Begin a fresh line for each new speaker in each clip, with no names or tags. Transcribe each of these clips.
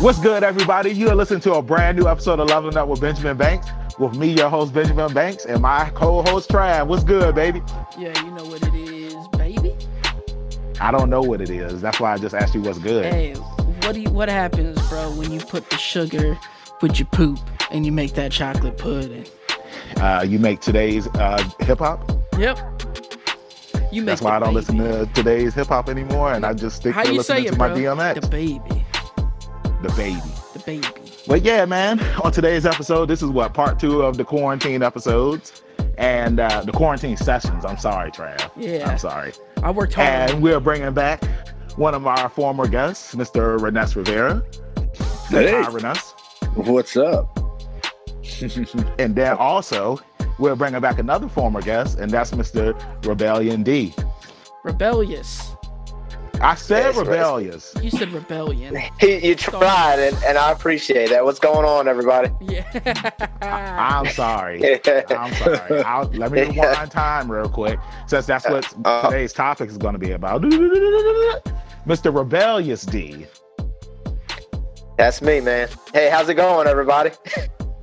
What's good, everybody? You are listening to a brand new episode of Leveling Up with Benjamin Banks. With me, your host, Benjamin Banks, and my co-host, Trav. What's good, baby?
Yeah, you know what it is, baby.
I don't know what it is. That's why I just asked you what's good.
Hey, what do you, what happens, bro, when you put the sugar with your poop and you make that chocolate pudding?
Uh, you make today's uh, hip-hop?
Yep. You make
That's why I don't listen
baby.
to today's hip-hop anymore, and I just stick
How
to
you
listening
say it,
to my
bro?
DMX,
The baby,
the baby.
the baby.
But yeah, man, on today's episode, this is what part two of the quarantine episodes and uh, the quarantine sessions. I'm sorry, Trav.
Yeah.
I'm sorry.
I worked hard.
And we're bringing back one of our former guests, Mr. Renes Rivera. Say
Hey.
hi, Renes.
What's up?
And then also, we're bringing back another former guest, and that's Mr. Rebellion D.
Rebellious.
I said
Yes, right.
rebellious.
You said rebellion.
He, you tried, and, and I appreciate that. What's going on, everybody?
Yeah.
I'm sorry.
yeah,
I'm sorry. I'll, let me rewind time real quick, since that's what
Uh,
today's topic is going to be about. Mr. Rebellious D,
that's me, man. Hey, how's it going, everybody?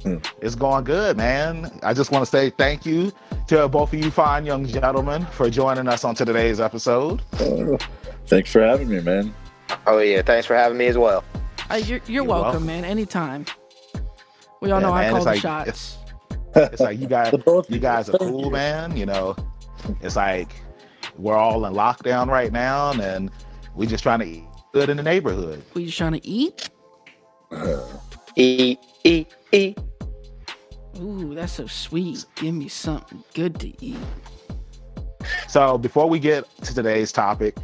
it's going good, man. I just want to say thank you to both of you fine young gentlemen for joining us on today's episode.
Thanks for having me, man.
Oh yeah, thanks for having me as well.
Uh, you're you're
You're
welcome,
welcome.
man. Anytime. We all
Yeah,
know I
man,
call
it's
the
like-
shots.
It's like you guys,
The both of
you guys are
Thank
cool,
you.
man. You know, it's like we're all in lockdown right now, and we just trying to eat good in the neighborhood.
We just trying to eat.
E E E.
Ooh, that's so sweet. Give me something good to eat.
So before we get to today's topic,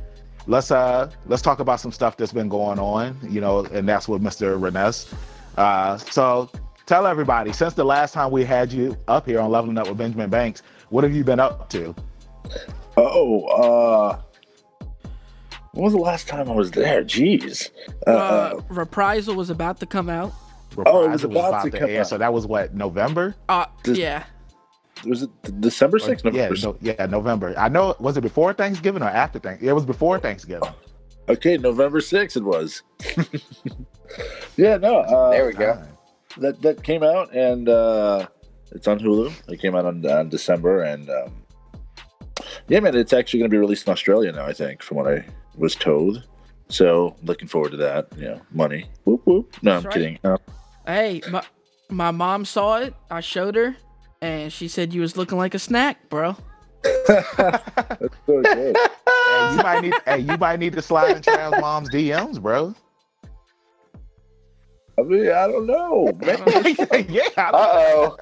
let's uh let's talk about some stuff that's been going on, you know, and that's with Mr. Renes. Uh so tell everybody, since the last time we had you up here on Leveling Up with Benjamin Banks, what have you been up to?
Oh, uh, when was the last time I was there? Jeez. Uh,
Uh, Reprisal was about to come out.
Oh, it was
Reprisal
about to come out.
So that was what, November?
Uh,
Does-
yeah.
was it th- December
Or-
6th?
yeah, no,
November
yeah, November. I know was it before Thanksgiving or after Thanksgiving? It was before Thanksgiving.
6th? Okay, November 6th it was. yeah, no. Uh,
There we go.
Alright.
that, that came out and uh, it's on Hulu. It came out on, on December. And um, yeah, man, it's actually going to be released in Australia now, I think, from what I was told. So looking forward to that. You know, money. Whoop, whoop. No,
That's
I'm
right.
kidding. Uh,
Hey, my my mom saw it. I showed her, and she said you was looking like a snack, bro.
so good.
Hey, you might need hey, you might need to slide in Trav's mom's DMs, bro.
I mean, I don't know. man.
yeah, I
Uh oh.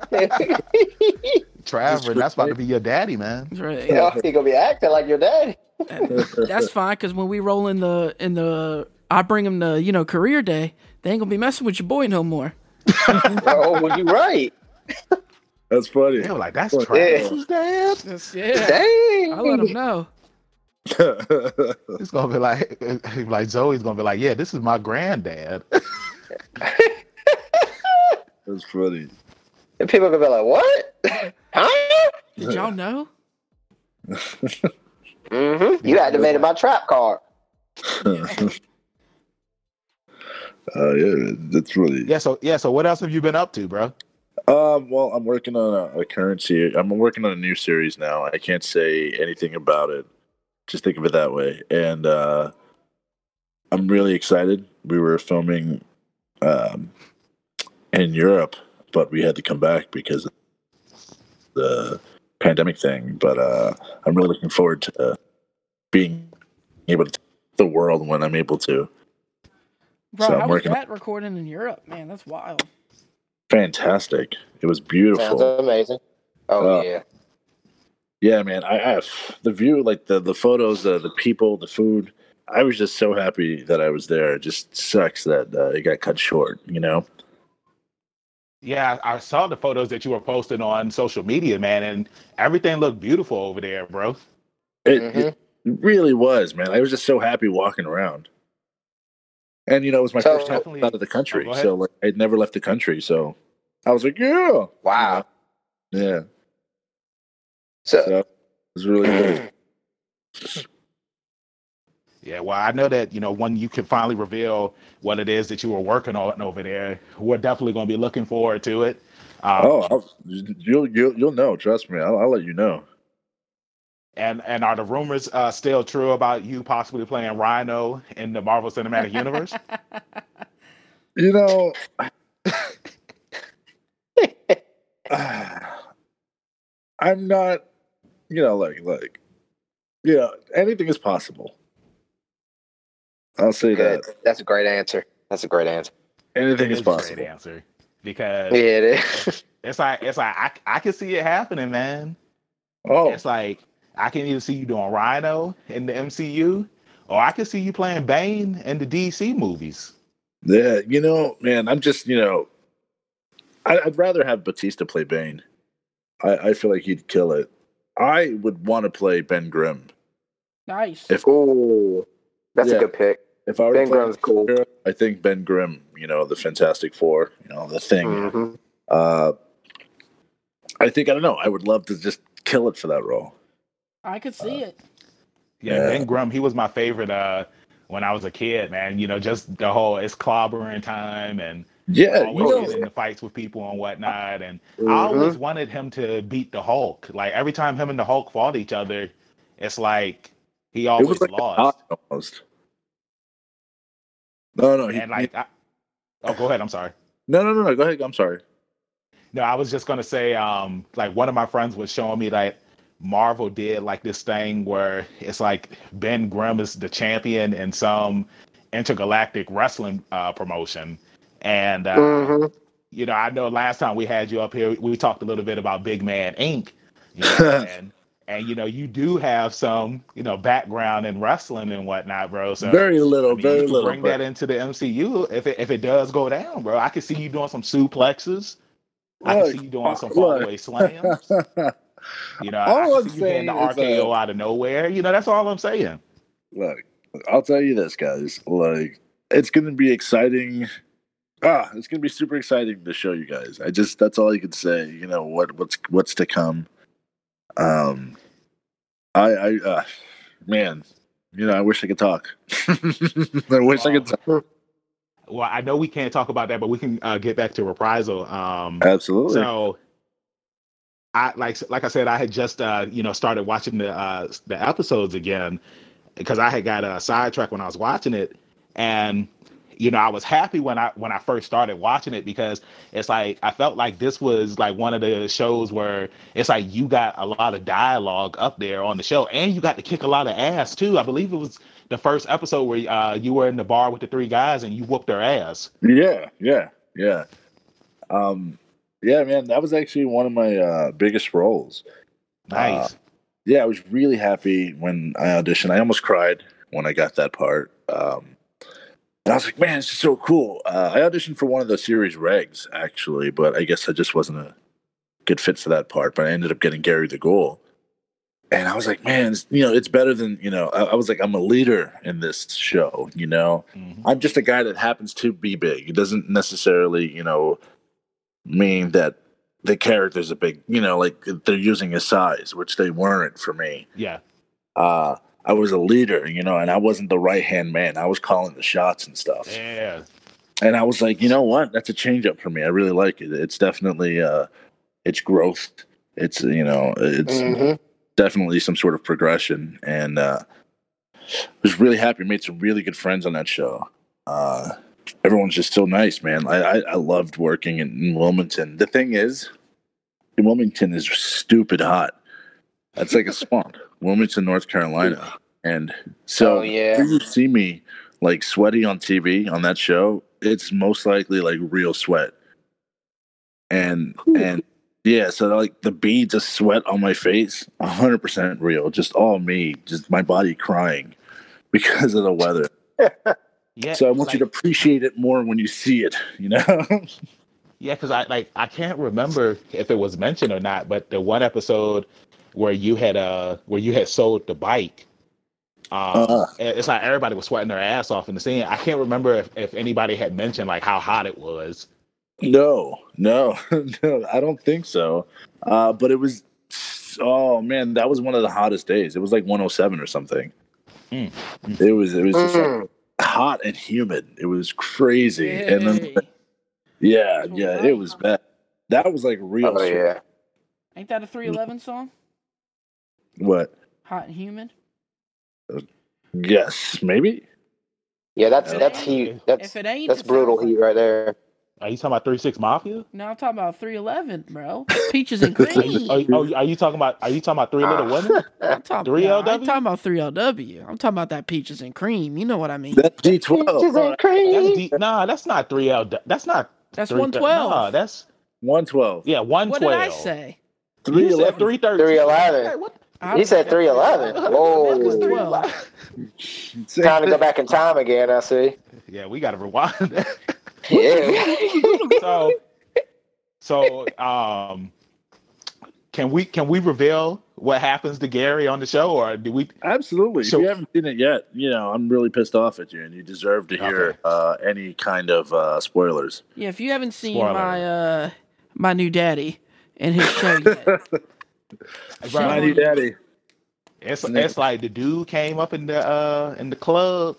Trav, that's about to be your daddy, man.
Right.
He gonna be acting like your daddy.
That's fine, cause when we roll in the in the, I bring them to you know career day. They ain't gonna be messing with your boy no more.
Oh, well, you right.
That's funny.
They were like, "That's
Yeah.
Travis's dad."
yeah.
Dang.
I let them know.
It's gonna be like, like Zoe's gonna be like, "Yeah, this is my granddad."
That's funny.
And people gonna be like, what? huh?
Did y'all know?
Mm-hmm. You activated my trap card.
Uh, yeah, that's really.
Yeah, so yeah, so what else have you been up to, bro?
Um, well, I'm working on a, a current series. I'm working on a new series now. I can't say anything about it. Just think of it that way. And uh, I'm really excited. We were filming um, in Europe, but we had to come back because of the pandemic thing. But uh, I'm really looking forward to being able to the world when I'm able to.
Bro,
So I'm
how was
working-
that recording in Europe? Man, that's wild.
Fantastic. It was
Sounds
beautiful.
amazing. Oh
Uh,
yeah.
Yeah, man. I, I the view, like the the photos, the the people, the food. I was just so happy that I was there. It just sucks that uh, it got cut short. You know.
Yeah, I I saw the photos that you were posting on social media, man, and everything looked beautiful over there, bro.
It,
Mhm.
it really was, man. I was just so happy walking around. And you know, it Oh, was my
So-
first time
Definitely-
out of the country,
Oh, go ahead.
so like I'd never left the country, so I was like, yeah,
Wow.
yeah.
So
So it was really cool.
Yeah, well, I know that you know when you can finally reveal what it is that you were working on over there, we're definitely going to be looking forward to it. Um,
Oh, I'll, you'll you'll you'll know. Trust me. I'll, I'll let you know.
And and are the rumors uh, still true about you possibly playing Rhino in the Marvel Cinematic Universe?
You know, I'm not. You know, like like, you know, anything is possible. I'll say
Good.
that
That's a great answer. That's a great answer.
anything is
It's a great
possible.
answer because
Yeah, it is.
it's like it's like I, I can see it happening, man.
Oh,
It's like I can either see you doing Rhino in the MCU, or I can see you playing Bane in the DC movies.
yeah. You know, man. I'm just you know, I, I'd rather have Batista play Bane. I, I feel like he'd kill it. I would want to play Ben Grimm
Nice.
If-
Ooh, that's
Yeah.
a good pick.
if I were to
Ben
play
Grimm's cool.
Hero, I think Ben Grimm, you know, the Fantastic Four, you know, the thing.
Mm-hmm.
hmm
Uh, I think I don't know. I would love to just kill it for that role.
I could see it.
Yeah,
Yeah.
Ben Grimm, he was my favorite uh, when I was a kid, man. You know, just the whole it's clobbering time and
Yeah, you
always
know, Mm-hmm.
getting into fights with people and whatnot. And
Mhm.
I always wanted him to beat the Hulk. Like every time him and the Hulk fought each other, it's like he
it
always
was like
lost.
lost. almost. No, no, he,
and like, I, oh, go ahead. I'm sorry.
no, no, no, no. Go ahead. I'm sorry.
No, I was just gonna say, um, like one of my friends was showing me that Marvel did like this thing where it's like Ben Grimm is the champion in some intergalactic wrestling uh, promotion, and uh,
Mm-hmm.
you know, I know last time we had you up here, we talked a little bit about Big Man Inc. You know, and and you know, you do have some you know background in wrestling and whatnot, bro. So
very
I
little,
mean,
very
you can
little.
bring
but-
that into the MCU if it if it does go down, bro. I can see you doing some suplexes. I can
Look, uh,
see you doing some
look.
fallaway slams. You know,
All
I
I'm
can see you getting the
saying is uh, that-
RKO out of nowhere. You know, that's all I'm saying.
look, I'll tell you this, guys. Like, it's going to be exciting. Ah, it's going to be super exciting to show you guys. I just that's all I can say. You know what what's what's to come. Um, I I uh, man, you know I wish I could talk. I wish I could talk.
Well, I know we can't talk about that, but we can uh, get back to reprisal. Um,
Absolutely.
So, I like like I said, I had just uh, you know started watching the uh, the episodes again because I had got a sidetrack when I was watching it, and you know I was happy when I when I first started watching it because it's like I felt like this was like one of the shows where it's like you got a lot of dialogue up there on the show, and you got to kick a lot of ass too. I believe it was the first episode where uh, you were in the bar with the three guys and you whooped their ass.
Yeah, yeah, yeah. Um, yeah, man, that was actually one of my uh, biggest roles. Ah.
Nice.
yeah, I was really happy when I auditioned. I almost cried when I got that part. Um, and I was like, man, this is so cool. Uh, I auditioned for one of the series regs, actually, but I guess I just wasn't a good fit for that part. But I ended up getting Gary the goal. And I was like, man, it's- you know, it's better than, you know, I, I was like, I'm a leader in this show, you know?
Mhm.
I'm just a guy that happens to be big. It doesn't necessarily, you know, mean that the character's a big, you know, like they're using his size, which they weren't for me.
Yeah.
Uh, I was a leader, you know, and I wasn't the right hand man. I was calling the shots and stuff.
Yeah.
And I was like, you know what? That's a change up for me. I really like it. It's definitely, uh, it's growth. It's, you know, it's
hmm
definitely some sort of progression and uh was really happy made some really good friends on that show uh everyone's just so nice man i i, I loved working in, in wilmington the thing is wilmington is stupid hot that's like a swamp wilmington north carolina and so
Oh, yeah.
when you see me like sweaty on tv on that show it's most likely like real sweat and and yeah, so like the beads of sweat on my face, 100% real, just all me, just my body crying because of the weather.
Yeah.
So I want
like-
you to appreciate it more when you see it, you know?
Yeah, because I like I can't remember if it was mentioned or not, but the one episode where you had uh where you had sold the bike, um,
Uh-huh.
it- it's like everybody was sweating their ass off in the scene. I can't remember if, if anybody had mentioned like how hot it was.
no, no, no, I don't think so. Uh, but it was, oh man, that was one of the hottest days. It was like 107 or oh something.
Mm.
It was it was just like,
Mm.
hot and humid. It was crazy. And then
Hey.
yeah, yeah, it was bad. That was like real.
Oh
sweat.
yeah.
Ain't that a 311 song?
What?
Hot and humid.
Yes, maybe.
Yeah, that's
Yeah.
that's heat.
If
That's
it ain't,
that's
it
brutal
sounds
heat right there.
Are you talking about Three Six Mafia?
No, I'm talking about 311, bro. Peaches
Oh,
and cream.
Are, are, are you talking about? Are you talking about Three Little Women?
I'm talking,
Three
no, I ain't
LW?
talking about 3LW. I'm talking about that peaches and cream. You know what I mean?
That's D twelve. uh,
That's D, nah, that's not three L. That's not.
That's
3
112.
Nah, that's
One twelve.
yeah one
What
twelve.
did I say?
Three eleven.
311.
Three thirteen.
311.
Hey, what?
I- Oh,
He said 311.
What the heck was
Whoa.
311?
Time to go back in time again, I see.
Yeah, we got to rewind. that.
Yeah.
so, so um, can we can we reveal what happens to Gary on the show, or do we?
Absolutely.
So-
if you haven't seen it yet, you know, I'm really pissed off at you and you deserve to hear
Okay.
uh, any kind of uh, spoilers.
Yeah, if you haven't seen
Spoiler.
my uh my new daddy and his show yet, Bro,
Right.
Mighty Daddy.
It's it's like the dude came up in the uh in the club,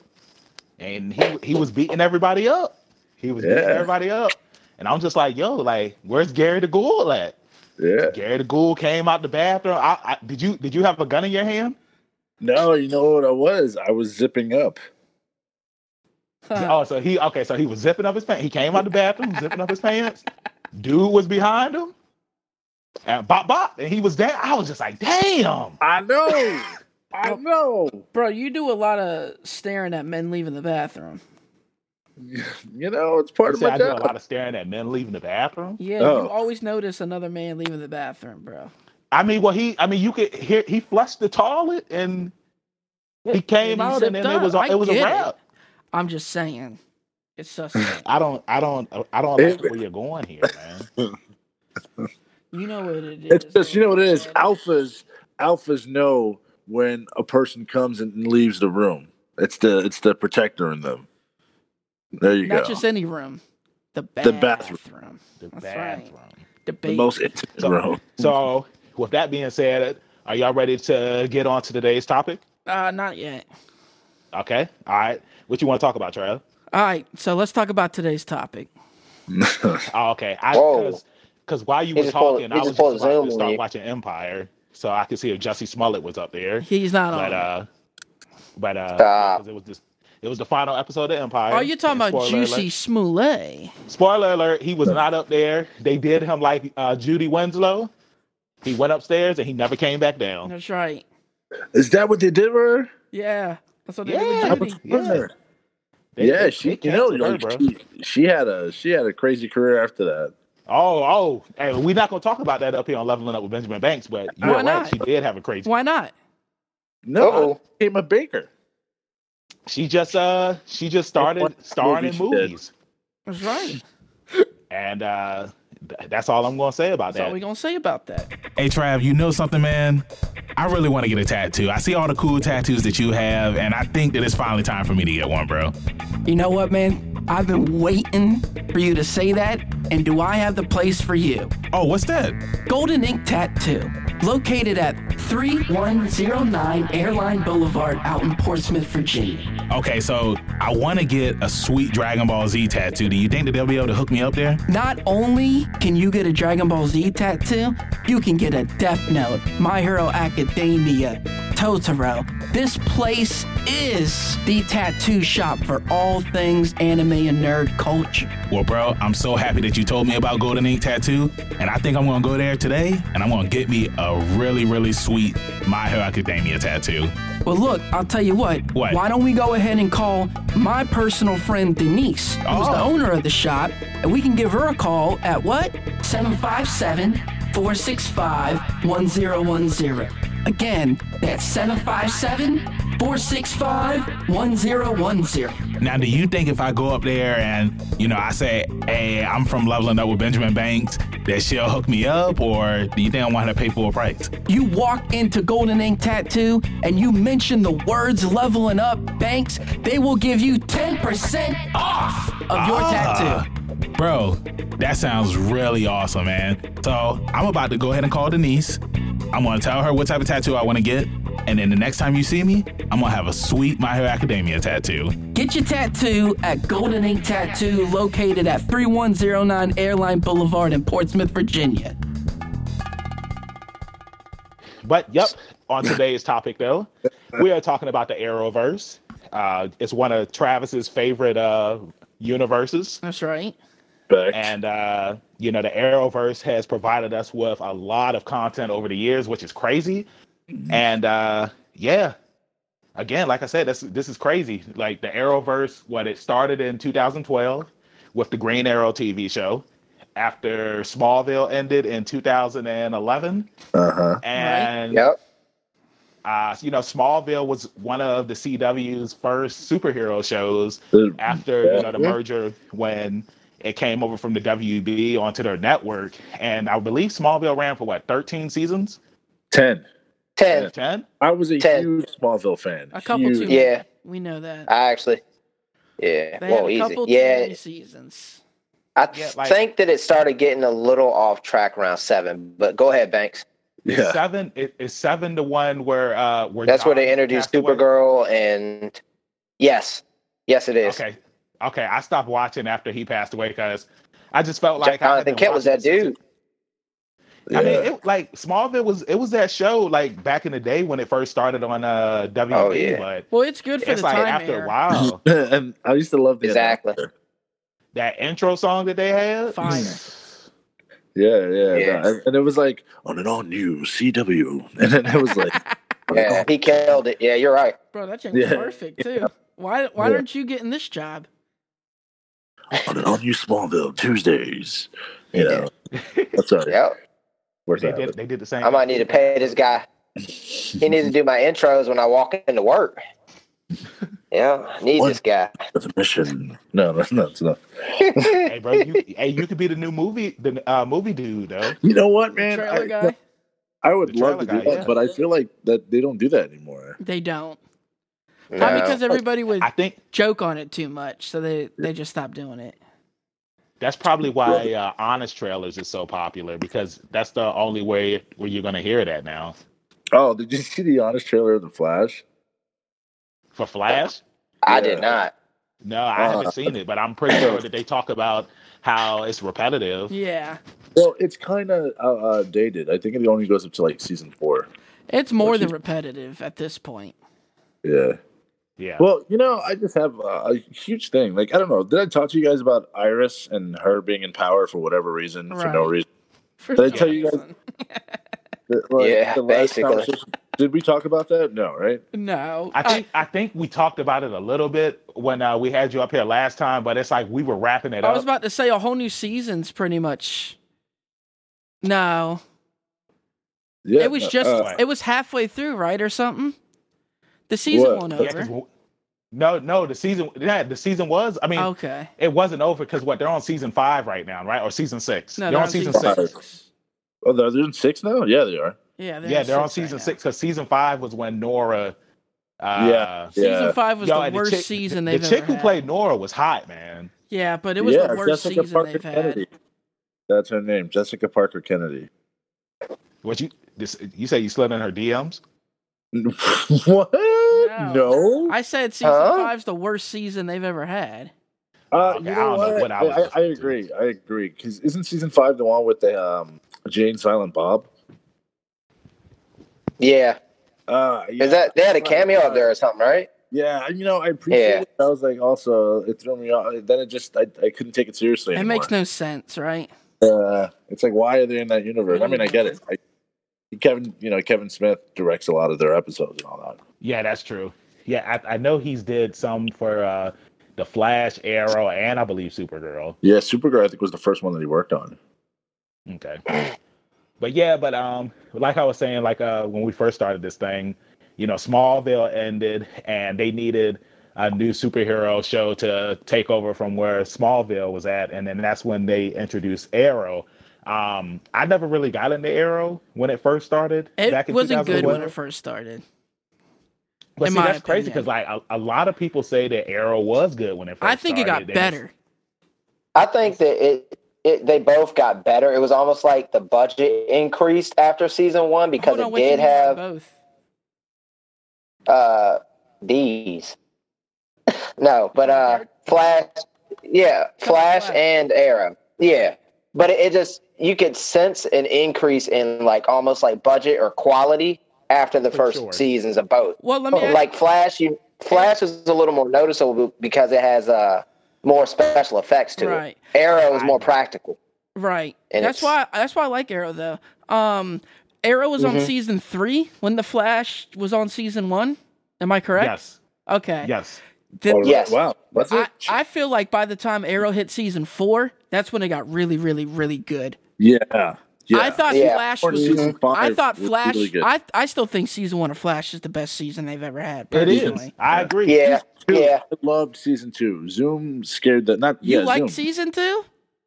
and he he was beating everybody up. He was beating
Yeah.
everybody up, and I'm just like, yo, like, where's Gary the Ghoul at?
Yeah.
Gary the Ghoul came out the bathroom. I, I did you did you have a gun in your hand?
No, you know what I was? I was zipping up.
huh,
Oh, so he okay, so he was zipping up his pants. He came out the bathroom, zipping up his pants. Dude was behind him, and bop bop, and he was there. I was just like, damn.
I know. I know.
bro, you do a lot of staring at men leaving the bathroom.
You know, it's part
You
of
see,
my
I do a lot
job.
of staring at men leaving the bathroom.
Yeah,
Oh.
you always notice another man leaving the bathroom, bro.
I mean, well, he. I mean, you could hear he flushed the toilet and he came
And he
out, and
zipped
then it was
up. I
it was a
get
wrap.
I'm just saying, it's suspect.
I don't, I don't, I don't like where you're going here, man.
you know what it is.
It's just you know what it is.
man.
Alphas alphas know when a person comes and leaves the room. It's the it's the protector in them. There you
Not
go.
just any room, the bathroom,
The bathroom.
The
That's
bathroom.
the
debate.
most intimate
So-
room.
So, with that being said, are y'all ready to get on to today's topic?
uh, not yet.
Okay, all right. What you want to talk about, Trav?
All right, so let's talk about today's topic.
Oh, okay, I
Whoa.
because while you
He
were
just pulled-
talking,
he
I was
just
just
pulled
about
Zoom
to
on
start
you.
watching Empire, so I could see if Jesse Smollett was up there.
He's not on.
But uh, but uh,
Stop.
because it was just it was the final episode of Empire.
Are you Oh, talking
And
about
spoiler
Juicy
alert-
Smollett?
spoiler alert, he was not up there. They did him like uh, Judy Winslow. He went upstairs and he never came back down.
That's right.
Is that what they did with her?
Yeah. That's what they
Yeah.
did with
Judy.
Judy.
Yeah. They-
yeah,
they-
she
they
you know
canceled her,
like,
bro.
she, she had a she had a crazy career after that.
Oh, oh, hey, we're not gonna talk about that up here on Leveling Up with Benjamin Banks, but you
Why
are right.
not?
She did have a crazy.
Why not?
No,
Uh-oh.
I became a baker.
She just uh, she just started
What
starring in
movie she did?
movies,
That's right.
and uh, th- that's all I'm gonna say about
That's all
that.
we gonna say about that.
Hey Trav, you know something, man? I really want to get a tattoo. I see all the cool tattoos that you have, and I think that it's finally time for me to get one, bro.
You know what, man? I've been waiting for you to say that, and do I have the place for you?
Oh, what's that?
Golden Ink Tattoo, located at 3109 Airline Boulevard out in Portsmouth, Virginia.
Okay, so I want to get a sweet Dragon Ball Z tattoo. Do you think that they'll be able to hook me up there?
Not only can you get a Dragon Ball Z tattoo, you can get a Death Note, My Hero Academia, Totoro. This place is the tattoo shop for all things anime and nerd culture.
Well, bro, I'm so happy that you told me about Golden Ink Tattoo, and I think I'm gonna go there today, and I'm gonna get me a really, really sweet My Hero Academia tattoo.
Well, look, I'll tell you what.
What?
Why don't we go ahead and call my personal friend Denise, who's
Oh.
the owner of the shop, and we can give her a call at what? 757 465 1010. Again, that's 757 465 1010.
Now, do you think if I go up there and, you know, I say, hey, I'm from Leveling Up with Benjamin Banks, that she'll hook me up, or do you think I'm gonna have to pay full price?
You walk into Golden Ink Tattoo and you mention the words leveling up banks, they will give you 10% off of your
Ah.
tattoo.
tattoo. Bro, that sounds really awesome, man. So I'm about to go ahead and call Denise. I'm gonna tell her what type of tattoo I wanna get. And then the next time you see me, I'm gonna have a sweet My Hero Academia tattoo.
Get your tattoo at Golden Ink Tattoo, located at 3109 Airline Boulevard in Portsmouth, Virginia.
But yep, on today's topic though, we are talking about the Arrowverse. Uh, it's one of Travis's favorite uh, universes,
That's right.
Back.
and uh, you know the Arrowverse has provided us with a lot of content over the years, which is crazy. And uh, yeah, again, like I said, this this is crazy. Like the Arrowverse, what it started in 2012 with the Green Arrow TV show. After Smallville ended in 2011,
uh huh.
and
Yep.
uh, you know, Smallville was one of the CW's first superhero shows after you know the
Uh, Yeah.
merger when it came over from the WB onto their network. And I believe Smallville ran for what 13 seasons,
Ten.
Ten.
10.
I was a
Ten.
huge Smallville fan.
A couple
Huge.
too.
Yeah.
We know that.
I actually. Yeah.
They
Whoa,
had a
easy.
couple too
Yeah.
many seasons.
I
Yeah, like-
think that it started getting a little off track around seven, but go ahead, Banks.
Yeah.
Seven it is seven to one where uh where
That's where
John
they introduced
passed away.
Supergirl, and yes, yes, it is.
Okay, okay, I stopped watching after he passed away because I just felt like I
Jonathan
hadn't
Kent was that
watched it
dude.
I mean,
Yeah.
it, like Smallville was it was that show like back in the day when it first started on uh WB,
Oh, yeah.
but
Well, it's good for
it's
the
like
time
after
era.
a while
and I used to love the
Exactly.
announcer.
that intro song that they had. mm.
Fire.
Yeah, yeah,
Yeah.
no, and- and it was like on and on new CW, and then it was like,
Yeah, he killed it. Yeah, you're right.
Bro, that chick was
Yeah.
perfect too. Why why
Yeah.
aren't you getting this job?
on and on new Smallville Tuesdays. You know, that's all right.
Yep.
Worth
They
it.
did they did the same.
I might need to pay this guy. He needs to do my intros when I walk into work. Yeah, I need
What?
this guy.
Definition. No, no, no, it's not.
hey, bro, you, hey, you could be the new movie the uh, movie dude though.
You know what,
The
man?
trailer
I,
guy?
I would
The
love to do
trailer guy,
that,
yeah.
but I feel like that they don't do that anymore.
They don't. Why?
No.
because everybody would
I think
joke on it too much, so they they just stopped doing it.
that's probably why uh, honest trailers is so popular because that's the only way where you're gonna hear that now
Oh, did you see the honest trailer of the Flash?
for Flash.
I
Yeah.
did not.
No, I
Uh-huh.
Uh.
haven't seen it, but I'm pretty sure that they talk about how it's repetitive.
Yeah.
Well, it's kind of uh, uh, dated. I think it only goes up to like season four.
It's more
Which
than
is-
repetitive at this point.
Yeah.
Yeah.
Well, you know, I just have uh, a huge thing. Like, I don't know. Did I talk to you guys about Iris and her being in power for whatever reason, for no
Right.
reason?
For
Did I
no
tell you guys-
reason.
The- like,
Yeah,
the last
basically.
conversation- Did we talk about that? No, right?
No.
I think I think we talked about it a little bit when uh, we had you up here last time, but it's like we were wrapping it
I
up.
was about to say a whole new season's pretty much. No,
Yeah.
it was
no,
just
uh,
it was halfway through, right, or something. The season
What?
went
Yeah, 'cause
over.
w- no, no, the season yeah, the season was. I mean,
okay,
it wasn't over because what they're on season five right now, right? Or season six?
no,
they're on season six.
six. oh, they're they're in six now? Yeah, they are.
Yeah, they're
Yeah,
in
they're on
six right
season
now.
six because season five was when Nora. Uh,
Yeah.
Season
Yeah.
five was
yo,
the
and
worst
chick-
season
the
they've
chick
ever
who
had.
played Nora was hot, man.
Yeah, but it was
yeah,
the worst
Jessica
season
Parker
they've had.
Kennedy. That's her name, Jessica Parker Kennedy.
What you this? You say you slid in her DMs?
what? No.
I said season
Huh?
five's the worst season they've ever had.
Uh,
Okay,
you
I
know
don't know
what?
what
I,
I was
I, I
listening to.
agree. I agree. Because isn't season five the one with the um, Jane Silent Bob?
Yeah.
Uh, yeah.
Is that they had a cameo up there or something, right?
Yeah, you know, I appreciate
Yeah.
it. I was like, also, it threw me off. Then it just, I, I couldn't take it seriously.
It makes no sense, right?
Uh, it's like, why are they in that universe? I mean, I get it. I, Kevin, you know, Kevin Smith directs a lot of their episodes and all that.
Yeah, that's true. Yeah, I, I know he's did some for uh the Flash, Arrow, and I believe Supergirl.
Yeah, Supergirl, I think, was the first one that he worked on.
Okay. But yeah, but um, like I was saying, like uh, when we first started this thing, you know, Smallville ended, and they needed a new superhero show to take over from where Smallville was at, and then that's when they introduced Arrow. Um, I never really got into Arrow when it first started.
It wasn't good when
2001.
it first started.
But
in
see,
my
that's crazy
opinion.
because like a, a lot of people say that Arrow was good when it first.
I think it got
started. They just-
better.
I think that it, it they both got better. It was almost like the budget increased after season one because
Hold on,
it
what you
did
mean by
have
both.
uh these. no, but uh Flash yeah, Flash
Flash.
and Arrow. Yeah. But it, it just you could sense an increase in like almost like budget or quality after the
For
first
sure.
seasons of both.
Well, let me ask,
Oh, like Flash, you Flash is a little more noticeable because it has uh more special effects to
Right.
it. Arrow is more practical.
right.
and
that's why
it's-
that's why I like Arrow though. Um, Arrow was on
Mhm.
season three when the Flash was on season one. Am I correct?
Yes.
Okay.
Yes.
The-
All right.
Yes.
Oh, Wow. That's
I,
it.
I feel like by the time Arrow hit season four, that's when it got really, really, really good.
yeah. Yeah.
I thought
Yeah.
Flash
Or
was.
season five
I thought
was
Flash.
really good.
I I still think season one of Flash is the best season they've ever had.
It
personally.
is. I agree.
Yeah.
Two,
Yeah.
I loved season two. Zoom scared that not
You
yeah,
like
Zoom.
season two?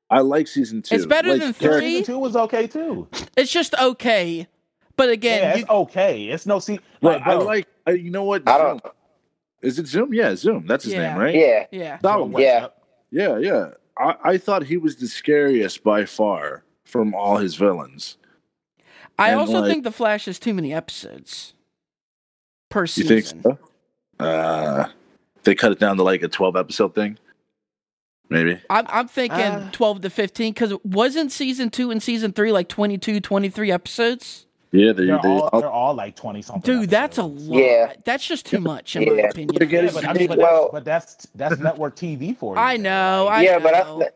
I like season two.
It's better
Like,
than
Yeah,
three.
character-
Season two was okay too.
It's just okay. But again,
Yeah,
you,
it's okay. It's no see.
Right,
Like,
I
bro,
like. I, you know what?
I don't
Is it Zoom? Yeah, Zoom. That's his
Yeah.
name, right?
yeah.
yeah.
That
bro,
one.
wake
Yeah.
up.
Yeah, yeah. I, I thought he was the scariest by far from all his villains.
I
And,
also
like-
think the Flash has too many episodes per
You
season.
think so? Uh, they cut it down to like a twelve episode thing, maybe.
I'm I'm thinking
Uh.
12 to 15 cuz wasn't season 2 and season 3 like 22 23 episodes?
Yeah, they, oh, they,
They're all,
all-
they're
Oh.
all like twenty something.
Dude, that's a
episodes.
lot.
Yeah.
That's just too much in my
Yeah.
they're
opinion.
Yeah,
getting-
but, I mean, but,
Well-
that's, but that's that's network TV for you.
I know. I
yeah, but I,
know.
th-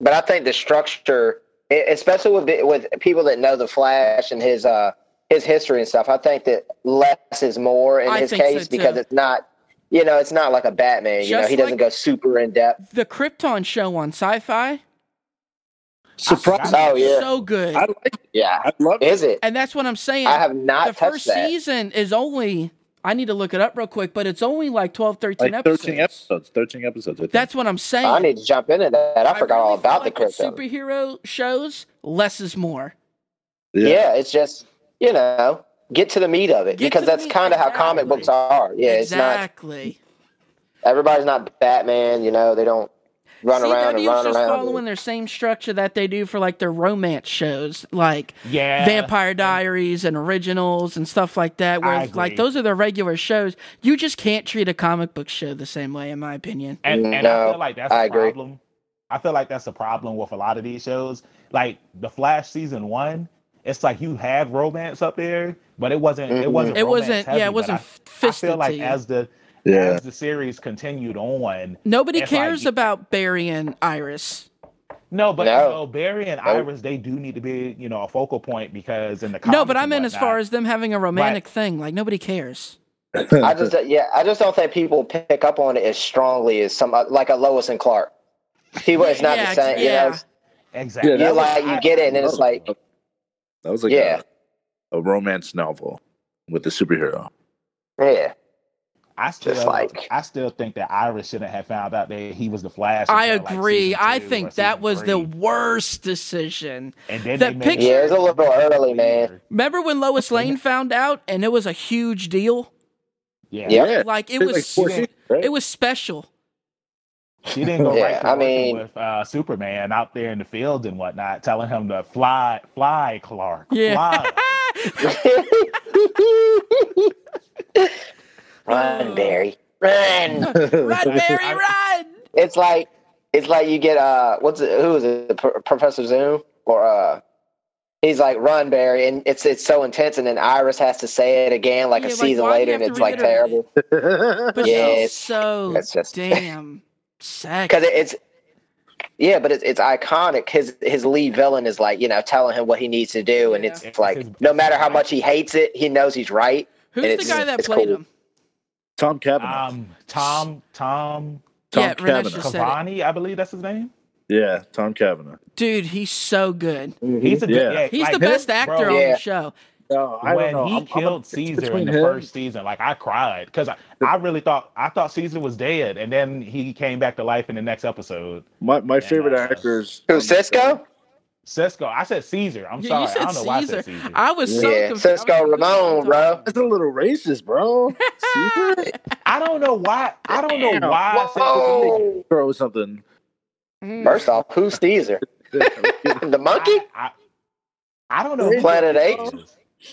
but I think the structure, e- especially with the- with people that know the Flash and his uh his history and stuff, I think that less is more in
I
his
think so,
case because
too.
it's not, you know, it's not like a Batman. you know,
Just
he doesn't
like-
go super in depth.
the Krypton show on Sci-Fi
surprised.
Oh yeah,
so good.
I like.
yeah.
I love it.
Is it?
and that's what I'm saying.
I have not
the
touched
first
that.
season is only I need to look it up real quick, but it's only like 12 13
Like
episodes.
thirteen episodes. Thirteen episodes. I think.
That's what I'm saying.
I need to jump into that. I, forgot
really
all
feel
about
like
the
with
crypto.
Superhero shows, less is more.
Yeah. it's just you know, get to the meat of it
Get to
because
the
that's
meat,
kind of how comic
exactly.
books are. Yeah, it's not
exactly.
everybody's not Batman. You know, they don't run around and
CW
run
just
around.
following their same structure that they do for like their romance shows, like
Yeah.
Vampire Diaries and Originals and stuff like that. Where
I
it's like
agree.
those are their regular shows. You just can't treat a comic book show the same way, in my opinion.
And, and I
No,
feel like that's a
I agree.
problem. I feel like that's a problem with a lot of these shows. Like the Flash season one, it's like you had romance up there, but it wasn't. It
Mhm.
wasn't.
It
romance
wasn't.
heavy,
yeah, it
but
wasn't
I- I
fisted.
feel like
to you.
as the
yeah.
as the series continued on,
Nobody
it's like-
cares about Barry and Iris.
no, but
No.
you know, Barry and
Nope.
Iris, they do need to be you know a focal point because in the
No,
comics
but I
and
meant as
whatnot-
far as them having a romantic thing. Like nobody cares.
I just yeah, I just don't think people pick up on it as strongly as some uh, like a Lois and Clark. People, it's not the
Yeah,
same.
yeah.
Yeah. You know,
exactly.
Yeah, that
you
was-
like you get it, and then it's like
that was like
Yeah.
a, a romance novel with a superhero.
yeah,
I still,
Just like-
I still think that Iris shouldn't have found out that he was the Flash.
I
until, like,
agree.
season
I
two or
think that
season
was the
three.
worst decision.
And then
that
they made-
picture- Yeah,
it was a little early, man.
Remember when Lois Lane found out and it was a huge deal?
Yeah,
Yeah.
Like it
It's
was
four seasons, right?
it was special.
she didn't go
Yeah,
right. To
I
working
mean-
with uh, Superman out there in the fields and whatnot, telling him to fly, fly, Clark.
Yeah.
fly.
run, Barry, run.
Run, Barry, run!
it's like it's like you get uh, what's it, who is it, Pro- Professor Zoom or uh. He's like, run, Barry, and it's it's so intense, and then Iris has to say it again, like a
Yeah, like,
season
why do
later,
you have
and
to
it's like
reiterate
terrible.
But she's
Yes.
so
That's just-
damn sexy.
because it, it's yeah, but it's it's iconic. His his lead villain is like you know telling him what he needs to do, and
Yeah.
it's
It's
like
his-
no matter how much he hates it, he knows he's right.
Who's the
it's-
guy that
it's
played
cool.
him?
Tom Cavanaugh.
Um, Tom, Tom
Tom
yeah, Renesh
Cavanaugh.
just said it.
Cavani, I believe that's his name.
yeah, Tom Cavanaugh.
Dude, he's so good.
He's a good,
Yeah.
yeah,
He's
like
the
him,
best actor
bro,
on
Yeah.
the show.
No,
when he killed Caesar in the first season, like I cried because I, I really thought I thought Caesar was dead, and then he came back to life in the next episode.
My my
And,
favorite
uh,
actors.
Who Cisco?
Cisco, I said Caesar. I'm
Yeah,
sorry,
you
I
said
don't know why I
Caesar.
said Caesar.
I was so
yeah,
confused. I was like,
Cisco
who am I
Ramon,
talking
bro.
That's a little racist, bro. Caesar
I don't know why. I don't know
Damn.
why. I said Caesar.
Whoa!
throw something.
Mm.
First off, who's Caesar? the monkey?
I, I, I don't know.
Planet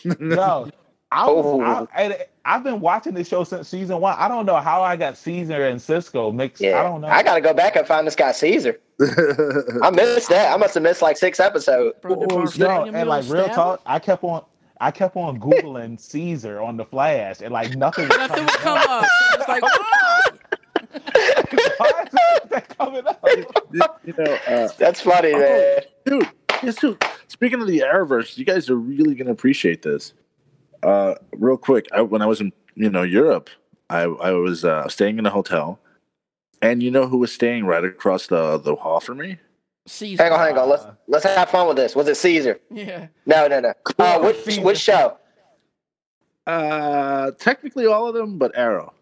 Yo, I,
Oh.
was- I, and I've been watching this show since season one. I don't know how I got Caesar and Cisco mixed.
Yeah,
I don't know.
I gotta go back and find this guy Caesar. I missed that. I must have missed like six episodes.
Bro, did
no,
Bartholomew
and like real
stab
talk, I kept on. I kept on googling Caesar on the flash, and like nothing. Was
him?
coming
Nothing would come
up.
up. It's like, oh,
Why is nothing coming up?
you know, uh, oh,
That's funny,
Oh,
man.
dude, guess who? Speaking of the Arrowverse, you guys are really gonna appreciate this. Uh, real quick, I, when I was in you know Europe, I I was uh, staying in a hotel, and you know who was staying right across the the hall from me?
Caesar.
Hang on, hang on. Let's let's have fun with this. Was it Caesar?
Yeah.
No, no, no. Uh, which which show?
Uh, technically all of them, but Arrow.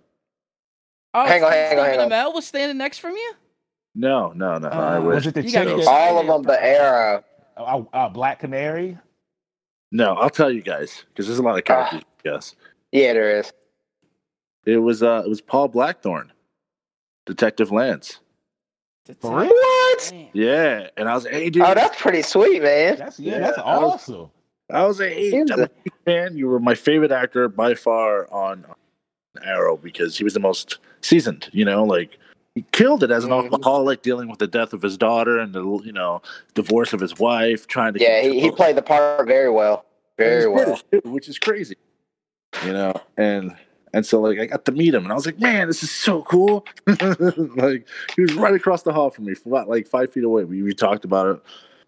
Oh,
Hang on,
so
hang on, hang
Stephen
on.
Amell was standing next from you?
No, no, no. I
Uh,
Was
wish.
it the
You
chick?
gotta
that-
go-
All of them, but Arrow.
uh, uh, Black Canary?
No, I'll tell you guys because there's a
Ah.
lot of characters. Yes,
Yeah, there is.
it was uh, it was Paul Blackthorne, Detective Lance.
For real?
What?
Man.
Yeah, and I was like, hey, dude.
Oh, that's pretty sweet, man.
That's yeah,
Yeah,
that's
I was-
awesome.
I was like, hey, I'm a huge fan. You were my favorite actor by far on Arrow because he was the most seasoned. You know, like he killed it as an
Mhm.
alcoholic, dealing with the death of his daughter and the you know divorce of his wife, trying to
Yeah, he, he
control-
played the part very well. Very
And he's
well.
British, too, which is crazy. You know, and and so like I got to meet him, and I was like, man, this is so cool. like he was right across the hall from me, about like five feet away. We we talked about it,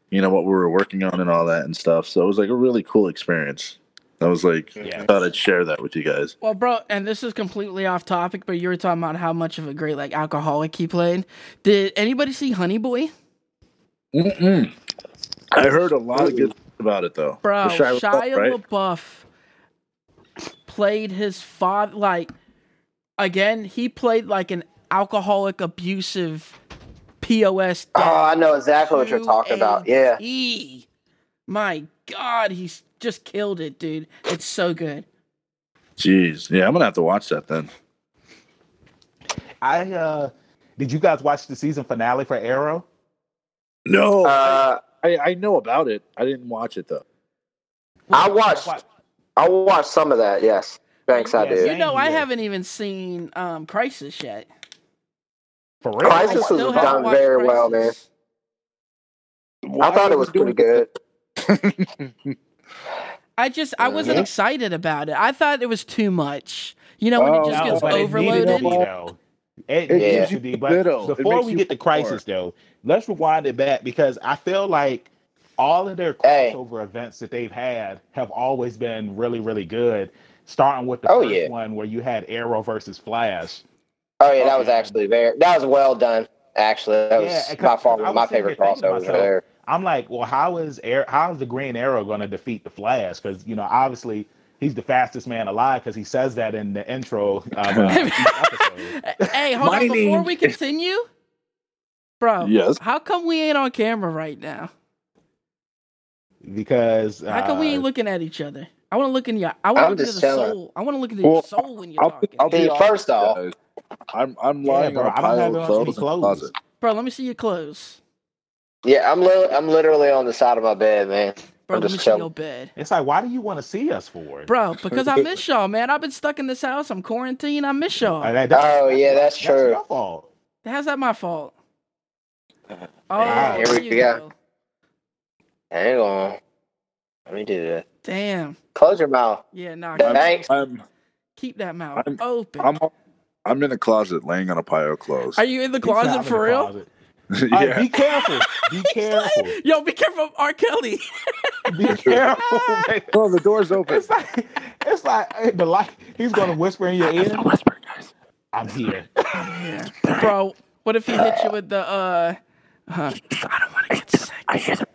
you know, what we were working on and all that and stuff. So it was like a really cool experience. I was like,
Yeah.
I thought I'd share that with you guys.
Well, bro, and this is completely off topic, but you were talking about how much of a great like alcoholic he played. Did anybody see Honey Boy?
Mm-mm. I heard a lot of good things about it though.
Bro,
For Shia
Shia,
LaBeouf, right?
LaBeouf played his father. Like again, he played like an alcoholic, abusive, pos.
Oh, I know exactly what you're talking about. Yeah.
E. My God, he's just killed it, dude. It's so good.
Jeez, yeah, I'm gonna have to watch that then.
I uh did you guys watch the season finale for Arrow?
No,
Uh,
I, I know about it. I didn't watch it though.
I watched. I watched some of that. Yes. Thanks, I
Yeah,
did.
You know, I
here.
haven't even seen um, Crisis yet.
For real?
Crisis
I
was
still haven't
done
watched
very well,
Crisis.
man. I thought it was pretty good.
I just I wasn't
Yeah.
excited about it. I thought it was too much. You know when it
Oh,
just
no,
gets
but it needed
overloaded.
more.
though. It
It
needed
gives
to
you
be. But
little. It
before
makes
we
you
get to crisis, though, let's rewind it back because I feel like all of their
Hey.
crossover events that they've had have always been really, really good. Starting with the
Oh,
first
yeah.
one where you had Arrow versus Flash.
Oh yeah, that was actually very. That was well done. Actually, that was
Yeah, 'cause-
by far
I
one of
was
my
sitting here
favorite
thinking to
crossovers
myself,
there.
I'm like, well, how is Air? How is the Green Arrow going to defeat the Flash? Because you know, obviously, he's the fastest man alive because he says that in the intro. Um, uh, each episode.
Eh, hey, hold on before we continue.
Oh.
Bro,
Yes.
how come we ain't on camera right now?
Because
How come we
uh,
ain't looking at each other? I want to look in your I want to
I'm
look into
just
the
telling.
soul. I want to look into
Well,
your soul when you're
I'll-
talking.
I'll be
See,
honest
first off,
guys. I'm I'm
Yeah,
lying
bro,
on a
I don't have
pile
those
of clothes in
many
the
clothes.
closet.
Bro, let me see your clothes.
yeah, I'm li- I'm literally on the side of my bed, man.
Bro,
I'm
let me
just
see
telling-
your bed.
It's like, why do you want to see us for?
Bro, because I miss y'all, man. I've been stuck in this house. I'm quarantined. I miss
Uh,
y'all.
that-
Oh yeah, that's
That's
true.
your fault.
How's that my fault? Oh,
Yeah, here
there
we
you
go.
go.
Hang on. Let me do that.
Damn.
Close your mouth.
Yeah, nah.
I'm-
Thanks.
I'm
Keep that mouth
I'm-
open.
I'm I'm in a closet laying on a pile of clothes.
Are you in the
He's not
closet
in
for
the
real?
closet. All right,
yeah.
be careful. Be careful.
Yo, be careful, of R. Kelly.
Be careful. man.
Well, the door's open.
It's like, it's like hey, the light. He's gonna whisper in your ear. I'm here.
Bro, what if he hit you with the uh? huh, I don't want to get sick.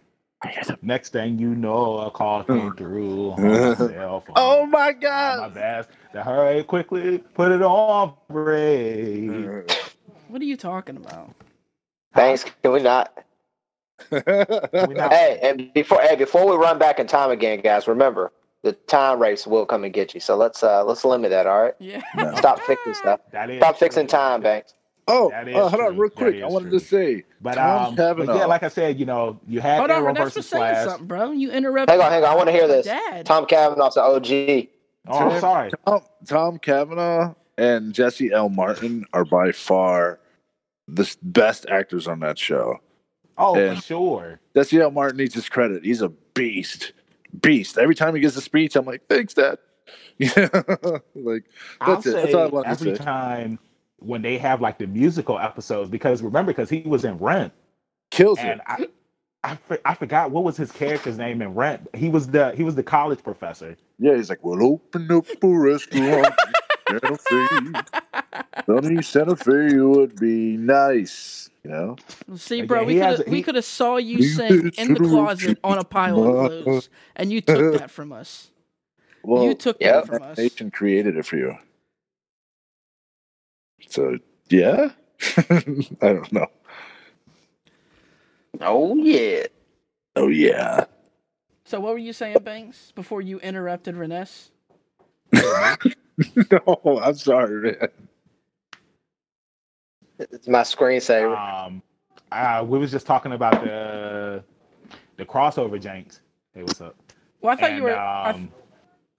Next thing you know, a call
Hmm.
came through. on my cell phone.
Oh my
my
god!
bad. Now hurry quickly, put it on
Hmm.
break.
What are you talking about?
Thanks. Can we not?
We not-
Hey, and before hey, before we run back in time again, guys, remember the time race will come and get you. So let's uh let's limit that, all right?
Yeah.
Stop fixing stuff.
that is
Stop
true.
fixing time, Banks.
oh,
That is
uh, hold on,
true.
real
That
quick.
is
I wanted
true.
to say,
But
Tom
um, but
Cavanaugh.
yeah, like I said, you know, you had
Hold on,
Arrow
Renex for
versus
saying
Flash.
something, bro. You interrupt.
Hang on, hang on. I want to hear this.
Dad.
Tom Kavanaugh's an OG.
Oh, I'm sorry.
Tom, Tom Kavanaugh and Jesse L. Martin are by far the s- best actors on that show.
Oh,
Yeah.
for sure.
Jesse L. Martin needs his credit. He's a beast. Beast. Every time he gives a speech, I'm like, thanks, Dad. Yeah. like, that's
I'll
it.
say
That's all I wanted
every
to say.
time when they have like the musical episodes, because remember, because he was in Rent,
Kills it.
and I, I, for- I forgot what was his character's name in Rent. He was the he was the college professor.
Yeah, he's like, we'll open up a restaurant in Santa Fe. Sunny Santa Fe would be nice. You know?
See, bro,
Yeah, he has-
we could we
he-
could have saw you
He
sing
is
in the
true.
closet on a pile of clothes, and you took that from us.
Well,
you took
yeah.
that from us.
Nation created it for you. So, yeah? I don't know.
Oh yeah.
Oh, yeah.
So, what were you saying, Banks, before you interrupted Renes?
no, I'm sorry, man.
It's my screensaver.
Um, uh, we was just talking about the the crossover janks. Hey, what's up?
Well, I thought
and,
you were. I th-
um,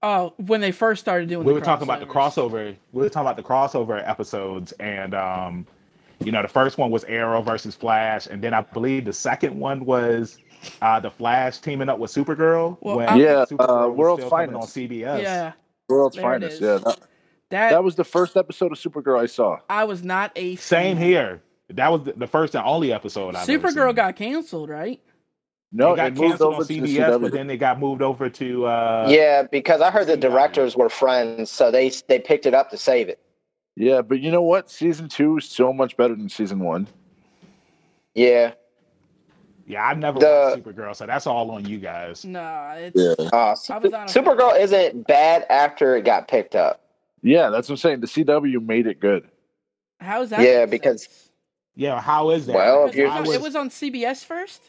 oh, when they first started doing.
we
the
were talking about the
crossovers.
crossover. We were talking about the crossover episodes, and um, you know, the first one was Arrow versus Flash, and then I believe the second one was uh, the Flash teaming up with Supergirl.
Well,
when
I-
Yeah,
Supergirl
uh,
was
World's
still coming
Finest.
on CBS.
Yeah,
World's
There it
finest.
is.
Yeah, that,
that,
that was the first episode of Supergirl I saw.
I was not a
Same
fan.
here. That was the- the first and only episode. I've ever
Mm-hmm. Supergirl
seen.
got canceled, right?
No,
it got
Oh, it moved
canceled on
over to
CBS,
CW.
but then it got moved over to uh,
yeah, because I heard the directors were friends, so they they picked it up to save it.
yeah, but you know what? Season two is so much better than season one.
Yeah.
yeah. I never
The-
watched Supergirl, so that's all on you guys.
Nah, it's
Uh,
I was not a fan.
Supergirl isn't bad after it got picked up.
Yeah, that's what I'm saying. The CW made it good.
how is that?
Yeah,
make
because-
sense?
Yeah, how is that?
Well, if
Because it
you
was on-
I
it was on CBS first.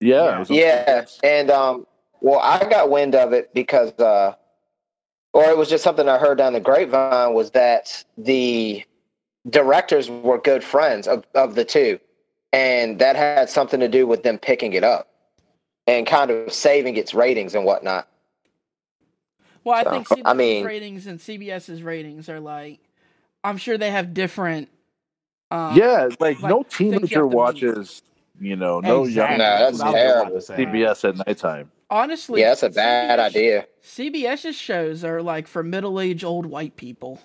Yeah.
Yeah.
it was on
Yeah,
CBS.
and um, well, I got wind of it because, uh, or it was just something I heard down the grapevine was that the directors were good friends of, of the two, and that had something to do with them picking it up and kind of saving its ratings and whatnot.
Well, I
So,
think
I
CBS
mean-
ratings and CBS's ratings are like, I'm sure they have different. Um,
Yeah, like, no
like, think you have
teenager
to be-
watches, you know, no
Exactly.
No,
young
that's
what I was about
terrible.
to say.
CBS at nighttime.
honestly,
Yeah, that's a bad
CBS
idea.
CBS's shows are like for middle-aged old white people.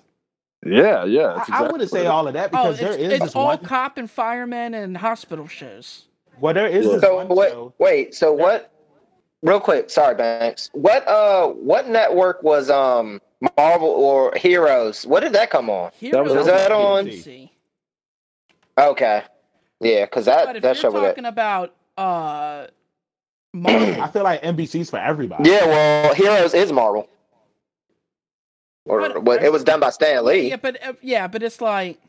Yeah, yeah.
I,
that's
I
exactly
wouldn't
what
say
it-
all of that
Oh,
because
it's,
there is
it's
this
all
one.
cop and firemen and hospital shows.
Well, there is this
So
one
what?
show.
Wait. So what? Real quick. Sorry, Banks. What? Uh, what network was um Marvel or Heroes? What did that come on?
Heroes
was-
are
Was that
on-
TNT.
Okay. Yeah, because
But
that
if
that show
you're
was it.
talking about uh, Marvel,
I feel like NBC's for everybody.
Yeah, well, Heroes is Marvel. Or
But-
what? It was done by Stan Lee.
yeah, but uh, yeah, but it's like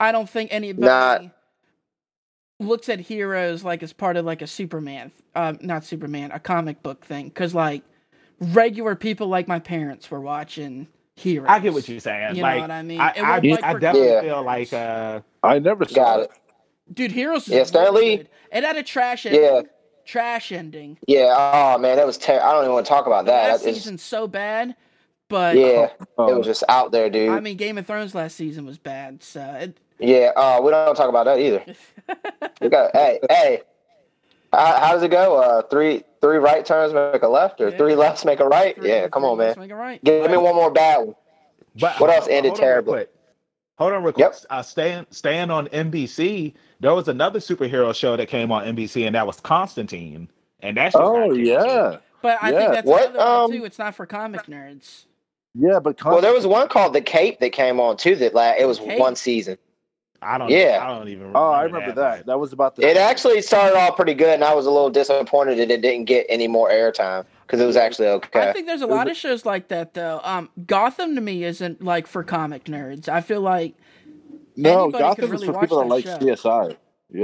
I don't think anybody
Not-
looks at heroes like as part of like a Superman, uh, not Superman, a comic book thing, because like regular people like my parents were watching heroes.
I get what you're saying.
You know
like,
what I mean?
I,
It wasn't
I-
like
I
for
definitely
kids.
feel like uh,
I never saw
Got it.
dude. Heroes, is
Yeah, Stan
really
Lee.
good. It had a trash ending.
Yeah.
Trash ending.
Yeah. Oh man, that was terrible. I don't even want to talk about that.
Last
It's-
season's so bad, but
yeah,
Oh.
it was just out there, dude.
I mean, Game of Thrones last season was bad. So it,
yeah. Oh, we don't talk about that either. We got- hey, hey. How, how does it go? Uh, three three right turns make a left, or
Yeah.
three lefts make a right?
three-
yeah, come
three
on, man.
months, make it right.
Give me one more bad one.
but hold
What else
on-
ended
hold on real
terribly?
quick. Hold on, real quick.
Yep.
Uh, staying staying on NBC, there was another superhero show that came on NBC, and that was Constantine, and that. show got
Oh,
canceled.
yeah.
But I
Yeah.
think that's
What,
another one,
um,
too. It's not for comic nerds.
Yeah, but
Well, there was one called The Cape that came on too. That la- it was
Cape?
one season.
I don't.
Yeah.
I don't even. Remember
Oh, I remember that. That was about the
It actually started off pretty good, and I was a little disappointed that it didn't get any more airtime because it was actually
I
okay.
think there's a lot of shows like that though. Um, Gotham to me isn't like for comic nerds. I feel like
No,
anybody could
Gotham
really
is for
watch
people that
that
like
show.
CSI. Yeah,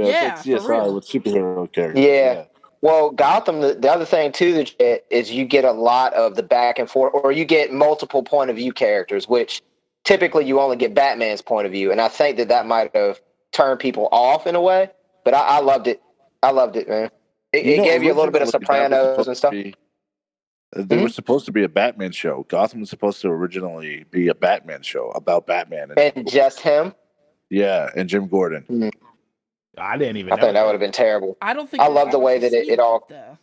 Yeah,
it's like
for real.
CSI with superhero characters.
Yeah. Well, Gotham. The, the other thing too that you- is you get a lot of the back and forth, or you get multiple point of view characters, which typically you only get Batman's point of view, and I think that that might have turned people off in a way. But I, I loved it. I loved it, man. It, it
know,
gave you a little bit of
originally that was
Sopranos
supposed
and stuff.
to be- Hmm? There was supposed to be a Batman show. Gotham was supposed to originally be a Batman show about Batman. And,
and just him.
yeah, and Jim Gordon.
I didn't even
I
know.
think that would have been terrible.
I don't think
I
I've
love the way that it-
seen
it all-
though.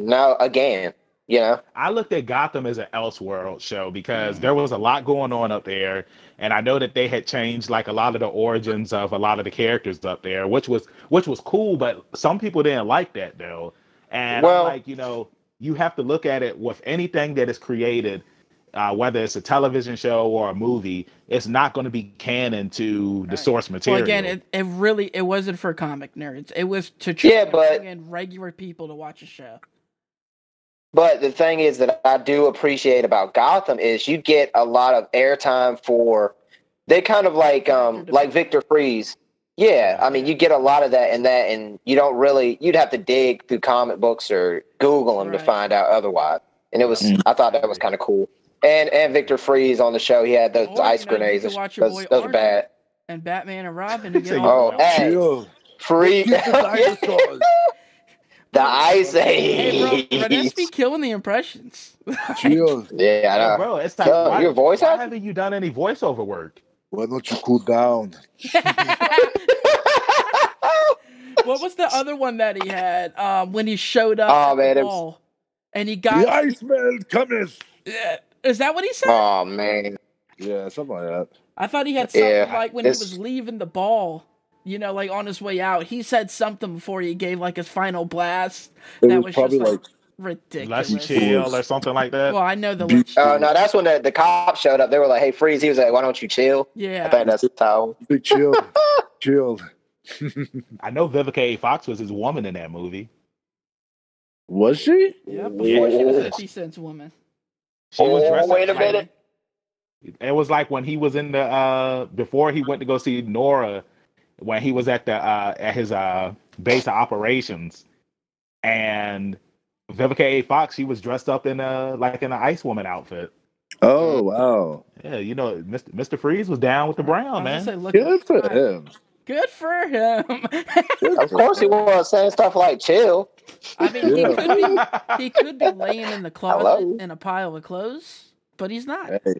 No, again, you know.
I looked at Gotham as an Elseworld show
Mm-hmm.
because there was a lot going on up there, and I know that they had changed like a lot of the origins of a lot of the characters up there, which was which was cool. But some people didn't like that though, and I'm
Well-
like you know, you have to look at it with anything that is created, uh, whether it's a television show or a movie, it's not going to be canon to the source
Well,
material.
again, it, it really it wasn't for comic nerds. It was to try
Yeah,
to
but-
bring in regular people to watch a show.
But the thing is that I do appreciate about Gotham is you get a lot of airtime for they kind of like um like Victor Freeze. Yeah, I mean you get a lot of that and that and you don't really you'd have to dig through comic books or Google them to
Right.
find out otherwise. And it was I thought that was kind of cool. And and Victor Freeze on the show, he had those
Or,
ice
Oh, you know, you
grenades.
could
Those,
watch your
those,
boy
are
Arthur.
bad.
And Batman and Robin. To get
So
all
Oh, hey, free
Shoot the
Yeah,
dinosaurs.
the Ice
hey,
Age.
bro, Renes be killing the impressions.
Chill.
yeah, Uh,
Yo,
I know.
bro, it's like
Yo,
why,
your voice
why
acting?
haven't you done any voiceover work?
Why don't you cool down?
what was the other one that he had um, when he showed up?
Oh,
at the
man, it was-
mall and he
The
got.
Iceman cometh.
Yeah. Is that what he said?
Oh man.
Yeah, something like that.
I thought he had something
Yeah,
like when
it's-
he was leaving the ball, you know, like on his way out. He said something before he gave like his final blast.
It
that
was,
was
probably
just
like,
like, ridiculous.
Let's chill or something like that.
Well, I know the
Be-
lunch.
Oh no, that's when the, the cop showed up. They were like, "Hey, freeze!" He was like, "Why don't you chill?" I
Yeah.
think that's the title.
big chill. chill.
I know Vivica A. Fox was his woman in that movie.
Was she?
Yeah, before she was
Yeah.
a 50 Cent's woman.
She was
Oh,
dressed
wait
up
a
like-
minute.
It was like when he was in the uh before he went to go see Nora, when he was at the uh at his uh base of operations, and Vivica A. Fox, she was dressed up in a like in an Ice Woman outfit.
Oh wow.
Yeah, you know, Mr. Mr. Freeze was down with the
I
brown
was
man.
gonna say, look
Good for
at-
him.
Good for him.
Good
Of
for
course, he
him.
was saying stuff like "chill."
I mean, he
Yeah.
could be he could be laying in the closet
Hello?
in a pile of clothes, but he's not.
Hey,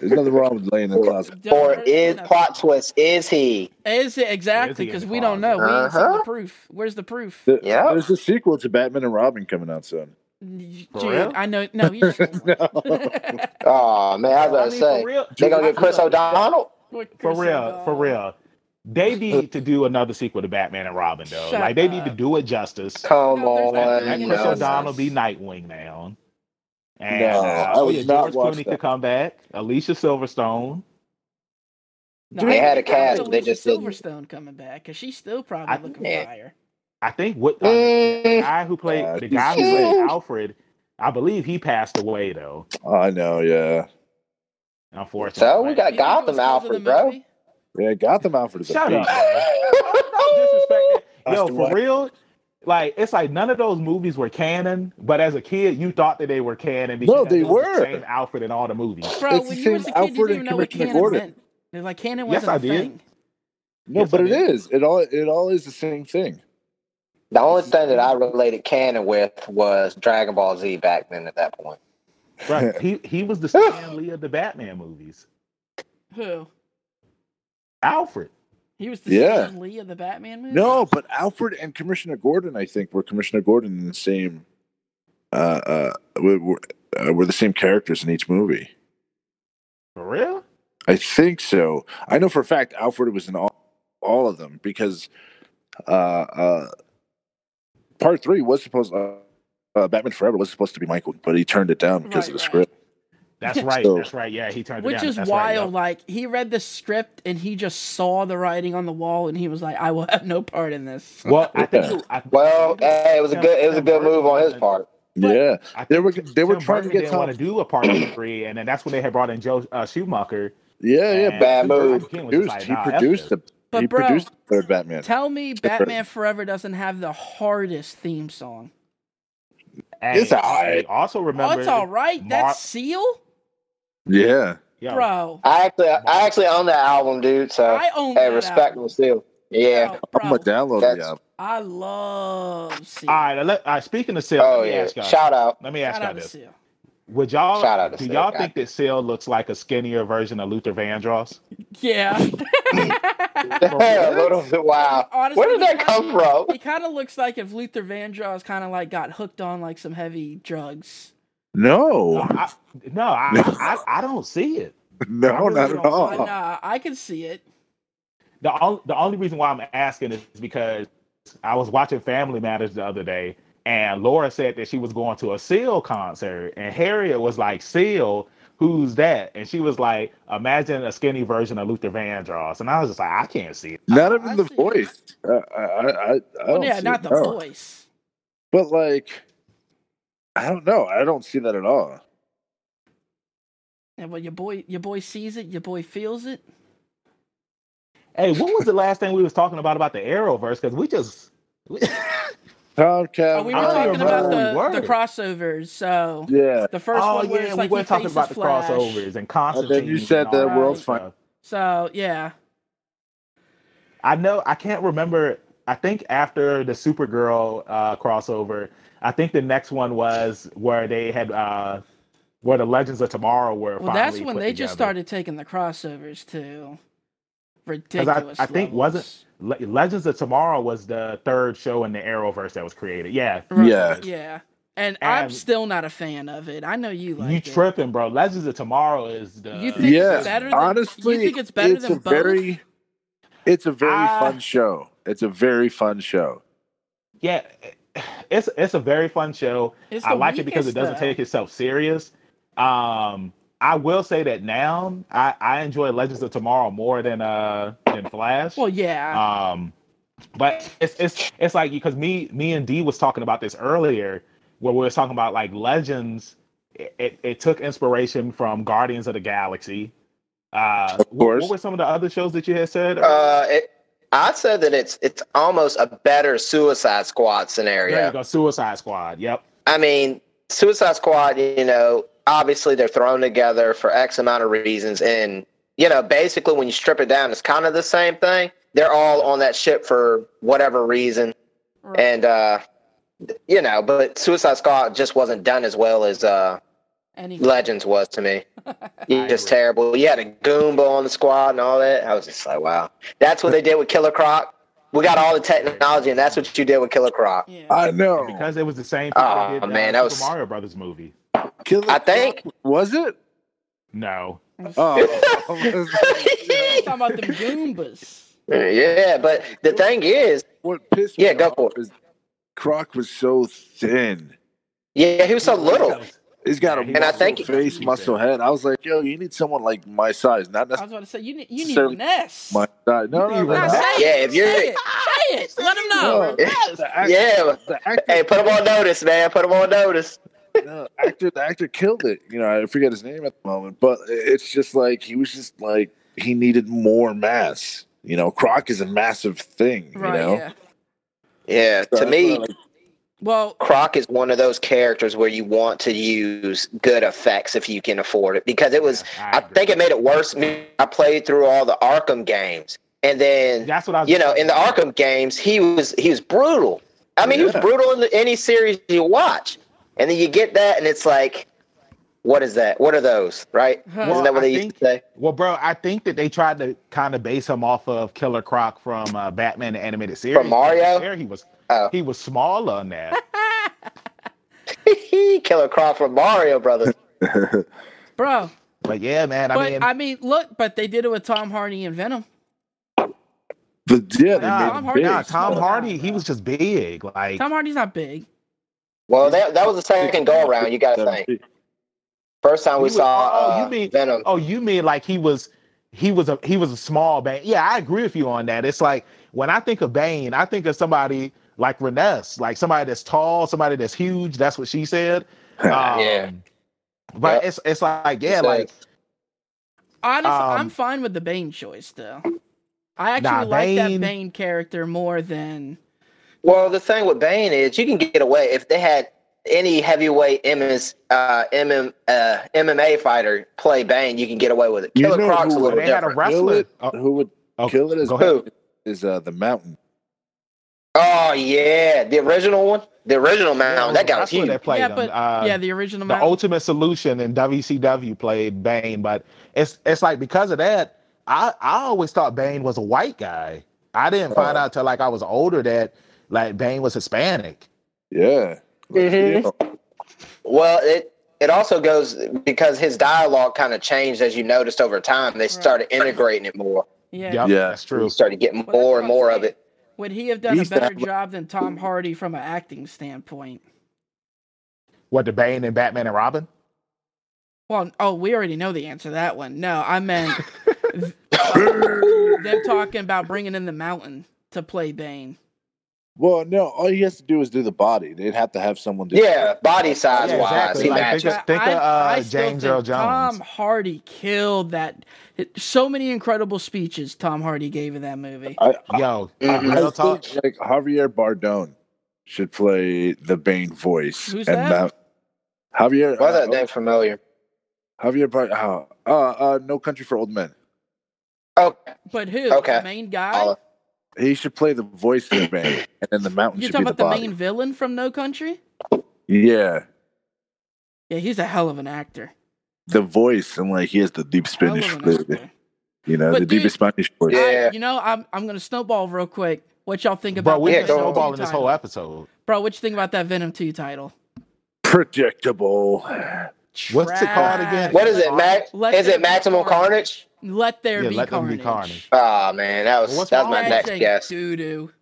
there's nothing wrong with laying in the closet.
Don't
Or
hurt
is
him.
plot twist? Is he?
Is it exactly
Is he in
because
the
we don't know.
closet?
We ain't seen the
Uh-huh.
proof. Where's the proof?
There-
Yeah.
There's a sequel to Batman and Robin coming out soon.
Dude,
For real?
I know. No, he's
Oh man,
I
I was about to
mean,
say
for real,
they gonna get Chris O'Donnell.
for real, for real. They need to do another sequel to Batman and Robin, though.
Shut
like they need to
up.
do it justice.
Come
No, there's not
Let
Batman
on,
Chris
no.
O'Donnell be Nightwing now. And
No,
uh,
I
oh
would
yeah,
not
George
watch
Clooney
that.
could come back. Alicia Silverstone.
They had a cast,
Alicia
they just didn't-
Silverstone coming back because she's still
I-
probably looking
Yeah.
fire.
I think what uh, the
Mm,
guy who played
God.
the guy who played Alfred, I believe he passed away though.
I know, yeah.
Unfortunately.
so we got
You think it was
Gotham,
because of the
Alfred, bro.
movie?
Yeah, Gotham Alfred is a
Shut
beast.
up. Disrespect that. Yo,
Austin
for
White.
real, like it's like none of those movies were canon, but as a kid, you thought that they were canon because
No, they
it was the
were.
Same Alfred in all the movies.
Bro,
It's the
when you was a
same
kid, you
Alfred
didn't even
and
know what
Commissioner
canon
Gordon.
meant. They're Like canon
Yes,
wasn't
I
a
did.
thing.
No,
Yes,
but
I
it
did.
is. It all it all is the same thing.
The only thing that I related canon with was Dragon Ball Z back then. At that point,
Right. He he was the Stan Lee of the Batman movies.
Who?
Alfred.
He was the
Yeah.
Stan Lee of the Batman movie.
No, but Alfred and Commissioner Gordon, I think, were Commissioner Gordon in the same. Uh, uh, were, were, uh, were the same characters in each movie.
For real?
I think so. I know for a fact Alfred was in all, all of them because uh, uh, part three was supposed uh, uh, Batman Forever was supposed to be Michael, but he turned it down because of
Right,
the
right.
script.
That's right.
So-
that's right. Yeah, he turned it
Which
down.
is
That's right,
wild.
yeah.
Like he read the script and he just saw the writing on the wall and he was like, "I will have no part in this."
Well, I think.
Yeah.
I,
well, hey, it was a good it was a good move on his part.
But-
yeah,
I
they
think
were they were
Tim
trying
Burton
to get
didn't
Tom.
want to do a part of three, and then that's when they had brought in Joe uh, Schumacher.
yeah, yeah,
and
but
Bad
Tim Burton
move.
King was just
Produced,
like,
he
"Nah, F
produced
this."
the
But
he
bro,
produced the third Batman.
Tell me Batman Forever doesn't have the hardest theme song.
And
It's alright.
I Also remember,
oh, it's all right.
Mar-
That's Seal,
Yeah,
yo,
bro.
I actually I actually own that album, dude. So
I own
Uh, hey,
that Oh.
respect
album.
was still yeah.
Bro,
I'm gonna
bro.
download
That's-
the app.
I love Seal.
All right, let, all right speaking of Seal,
Oh
let me
yeah,
ask y'all.
shout out.
let me ask
Shout
y'all
out to
this.
Seal.
Would y'all
Shout out to
do
Seal,
y'all
God.
think that Seal looks like a skinnier version of Luther Vandross?
Yeah.
A little bit- wow.
Honestly,
Where did
he
that come
kinda-
from?
It kind of looks like if Luther Vandross kind of like got hooked on like some heavy drugs.
No,
I, no, I, I I don't see it.
no,
I really
not at
don't
Oh.
I-
all.
nah, I can see it.
The only the only reason why I'm asking is because I was watching Family Matters the other day, and Laura said that she was going to a Seal concert, and Harriet was like, "Seal, who's that?" And she was like, "Imagine a skinny version of Luther Vandross," and I was just like, "I can't see it."
Not
I-
even
I
the
see it.
voice. Uh, I, I, I, I
Well,
Oh,
don't
yeah,
see
not
it,
the
no.
voice.
But like, I don't know. I don't see that at all.
And when your boy, your boy sees it, your boy feels it.
Hey, what was the last thing we was talking about about the Arrowverse? Because we just we-
Tomcat.
Oh, we
I
were
don't
talking
even
about
remember
the,
where we
the
were.
crossovers. So
Yeah.
the first
oh
one where
yeah,
it's
we
like
were
he
talking
faces
about the
Flash.
crossovers and
And
Constantine.
then you said
and all
that
Right.
world's
stuff.
fun.
So yeah,
I know I can't remember. I think after the Supergirl uh, crossover, I think the next one was where they had uh, where the Legends of Tomorrow were.
well
finally
that's when
put
they just
together.
started taking the crossovers to
I-
ridiculous.
I think wasn't-
levels.
Le- Legends of Tomorrow was the third show in the Arrowverse that was created. Yeah,
Right,
Yeah.
yeah. And, I'm
And-
still not a fan of it. I know you like
you
it.
tripping, bro? Legends of Tomorrow is the
You think-
Yeah.
it's better than-
honestly,
you think it's better
it's
than
a
both?
very, it's a very
Ah.
fun show. It's a very fun show.
yeah. It's it's a very fun show.
It's
I
the
like it because it
weakest,
doesn't
though.
take itself serious. Um, I will say that now I, I enjoy Legends of Tomorrow more than uh than Flash.
Well, yeah,
um but it's it's it's like because me me and d was talking about this earlier where we were talking about like legends it, it, it took inspiration from guardians of the galaxy uh
Of
wh- what
course.
were some of the other shows that you had said
Uh, it, I said that it's it's almost a better Suicide Squad scenario.
there you go suicide squad yep
I mean, Suicide Squad, you know, obviously they're thrown together for X amount of reasons. And, you know, basically when you strip it down, it's kind of the same thing. They're all on that ship for whatever reason.
Right.
And, uh, you know, but Suicide Squad just wasn't done as well as uh,
any
Legends was to me.
I
Just
agree.
terrible. You had a Goomba on the squad and all that. I was just like, wow. That's what they did with Killer Croc. We got all the technology, and that's what you did with Killer Croc.
Yeah.
I know.
because it was the same people that
Aw,
did, uh,
Oh. Ah, man, that
Super
was-
mario brothers movie
Killer
I think.
Croc, was it?
no
Oh.
talking about the Goombas.
Yeah, but the thing is,
what pissed me
Yeah, go
off
for it.
is Croc was so thin.
Yeah, he was so little.
He's got a
Yeah, he
And I
muscle
think-
face, muscle head. I was like, yo, you need someone like my size, not
I
necessarily
was about to say you need you need
So-
an S.
my size. No, no, no,
Nah,
no.
say it,
Yeah, if you're-
say it, say it. Let him know.
The actor,
Yeah.
the actor,
Hey, put him on notice, man. Put him on notice.
no, actor, the actor killed it. You know, I forget his name at the moment, but it's just like he was just like he needed more mass. You know, Croc is a massive thing. You
Right.
know,
Yeah.
Yeah,
So
to
that's
me,
why, like,
Well,
Croc is one of those characters where you want to use good effects if you can afford it because it was.
Yeah, I
I
agree.
think it made it worse. Me, I played through all the Arkham games, and then
that's what i was
you know, in the Arkham games, he was he was brutal. I mean, he was
Yeah.
brutal in the, any series you watch, and then you get that, and it's like, what is that? What are those? Right?
Well,
Isn't that what
I
they used
think-
to say?
Well, bro, I think that they tried to kind of base him off of Killer Croc from uh, Batman the animated series.
From Mario?
There he was.
Oh.
He was smaller on that.
Killer Croc from Mario Brothers.
bro,
But yeah, man. I
but
mean,
I mean, look, but they did it with Tom Hardy and Venom.
but
nah,
yeah, they made
Tom
him
Hardy-
big.
nah, Tom
bro.
Hardy, he was just big. Like,
Tom Hardy's not big.
Well, that that was the second go around. You got to think. First time
he
we
was-
saw
oh,
uh,
you mean-
Venom.
oh, you mean like he was, he was a he was a small Bane? Yeah, I agree with you on that. It's like when I think of Bane, I think of somebody like Renes, like somebody that's tall, somebody that's huge. That's what she said. Um,
Yeah.
But
Yep.
it's it's like yeah,
So,
like
Honestly, I'm
Um,
fine with the Bane choice though. I actually
Nah,
like that
Bane-
Bane character more than
well, the thing with Bane is you can get away if they had any heavyweight MS, uh, MM, uh, MMA fighter play Bane, you can get away with it.
You
Killer
know
Croc's a
who
little
they had a
different.
wrestler.
Kill it,
Oh,
who would
oh,
kill it? Is,
go ahead.
Who?
is uh, the mountain?
Oh yeah, the original one, the original mound. that guy was
That's where
huge.
they played
yeah,
him.
but
Uh,
yeah, the original
the
Mound-
ultimate solution in WCW played Bane, but it's it's like because of that, I I always thought Bane was a white guy. I didn't find
Oh.
out till like I was older that like Bane was Hispanic.
Yeah.
Mhm.
Mm-hmm.
Yeah.
Well, it it also goes because his dialogue kind of changed as you noticed over time. They started integrating it more.
yeah.
Yep,
Yeah.
that's
You
true.
started getting
Well, that's
more
what
and
I'm
more of
saying.
it.
Would he have done a
He's
better
not-
job than Tom Hardy from an acting standpoint?
What the Bane and Batman and Robin?
Well, oh, we already know the answer to that one. No, I meant th- them talking about bringing in the mountain to play Bane.
Well, no, all he has to do is do the body. They'd have to have someone do
Yeah, body size
Yeah,
wise,
exactly.
he
Like,
matches.
they just- think of, uh, James
think
Earl Jones.
Tom Hardy killed that. So many incredible speeches Tom Hardy gave in that movie.
I, I,
Yo,
Mhm.
real
I
talk.
think, like Javier Bardone should play the Bane voice.
Who's
and
that?
that- Javier
Why is that
uh,
name familiar?
Javier Bard oh, uh, uh No Country for Old Men.
Oh,
But who?
Okay.
The main guy?
I'll-
He should play the voice for Bane and then the mountain
You're
should be
talking
the
about the,
body.
main villain from No Country?
Yeah.
Yeah, he's a hell of an actor.
The voice and like he has the deep
Hell
Spanish
of an
voice.
actor.
You know,
But
the
dude-
deepest Spanish voice.
Yeah.
I- you know, I'm I'm gonna snowball real quick. What y'all think about?
But we
that
Yeah,
been
go on.
Venom 2
snowballing this
title?
whole episode.
Bro, what you think about that Venom Two title?
Predictable. Uh,
What's it called again?
what is it, Max?
Let
Is
there
it
be
Maximum Carnage?
Let there
Yeah,
be
let them
carnage.
be carnage.
Oh man, that was
What's
that was my
wrong?
next
That's a
guess.
Doo-doo.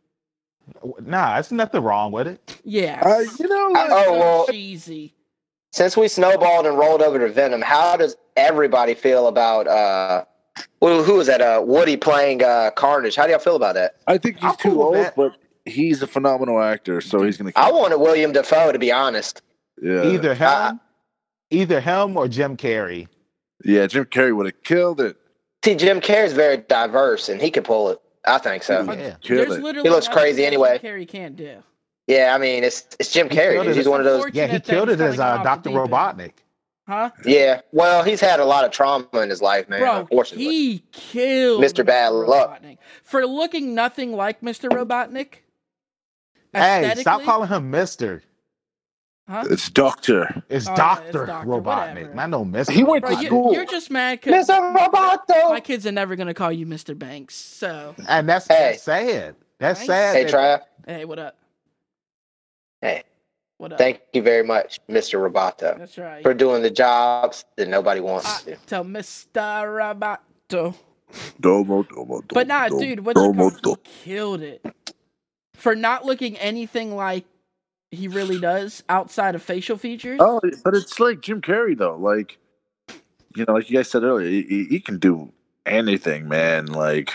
Nah, there's nothing wrong with it.
Yeah.
Uh, you know, like,
oh, well-
cheesy.
Since we snowballed and rolled over to Venom, how does everybody feel about uh who, who was that? Uh Woody playing uh Carnage. How do y'all feel about that?
I think he's
I'm cool
too
with
old,
that.
but he's a phenomenal actor, so he's gonna.
I wanted William Defoe to be honest.
yeah,
Either him,
Uh,
either him or Jim Carrey.
yeah. Jim Carrey would have killed it.
See, Jim Carrey's very diverse and he could pull it. I think
Mm-hmm.
so.
Yeah.
Killed
There's
it.
literally
He looks
nothing
crazy
Jim
anyway.
Carrey can't do.
Yeah, I mean it's it's Jim Carrey.
killed it.
dude. He's one of those
Yeah, he
Fortunate that
killed
he's
it as
kinda
uh,
gone off
Doctor
the deep end.
Robotnik.
Huh?
Yeah. Well, he's had a lot of trauma in his life, man,
Bro,
unfortunately.
he killed
Mr. Bad Luck.
Robotnik. For looking nothing like Mr. Robotnik.
Hey, stop
Aesthetically?
calling him Mister.
Huh?
It's Doctor.
It's
Oh, yeah, it's
Doctor
Dr.
Robotnik.
whatever.
Not no Mister.
He went to
Bro,
Robotnik.
school.
you, you're just mad because
Mr. Roboto.
my kids are never gonna call you Mr. Banks. So
and that's,
Hey.
that's sad. That's
Thanks.
sad.
hey,
that-
Trav.
hey, what up?
Hey,
What up?
thank you very much, Mr. Roboto,
That's right.
for doing the jobs that nobody wants to.
I, to Mr. Roboto.
Domo, domo, domo,
But nah,
domo,
dude, what's it
domo,
called?
domo.
He killed it for not looking anything like he really does outside of facial features.
Oh, but it's like Jim Carrey though. Like, you know, like you guys said earlier, he, he- he can do anything, man. Like,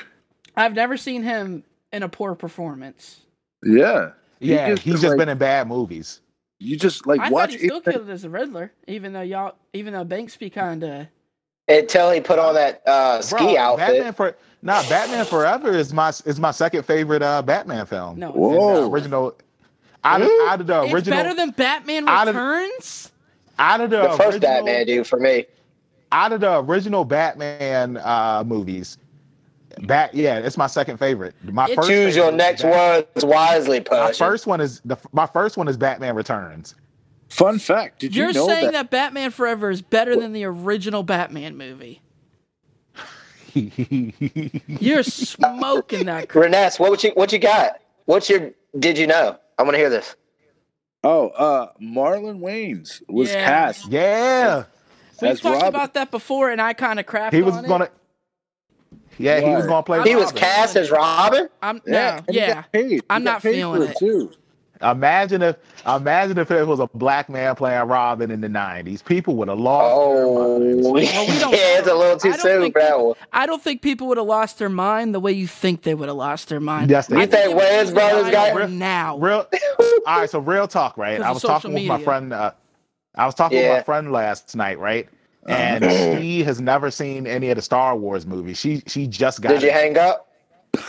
I've never seen him in a poor performance.
yeah, He
yeah,
just-
he's just
like-
been in bad movies.
you just like
I thought
watch
he still
it.
killed it as a Riddler, even though y'all, even though Banks be kind of.
Until he put on that uh, ski
Bro, Batman
outfit.
for nah, Batman Forever is my is my second favorite uh, Batman film.
No, it's
Whoa.
The original. Out of,
Mm.
out of the
It's
original,
better than Batman
out of-
Returns.
out of the,
The first
Oh, original,
Batman, dude, for me.
out of the original Batman uh, movies, Bat yeah, it's my second favorite. My
It-
first
Choose your
favorite is
next
Bat-
words wisely,
My
Push.
first one is the my first one is Batman Returns.
Fun fact: Did you
You're
know
saying
that?
that? Batman Forever is better than the original Batman movie. You're smoking that. Cr-
Reness, what would you what you got? What's your did you know? I want to hear this.
Oh, uh, Marlon Wayans was
Yeah.
cast
Yeah,
We've
as
talked
Robin.
about that before, and I kind of crapped
he was
on it.
gonna. Yeah, he was
Why?
gonna play.
He was
Robin.
cast as Robin.
I'm no,
and he
yeah.
got paid. He
I'm
got
not
paid
feeling
for
it.
too.
Imagine if imagine if it was a black man playing Robin in the nineties. People would have lost. their minds.
Oh,
we don't
yeah, it's a little
I
too
don't
soon,
think
bro.
I don't think people would have lost their mind the way you think they would have lost their mind.
Yes, they
I
You
think
they would
Wayans
lose
Brothers
their
got-
mind now.
Real. All right, so real talk, right?
'Cause
I
of
was talking
social
with my
media.
friend. Uh, I was talking with
Yeah.
my friend last night, right?
Uh-huh.
And she has never seen any of the Star Wars movies. She she just got.
Did you
it.
hang up?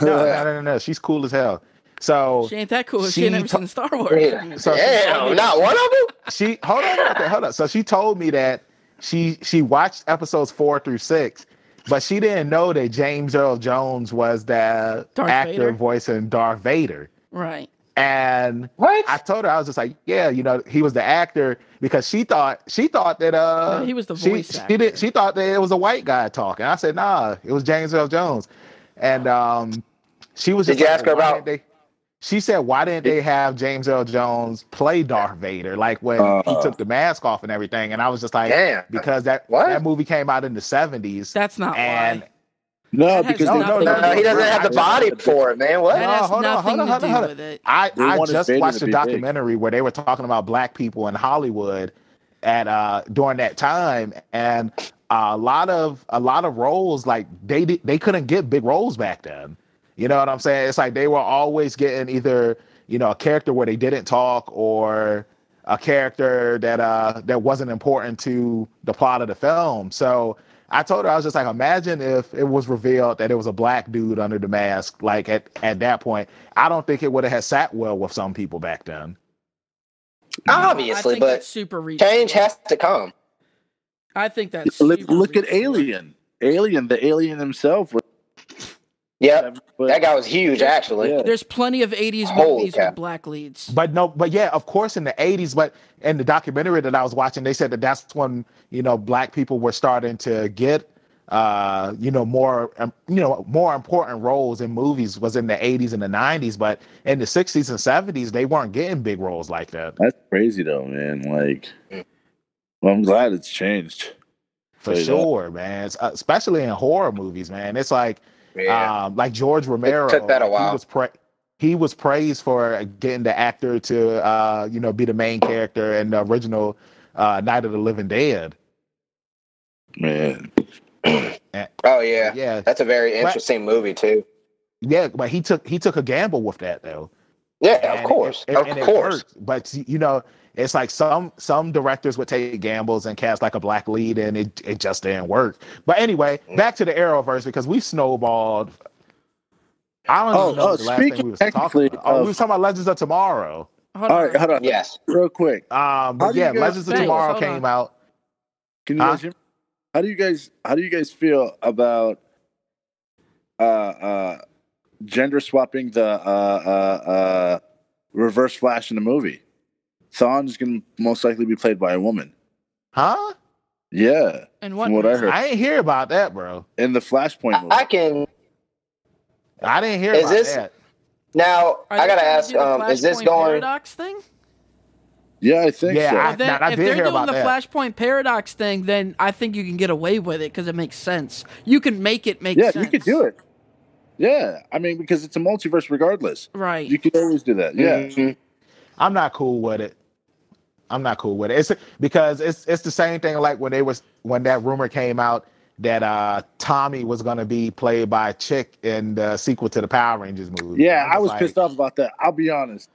no, no, no, no, no. She's cool as hell. So
she ain't that cool. She,
She
ain't never
ta-
seen Star Wars.
Yeah.
So-
Damn, not one of them.
she hold on, about that, hold up. So she told me that she she watched episodes four through six, but she didn't know that James Earl Jones was the
Darth
actor
Vader?
voicing Darth Vader.
Right.
And
What?
I told her I was just like, yeah, you know, he was the actor because she thought she thought that uh
No, he was the
she,
voice
she
actor.
did she thought that it was a white guy talking. I said, nah, it was James Earl Jones. And um she was
Did
just
you
like,
ask her
"Why
about-
didn't they-" she said, why didn't they have James Earl Jones play Darth Vader? Like when he
Uh.
took the mask off and everything. And I was just like,
Damn.
because that
What?
that movie came out in the 70s.
That's not
and
why.
No,
That has
because
no,
they-
no,
nothing
no,
to
No, Uh, he
do
doesn't
with
have
it.
the body for it, man. What?
That has
hold on,
nothing
hold on, hold on,
to
hold
do
on.
with it.
I,
They
I
wanted
just
Vader to
watched a
be big.
documentary where they were talking about black people in Hollywood at uh during that time and a lot of a lot of roles like they did, they couldn't get big roles back then. You know what I'm saying? It's like they were always getting either, you know, a character where they didn't talk or a character that uh that wasn't important to the plot of the film. So I told her I was just like, imagine if it was revealed that it was a black dude under the mask. Like at, at that point, I don't think it would have sat well with some people back then.
I
Obviously,
think that's
but
super reaching.
change has to come.
I think that's
look,
super
look at
reaching.
Alien. Alien, the alien himself. Was,
Yep.
but-
That guy was huge, actually.
Yeah.
There's plenty of 80s
Holy
movies
cow.
with black leads.
But no, but yeah, of course, in the '80s. But in the documentary that I was watching, they said that that's when you know black people were starting to get uh you know more um, you know more important roles in movies was in the 80s and the 90s but in the 60s and 70s they weren't getting big roles like that
That's crazy though, man. Like,
Mm.
well, I'm glad it's changed.
for
Say that.
sure man It's- uh, especially in horror movies man it's like
Yeah.
um, like George Romero.
took that a
like,
while.
He was, pra- he was praised for getting the actor to, uh, you know, be the main character in the original uh, Night of the Living Dead.
Man,
oh yeah.
Yeah,
That's a very
Well-
interesting movie too.
yeah, but he took he took a gamble with that though.
Yeah, of
And it-
course.
and-
of
and it
course.
worked. But you know, it's like some some directors would take gambles and cast like a black lead, and it it just didn't work. But anyway,
Mm.
back to the Arrowverse because we snowballed. I don't
Oh,
even know
oh,
the last thing
speaking
we was talking
technically
about. Oh, we
of-
were talking about Legends of Tomorrow.
Hold
all
on.
right, hold on,
Yes.
real quick.
Um,
How
but
do you
yeah,
guys
Legends of
feel?
Tomorrow
Hold
came
on.
out.
Can you
Huh?
guys hear me? How do you guys how do you guys feel about uh uh gender swapping the uh uh uh reverse flash in the movie? Thawne's gonna most likely be played by a woman.
Huh?
Yeah.
And what,
From what I heard.
I didn't hear about that, bro.
In the Flashpoint
I,
movie.
I can
I didn't hear
Is
about
this-
that.
now
Are
I gotta
they trying to
ask,
do the
um, is this
Flashpoint
going
paradox thing?
yeah, I think
Yeah,
so.
I-
If, they,
nah, I
if
did
they're
hear
doing
about
the
that.
Flashpoint paradox thing, then I think you can get away with it because it makes sense. You can make it make
yeah,
sense.
you could do it. Yeah. I mean because it's a multiverse regardless.
Right.
You could always do that. Yeah.
Mhm.
I'm not cool with it. I'm not cool with it. It's because it's it's the same thing like when they was when that rumor came out that uh Tommy was gonna be played by a chick in the sequel to the Power Rangers movie.
Yeah,
I'm
I was
just
pissed
like,
off about that. I'll be honest.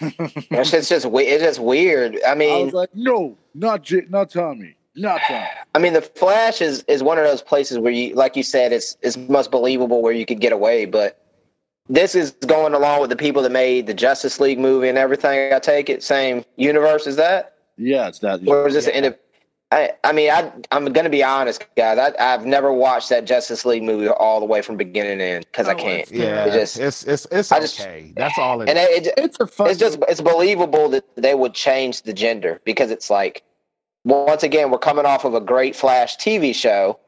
It's just, just we- it's just weird. I
I
mean,
was like, no, not J- not Tommy. Not Tommy.
I mean, the Flash is is one of those places where you, like you said, it's it's most believable where you could get away. But this is going along with the people that made the Justice League movie and everything. I take it same universe as that,
Yeah, it's that.
or is this an indep- I, I mean, I I'm gonna be honest, guys. I, I've never watched that Justice League movie all the way from beginning to end because I
Oh,
can't.
Yeah,
It just-
it's it's it's
I just-
okay. That's all it
And
is.
it, it
It's a fun.
it's just it's believable that they would change the gender because it's like well, once again we're coming off of a great flash tv show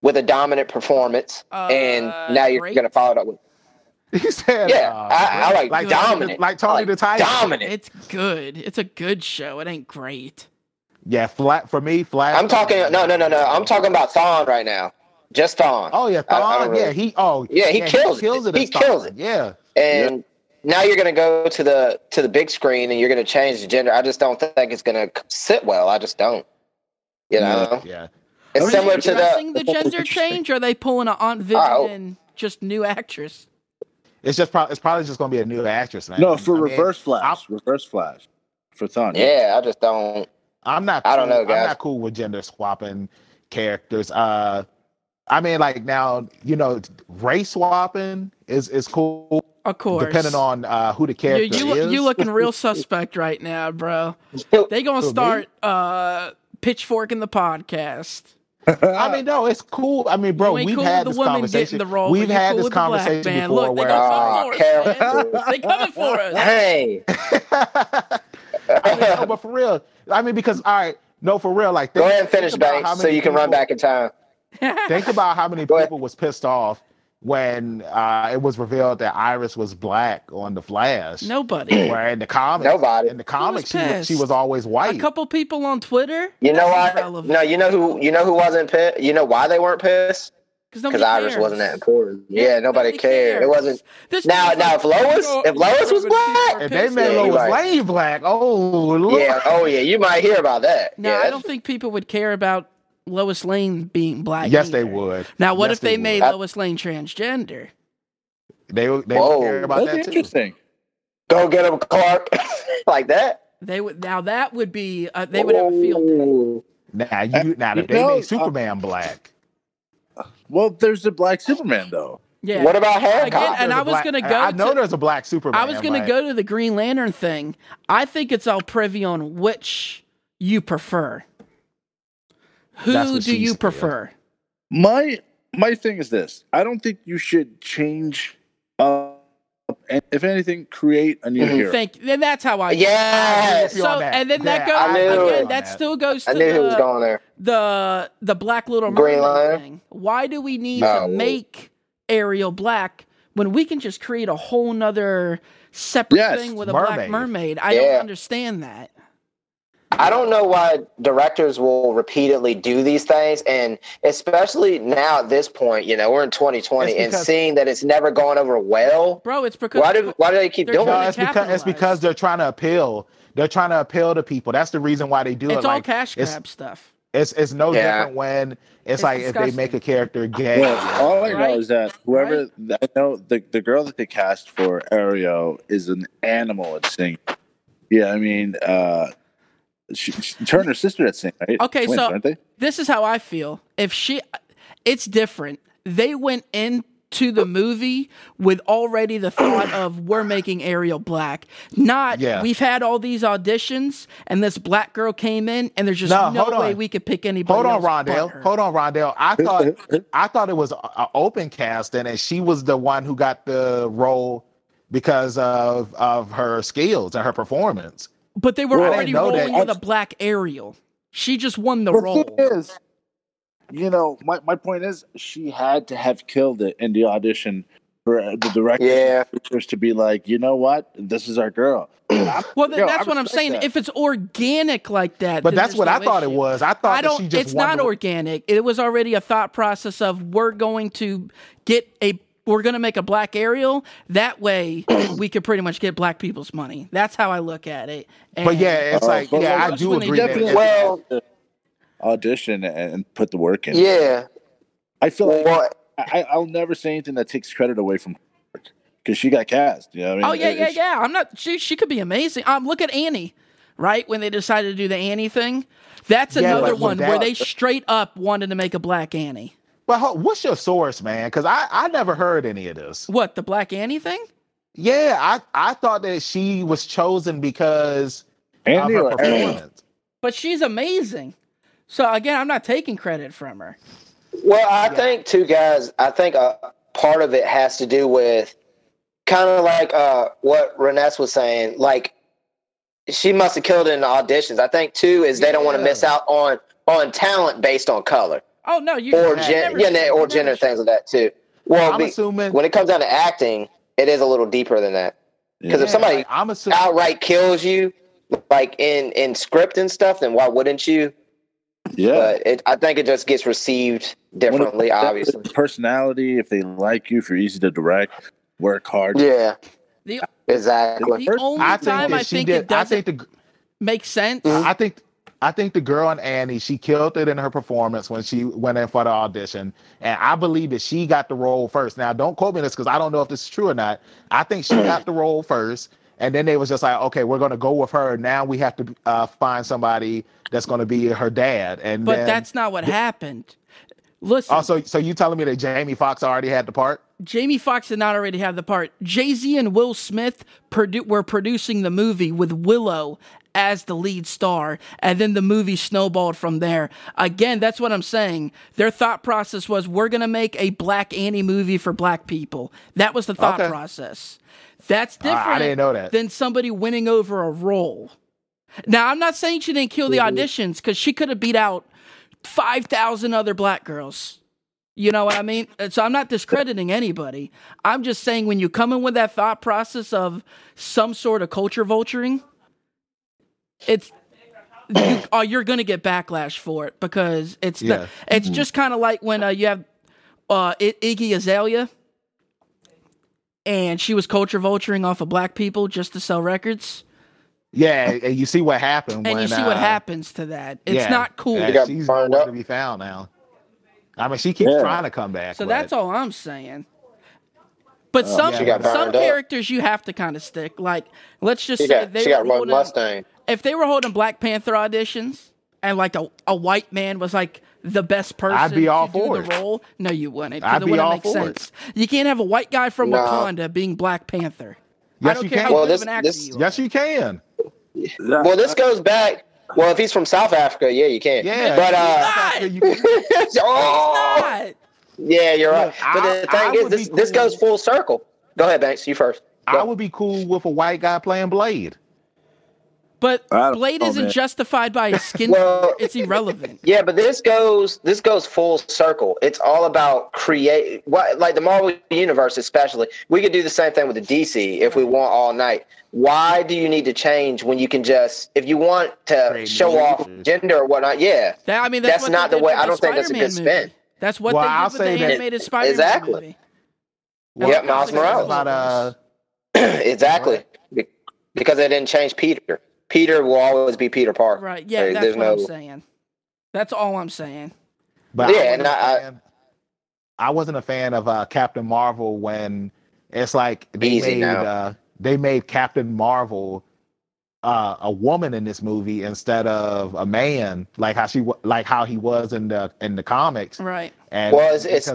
with a dominant performance and
Uh,
now you're
great.
gonna follow it up with
He said
yeah
uh,
I, I like,
like
dominant
like Tony the Tiger.
dominant
It's good. It's a good show. It ain't great.
Yeah, flat for me, flat
i'm talking no no no no i'm talking about thon right now just thon
Oh yeah,
I- I don't
Thon, yeah,
really-
he oh
Yeah, he kills it. He
as Thon,
kills it.
Yeah.
and now you're gonna go to the to the big screen and you're gonna change the gender i just don't think it's gonna sit well i just don't you know
Yeah.
it's
I mean,
similar
you're
to
Addressing the
the
gender change, or are they pulling an Aunt
Oh.
Vivian and just new actress?
It's just probably it's probably just gonna be a new actress, man.
no for
I mean,
Reverse Flash. reverse Flash for Thon.
yeah i just don't
I'm not.
I don't
cool-
know,
I'm
guys.
not cool with gender swapping characters. Uh, I mean, like now, you know, race swapping is is cool
Of course.
depending on uh who the
you,
character
you, look-
is.
you looking real suspect right now, bro. They gonna
Who, me?
start uh, pitchforking the podcast.
I mean, no, it's cool. I mean, bro,
You ain't
Oh, we've
cool
had this
with the woman getting
conversation.
the role.
we've
but you
had
cool
this
with the black
conversation
man.
before
Look, they
where-
gonna
Ah,
come for us. man. They coming for us.
Hey,
I mean, no, but for real, I mean, because all right, no, for real, like
go
think-
ahead and finish,
think about how
Banks, so
many
you can run
people-
back in time.
Think about how many
Go ahead.
people was pissed off when uh, it was revealed that Iris was black on the Flash.
Nobody.
Where in the comics,
Nobody.
in the comics, she,
pissed?
she was always
A
white.
couple people on Twitter.
You know
That's
why?
irrelevant.
No, you know who? You know who wasn't pissed? You know why they weren't pissed?
nobody
Because Iris
cares.
wasn't that important. Yeah, nobody, cared. It wasn't.
This
Now-
dude's
now,
like,
if Lois-
"Yo,
if Lois was
Robert Downey
black,
Jr.
and they
pissed
made
Yeah,
me
Lois
you right.
way black. Oh, Lord.
Yeah. Oh yeah, you might hear about that.
No,
yeah,
I
that's-
don't think people would care about Lois Lane being black.
Yes, they
either.
would.
Now, what
Yes,
if they,
would.
made
I-
Lois Lane transgender?
They would- they
Whoa.
would care about
That's
that too.
interesting.
Go get him, Clark. like that.
They would. Now that would be. Uh, they would have a
Oh,
field. day.
Ooh.
Now
Uh,
you now if
you
they
know,
made Superman black.
Well, there's the Black Superman though.
Yeah.
What about
Again,
Hancock?
There's
and I
a
was
black-
gonna go
I know
to-
there's a black Superman.
I was going to
like-
go to the Green Lantern thing. I think it's all privy on which you prefer.
That's
Who
what
do
she
you
said.
prefer?
My my thing is this. I don't think you should change up. And if anything, create a new hero.
Think then that's how I
Yes.
you on
So
that.
and then that
Yeah, I
knew
goes
it.
again.
On
That
that.
still goes
I
to
knew he was
the,
going there.
the the Black Little
Green
Mermaid
Lantern?
thing. Why do we need
No.
to make Ariel black when we can just create a whole nother separate
Yes,
thing with a black
mermaid.
mermaid? I
Yeah.
don't understand that.
I don't know why directors will repeatedly do these things, and especially now at this point, you know, we're in 2020,
It's
and
because-
seeing that it's never going over well.
Bro, it's because
Why do Why do they keep
They're
doing
No,
trying
it?
it's because it's because they're trying to appeal. They're trying to appeal to people. That's the reason why they do
it's
it.
all
Like
cash
it's-
grab stuff.
it's it's no
Yeah.
different when it's,
It's
like if
disgusting.
they make a character gay.
Well, all I
Right.
know is that whoever I know the, the girl that they cast for Ariel is an animal at singing. Yeah, I mean, uh, she, she, her and her sister at singing, right?
Okay,
Twins,
so-
aren't they?
this is how I feel. If she, it's different. They went into the movie with already the thought of we're making Ariel black. Not
Yeah.
we've had all these auditions and this black girl came in and there's just
No,
no,
hold
way
on.
we could pick anybody.
Hold on,
else but
Rondell.
her.
Hold on, Rondell. I thought I thought it was an open casting, and she was the one who got the role because of of her skills and her performance.
But they were
Well, I
already
didn't know that.
rolling with a black Ariel. She just won the role.
thing is, you know, my, my point is she had to have killed it in the audition for uh, the director
Yeah.
to be like, you know what, this is our girl.
Well, then
Yo, I
that's what I'm
respect
saying.
that.
If it's organic like that,
But
then
that's
there's
what
no
I thought it
issue.
was. I thought
I
that she
don't.
just
It's
wanted
not
to-
organic. It was already a thought process of we're going to get a we're going to make a black Ariel. That way, we could pretty much get black people's money. That's how I look at it.
But
And-
yeah, it's
Oh,
like
but
yeah, I
that's
do
when they
agree. That
definitely-
it-
Well,
Audition and, and put the work in.
yeah.
I feel like
Well,
I, I'll never say anything that takes credit away from because she got cast. You know what I
Oh
mean?
yeah, yeah,
It's-
yeah. I'm not. She she could be amazing. Um, look at Annie, right? When they decided to do the Annie thing, that's
Yeah,
another
but
one where
that-
they straight up wanted to make a black Annie.
but ho- what's your source, man? Because I I never heard any of this.
What the black Annie thing?
Yeah, I I thought that she was chosen because of
Andy
her
or Ariel?
performance.
But she's amazing. So again, I'm not taking credit from her.
Well, I think too, guys. I think a part of it has to do with kind of like uh, what Reness was saying. Like she must have killed it in the auditions. I think too is they don't want to
Yeah.
miss out on on talent based on color
Oh no, you
or
you
gen-
never
yeah,
should,
or
never
gender
should.
things like that too. Well,
I'm
be-
assuming.
when it comes down to acting, it is a little deeper than that. Because
yeah,
if somebody
like, I'm assuming.
outright kills you, like in in script and stuff, then why wouldn't you?
Yeah.
But it, I think it just gets received differently, obviously.
Personality, if they like you, if you're easy to direct, work hard.
Yeah,
The
exactly.
The
First,
only
I think
time
that
I
she
think
did.
it
I
doesn't
think the
make sense.
I think I think the girl in Annie, she killed it in her performance when she went in for the audition. And I believe that she got the role first. Now don't quote me on this because I don't know if this is true or not. I think she got the role first. And then they was just like, okay, we're gonna go with her. Now we have to uh, find somebody that's gonna be her dad. And
but
then,
that's not what happened. Listen,
also so you telling me that Jamie Foxx already had the part?
Jamie Foxx did not already have the part. Jay Z and Will Smith produ- were producing the movie with Willow as the lead star, and then the movie snowballed from there. Again, that's what I'm saying. Their thought process was we're gonna make a black Annie movie for black people. That was the thought
Okay.
process. That's
I- I
different
didn't know that.
than somebody winning over a role. Now I'm not saying she didn't kill the
Mm-hmm.
auditions because she could have beat out five thousand other black girls. You know what I mean? And So I'm not discrediting anybody. I'm just saying when you come in with that thought process of some sort of culture vulturing, it's you, oh, you're gonna get backlash for it because it's the-
Yeah. Mm-hmm.
it's just kind of like when uh, you have uh, I- Iggy Azalea, and she was culture vulturing off of black people just to sell records,
Yeah, and you see what happened.
and
when,
you see what
uh,
happens to that. It's
yeah,
not cool.
and
You got
she's
burned
nowhere
up.
to be found now. I mean, she keeps
Yeah.
trying to come back.
So
but-
that's all I'm saying. But
Oh,
some
she got
some
burned up.
characters you have to kind of stick. Like let's just
She
say
got
they
she
were
got Roy
holding-
Mustang.
if they were holding Black Panther auditions and like a, a white man was like the best person
I'd be all
to
for
do
it.
the role, no, you wouldn't. 'cause
I'd
it
be
wouldn't
all
make
for it.
sense. You can't have a white guy from
No.
Wakanda being Black Panther. I
Yes,
don't
you
care
can.
how
Well,
good
this-
of an actor
this-
you are.
Yes, you can.
Well, this goes back. Well, if he's from South Africa, yeah, you can.
Yeah.
but uh,
Not!
You can-
oh,
Not!
yeah, you're right.
Look,
but the
I- I
thing is,
would be
this this
cool-
goes full circle. Go ahead, Banks. You first.
I
Go.
would be cool with a white guy playing Blade.
But
I don't
Blade
know,
isn't
man.
justified by his skin
Well-
color. It's irrelevant.
Yeah, but this goes this goes full circle. It's all about create what like the Marvel universe especially. We could do the same thing with the DC if we want all night. Why do you need to change when you can just if you want to
Create
show
new
off
characters.
gender or whatnot? Yeah,
That, I mean, that's,
That's
what
not the
they did
way-
with
I don't think that's a
Spider-Man
good
movie.
spin.
That's what
Well,
they did
I'll
with
say
the
that-
animated Spider-Man
Exactly.
movie.
Yeah,
Well,
Miles
that's
Morales.
About uh,
exactly. Be- Because they didn't change Peter. Peter will always be Peter Parker.
Right? Yeah,
There-
that's what I'm saying. That's all I'm saying.
but
Yeah,
I wasn't
and
a
I- I-
fan- I wasn't a fan of uh, Captain Marvel when it's like they
Easy
made
now.
uh, they made Captain Marvel uh, a woman in this movie instead of a man, like how she wa- like how he was in the in the comics.
Right.
And
Well, it's- it's-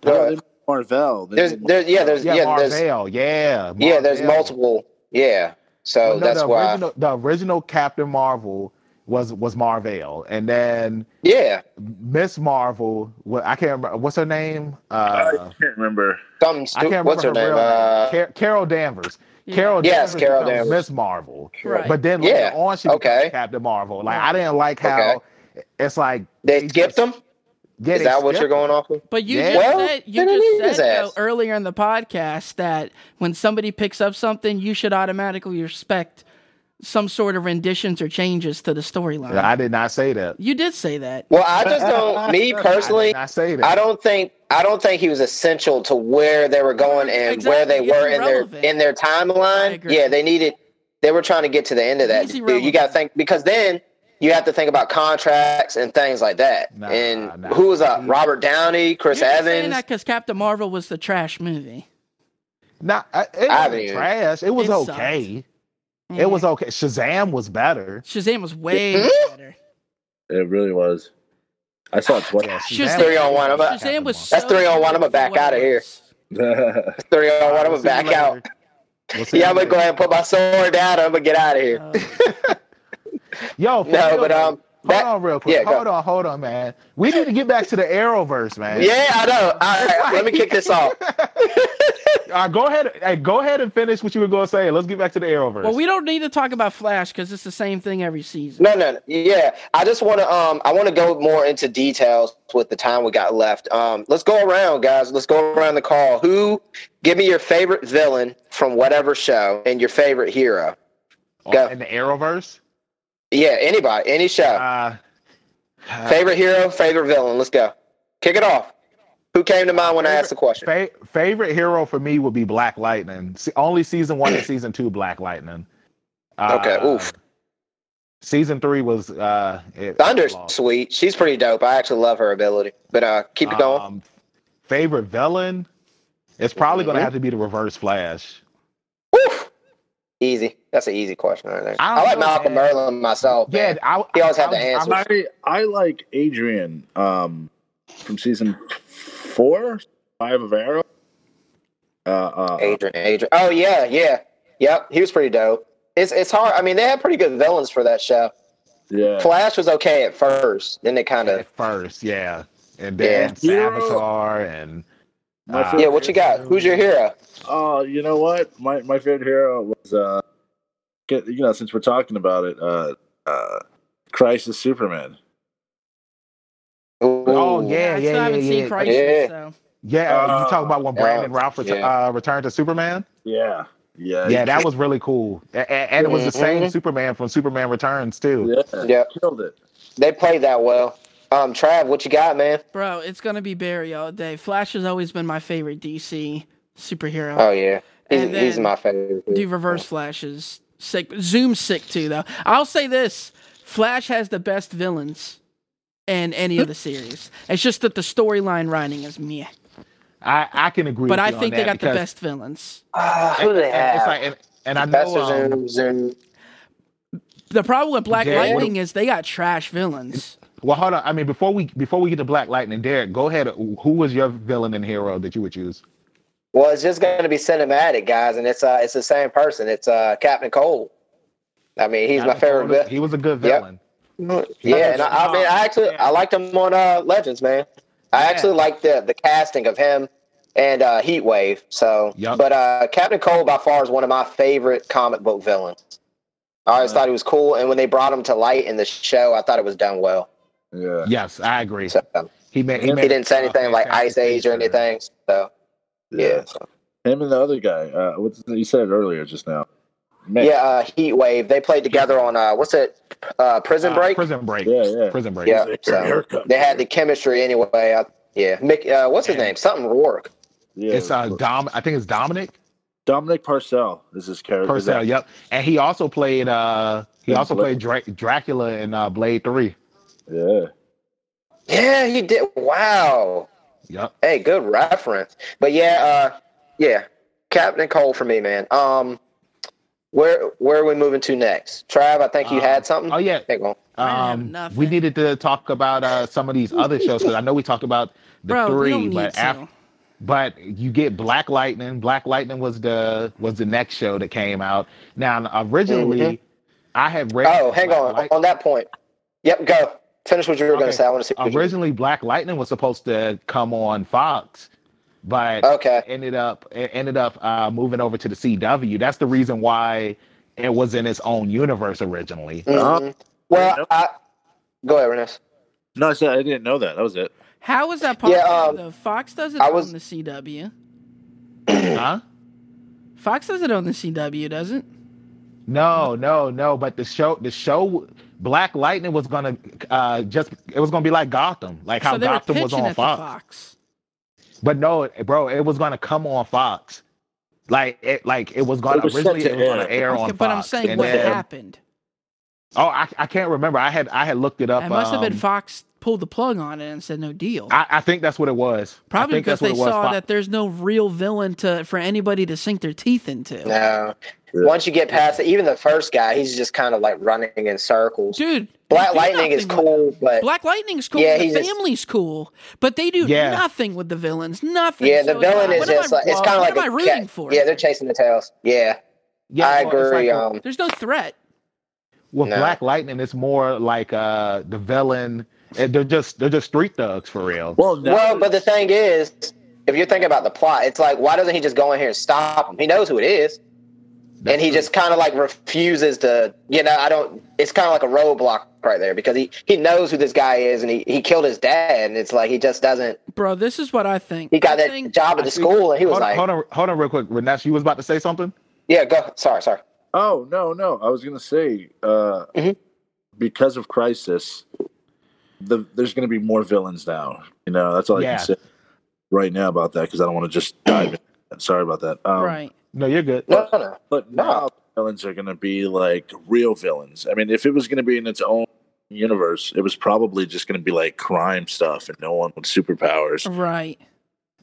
because-
No, they- Marvel. They
uh, There's
did
there's yeah there's
yeah,
yeah,
Marvel,
there's
yeah,
yeah there's
Marvel.
multiple yeah. So
Well, no,
that's
the
why
original, the original Captain Marvel was was Marvel, and then
yeah
Miss Marvel. What I can't remember. What's her name? Uh,
I can't remember.
some
I can't
stu- what's her
remember
name
real
uh,
Car- Carol Danvers. Carol
Yes,
Danvers
Carol
becomes
Danvers.
Miss Marvel.
Right.
But then later
Yeah,
on, she
okay.
becomes Captain Marvel. Like I didn't like how it's like
they skipped them.
Yeah,
Is
they
that what
skipped
you're going off with?
But you
Yeah.
just
Well,
said you
then it
just
is
said though,
ass.
earlier in the podcast that when somebody picks up something, you should automatically respect some sort of renditions or changes to the storyline.
I did not say that.
you did say that.
Well, I just don't. me
I
personally,
did not say that.
I don't think I don't think he was essential to where they were going and where they
Exactly,
were
it's
in their
irrelevant.
in their
I
timeline.
agree.
Yeah, they needed. They were trying to get to the end of that.
It's
Dude, You
irrelevant.
got to think because then you have to think about contracts and things like that.
Nah,
and
nah.
who was up? Robert Downey, Chris
You're just saying
Evans.
that because Captain Marvel was the trash movie.
Not. I- It
I
was
mean,
trash. It was
it sucked.
okay. It was okay. Shazam was better.
Shazam was way
Hmm?
better.
It really was. I saw it
Yeah,
twice.
Shazam-
Three on one, I'm up.
Shazam was
That's
so
three on one,
good
I'ma
for
back
what it
outta here.
was.
Three on one. I'm
We'll see you
gonna back
later.
out.
We'll see
Yeah,
you
I'm gonna
later.
go ahead and put my sword down. I'm gonna get out of here.
Uh,
Yo, for
No,
real,
but,
man.
um,
hold
that-
on real quick.
yeah, go.
hold on, hold on, man. We need to get back to the Arrowverse, man.
Yeah, I know. All right, let me kick this off.
Uh, go ahead, hey, go ahead and finish what you were gonna say. Let's get back to the Arrowverse.
well, we don't need to talk about Flash because it's the same thing every season.
No, no, no. yeah. I just want to um, I want to go more into details with the time we got left. Um, let's go around, guys. Let's go around the call. Who? Give me your favorite villain from whatever show and your favorite hero. go.
in the Arrowverse.
Yeah, anybody, any show.
Uh,
favorite hero, favorite villain. Let's go. Kick it off. Who came to mind when I asked the question?
fa- favorite hero for me would be Black Lightning. Se- only season one and season two, Black Lightning. Uh,
Okay, oof.
Season three was uh, it-
Thunder's
lost.
sweet. She's pretty dope. I actually love her ability. But uh, keep it going.
Um, favorite villain? It's probably gonna
Mhm.
have to be the Reverse Flash.
Woof. Easy. That's an easy question right there.
I
I,
don't
like
know,
Malcolm
man.
Merlin myself.
Yeah,
man.
I,
He always
I,
had the
I-
answer.
I-
I I like Adrian um from season four, five of Arrow. Uh, uh,
Adrian. Adrian. Oh yeah, yeah, yep. He was pretty dope. It's it's hard. I mean, they had pretty good villains for that show.
Yeah.
Flash was okay at first, then they kind of
at first, yeah, and then
Yeah.
Savitar and
My
uh,
favorite-
yeah. What you got? Who's your hero?
Oh, you know what? My my favorite hero was uh, get, you know, since we're talking about it, uh, uh, Crisis Superman.
Ooh.
oh yeah, yeah, yeah,
I still haven't
yeah,
seen
yeah.
Crisis,
Yeah.
so
Yeah,
Uh,
you talking about when
yeah,
Brandon Ralph ret-
yeah.
uh, returned to Superman?
Yeah,
Uh,
yeah,
Yeah, that was really cool, A- a- and, it was the same
Mhm.
Superman from Superman Returns too.
yeah,
Yep.
killed it.
They played that well. Um, Trav, what you got, man?
bro, it's gonna be Barry all day. Flash has always been my favorite DC superhero.
Uh,
Oh yeah, he's,
And then-
he's my favorite.
do reverse flashes sick zoom's sick too though i'll say this flash has the best villains in any of the series it's just that the storyline writing is meh
I, I can agree.
but
with
i
you on
think they
that
got the
because-
best villains
Ah, who
and-
they
and it's
have?
like- and- and I
Professor
know um,
Zoom, Zoom.
the problem with black
Yeah.
lightning is they got trash villains
Well, hold on. I mean, before we before we get to Black Lightning, Derek, go ahead. Who was your villain and hero that you would choose?
Well, it's just going to be cinematic, guys, and it's uh, it's the same person. It's uh, Captain Cold. I mean, he's my
Adam
favorite.
Cole,
vi-
He was a good
Yep.
villain.
Yeah, and I, I mean, I actually I liked him on uh, Legends, man. I actually liked the the casting of him and uh, Heat Wave. So,
Yup.
but uh, Captain Cold by far is one of my favorite comic book villains. I always thought he was cool, and when they brought him to light in the show, I thought it was done well.
Yeah,
Yes, I agree.
So
He made he,
he
made
didn't say
a
anything like Ice
fantastic
Age or
picture.
anything. So yeah, so.
Him and the other guy. Uh, what's you said it earlier just now? Mick.
yeah. Uh, Heat Wave. They played together on uh, what's it? Uh, Prison
Uh,
Break.
Prison Break.
Yeah, yeah.
Prison Break.
Yeah,
Break.
so
Haircut.
they had the chemistry anyway. I, yeah, Mick, uh, what's his
And-
name? Something Rourke.
yeah.
It's uh Dom. I think it's Dominic
Dominic Purcell is his character.
Purcell. Yep. And he also played uh he
Yeah,
also played
Blade.
Dra- Dracula in uh, Blade Three.
Yeah.
Yeah, he did. Wow.
Yep.
Hey, good reference. But yeah, uh, yeah, Captain Cold for me, man. Um, where where are we moving to next? Trav, I think you
Uh,
had something.
Oh yeah.
Hang on.
I have
Um,
nothing.
we needed to talk about uh some of these other shows because I know we talked about the
bro we
three,
don't need
but
to
after but you get Black Lightning. Black Lightning was the was the next show that came out. Now originally, I had read.
Mm-hmm. Oh, hang
Black
on.
Light-
on that point. Yep, go. Finish what you were going
Okay.
to say. I want to see. What you-
originally, Black Lightning was supposed to come on Fox, but
Okay.
ended up it ended up uh, moving over to the CW. That's the reason why it was in its own universe originally.
Mhm. Well, I, go ahead, Renes.
Uh-huh. No, I said I didn't know that. That was it.
how is that possible
Yeah, um,
though? fox does it
I
on
was-
the cw
Mm-hmm.
huh?
fox does it on the cw doesn't
No, no, no. But the show, the show, Black Lightning was gonna uh, just it was gonna be like Gotham, like how
so they were
Gotham
pitching
was
at
on
the
Fox.
fox
But no, bro, it was gonna come on Fox. Like it, like it was gonna
It was set
originally
to
it was gonna
air.
air on
Okay, but i'm
Fox,
saying
and
what
then-
happened
Oh, I, I can't remember. I had I had looked it up.
it must have been
um,
fox pulled the plug on it and said no deal
I, I think that's what it was. I
Probably
think
because they
that's what it was.
saw
Fox-
that there's no real villain to for anybody to sink their teeth into.
No.
Yeah.
Once you get past it, even the first guy, he's just kind of like running in circles.
Dude,
Black
they do
Lightning is
nothing with-
cool, but
Black Lightning's cool.
Yeah,
the
he's just-
family's cool, but they do
Yeah.
nothing with the villains. Nothing.
Yeah,
So
the
it's
villain
like,
is
what am
just
I-
like it's kind of
what
like
am I
a
rooting
cat-
for?
Yeah, they're chasing the tails. Yeah,
Yeah, well,
I
it's
agree.
Like,
um,
There's no threat.
with
No.
Black Lightning, it's more like uh, the villain. and They're just they're just street thugs for real.
Well, now,
well, but the thing is, if you're thinking about the plot, it's like why doesn't he just go in here and stop him? He knows who it is, and he just kind of like refuses to. You know, I don't. It's kind of like a roadblock right there because he he knows who this guy is, and he he killed his dad, and it's like he just doesn't.
Bro, this is what I think.
He got
I
that
think-
job
I
at the
think-
school, and he was
hold, on-
like,
hold on, hold on, real quick, Renesh, you was about to say something.
"Yeah, go." Sorry, sorry.
oh no, no, I was gonna say uh,
Mhm.
because of Crisis, the, there's gonna be more villains now. You know, that's all I
Yeah.
can say right now about that because I don't want to just dive in. Sorry about that. Um,
Right.
No, you're good.
No, no, no.
But
No.
now villains are going to be like real villains. I mean, if it was going to be in its own universe, it was probably just going to be like crime stuff and no one with superpowers
Right.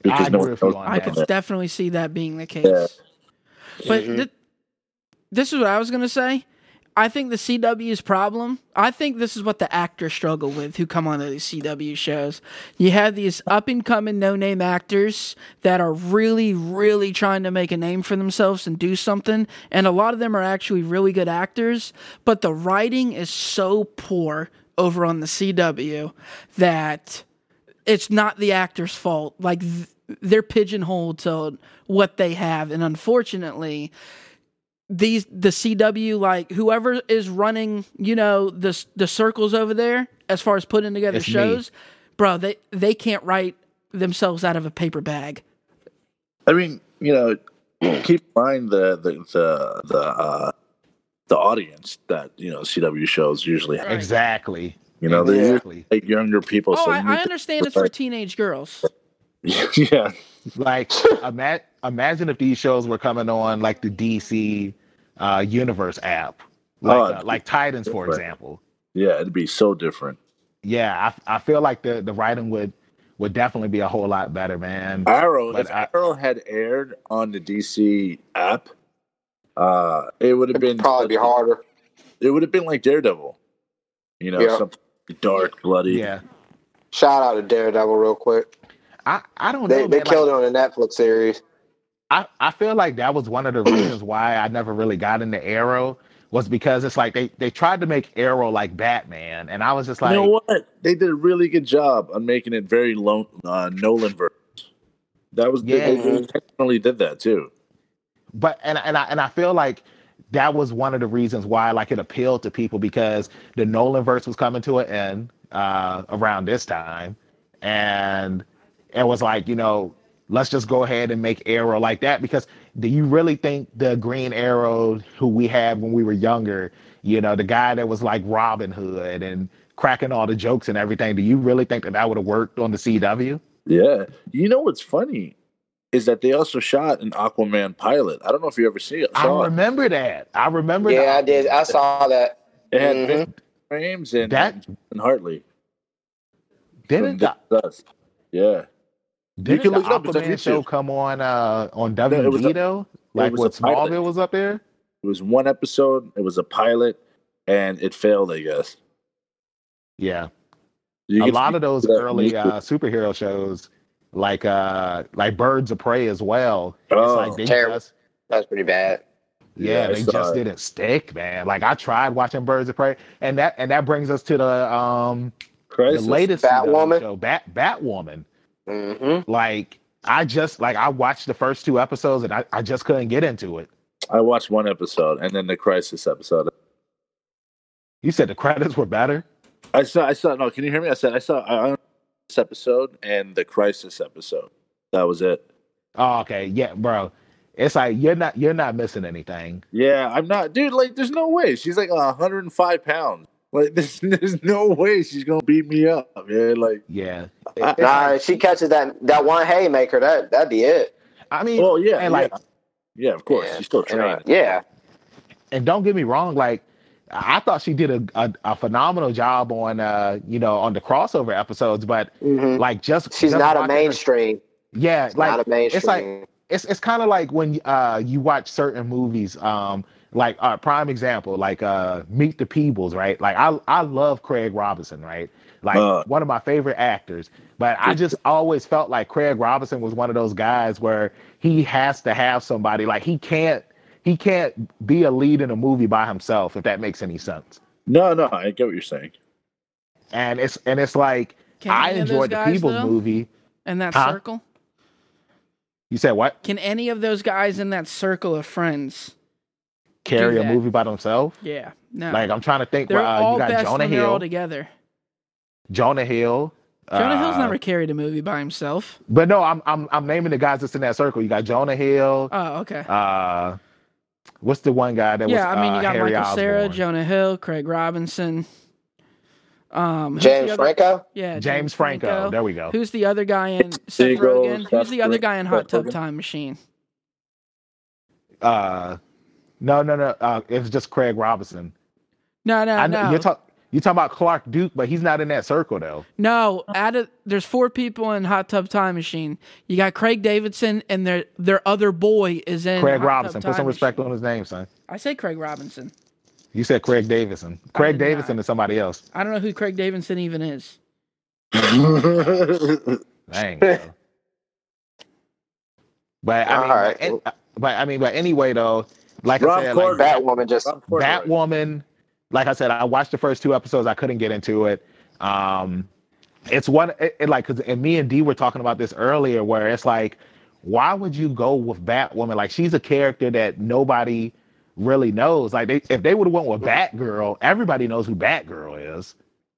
because
I agree
no one
with you
knows-
on
I
that.
could definitely see that being the case.
Yeah.
But
Mhm.
th- this is what I was gonna say. I think the CW's problem, I think this is what the actors struggle with who come on these CW shows. You have these up and coming no name actors that are really, really trying to make a name for themselves and do something. And a lot of them are actually really good actors, but the writing is so poor over on the CW that it's not the actor's fault. Like th- they're pigeonholed to what they have. And unfortunately, these the CW like whoever is running you know the the circles over there as far as putting together
It's me.
shows, bro they they can't write themselves out of a paper bag.
I mean, you know, keep in mind the the the the, uh, the audience that you know CW shows usually have.
Exactly.
You know, they're usually
exactly.
like younger people.
oh,
so
I,
you
I
need
understand it's for teenage girls.
to- yeah,
Like, ima- imagine if these shows were coming on like the DC uh, Universe app, like,
Oh,
uh, like Titans, for
different.
example.
yeah, it'd be so different.
Yeah, I, I feel like the, the writing would would definitely be a whole lot better, man.
Arrow,
But
if
I-
Arrow had aired on the DC app, uh, it would have been
It'd probably be harder.
It would have been like Daredevil, you know,
Yeah.
something dark, bloody.
Yeah,
Shout out to Daredevil real quick.
I, I don't
They
know.
they
man.
killed it on the Netflix series.
I, I feel like that was one of the reasons why I never really got into Arrow was because it's like they, they tried to make Arrow like Batman, and I was just like,
you know what? They did a really good job on making it very lone, uh, Nolan verse. That was yeah. they,
Yeah.
they technically did that too.
but and and I and I feel like that was one of the reasons why like it appealed to people because the Nolan verse was coming to an end uh, around this time, and it was like you know let's just go ahead and make Arrow like that because do you really think the Green Arrow who we had when we were younger, you know, the guy that was like Robin Hood and cracking all the jokes and everything, do you really think that that would have worked on the CW?
Yeah. You know what's funny is that they also shot an Aquaman pilot. I don't know if you ever see it.
I
saw it.
remember that. I uh, remember. the-
Yeah, I did. I saw that.
It had
Mhm.
Vincent Frames and,
That-
and Hartley.
Didn't
from
the,
This Is Us. Yeah.
Did
can
the
look it up, it's on
Aquaman show
YouTube.
come on uh, on
it was a-
WB though? Like
was
when
a pilot.
Smallville was up there?
It was one episode, it was a pilot, and it failed, I guess.
Yeah.
You
a
can
lot
see
of those
that on
early
YouTube.
uh, superhero shows, like uh, like Birds of Prey as well.
Oh.
it's like they
Terrible.
just
That's pretty bad.
yeah,
I
they
saw
just
it.
didn't stick, man. Like I tried watching Birds of Prey, and that and that brings us to the um the
Crisis.
latest CW
Batwoman?
show, Bat Batwoman.
hmm
Like I just like I watched the first two episodes and I, I just couldn't get into it.
I watched one episode and then the Crisis episode.
You said the credits were better.
I saw. I saw. No, can you hear me? I said. I saw. I, I this episode and the crisis episode. That was it.
Oh, okay, yeah, bro. It's like you're not you're not missing anything.
Yeah, I'm not, dude. Like, there's no way she's like 105 pounds. Like, there's there's no way she's gonna beat me up, man. Like,
Yeah.
I-
Nah, if she catches that that one haymaker, that that'd be it.
I mean,
well, yeah,
and like,
yeah, yeah, of course,
Yeah.
she's still
And, uh,
training.
yeah,
and don't get me wrong, like, I I thought she did a, a, a phenomenal job on, uh, you know, on the crossover episodes, but
Mhm.
like just
she's
just
not a
watching her-
mainstream.
yeah, like
not a mainstream.
it's like it's it's kind of like when uh you watch certain movies um like uh prime example like uh meet the peebles right like i i love craig robinson right like
Uh.
one of my favorite actors but i just always felt like craig robinson was one of those guys where he has to have somebody like he can't he can't be a lead in a movie by himself if that makes any sense
No, no, I get what you're saying.
and it's and it's like
Can
i
any of those
enjoyed the
guys,
peebles
though?
movie
in that
Huh?
circle.
you said what
Can any of those guys in that circle of friends?
carry a
that.
movie by themself
Yeah, no,
like i'm trying to think
they're
where uh,
all
you got
best
jonah
when they're all
hill
together.
Jonah Hill.
Jonah
uh,
Hill's never carried a movie by himself.
But no, I'm I'm I'm naming the guys that's in that circle. You got Jonah Hill.
Oh, okay.
Uh, what's the one guy that was?
yeah, I mean,
uh,
you got
Harry
Michael Sarah,
Osborn?
Jonah Hill, Craig Robinson, um, who's
James
the other-
Franco.
Yeah,
James, Franco. There we go.
Who's the other guy in Seth
Seagal,
Rogen? Who's
Seth
the other
Rogen,
guy in
Seth
Hot Tub
Rogen.
Time Machine?
Uh, no, no, no. Uh, it was just Craig Robinson.
No, no,
I know
no.
you're talking. You talking about Clark Duke, but he's not in that circle though.
no, out of, there's four people in Hot Tub Time Machine. You got Craig Davidson, and their their other boy is in
Craig
Hot Tub
Robinson. Put
Time
some respect on
Machine.
his name, son.
I say Craig Robinson.
You said Craig Davison. Craig
did not.
Davison is somebody else.
I don't know who Craig Davidson even is.
Dang. bro. but I mean,
All right.
but, an- but I mean, but anyway, though, like
Rob
I said,
Corddry.
like,
Batwoman just
Rob Corddry.
Batwoman, like I said, I watched the first two episodes. I couldn't get into it. Um, it's one it, it, like because and me and D were talking about this earlier, where it's like, why would you go with Batwoman? Like she's a character that nobody really knows. Like they, if they would have went with Batgirl, everybody knows who Batgirl is.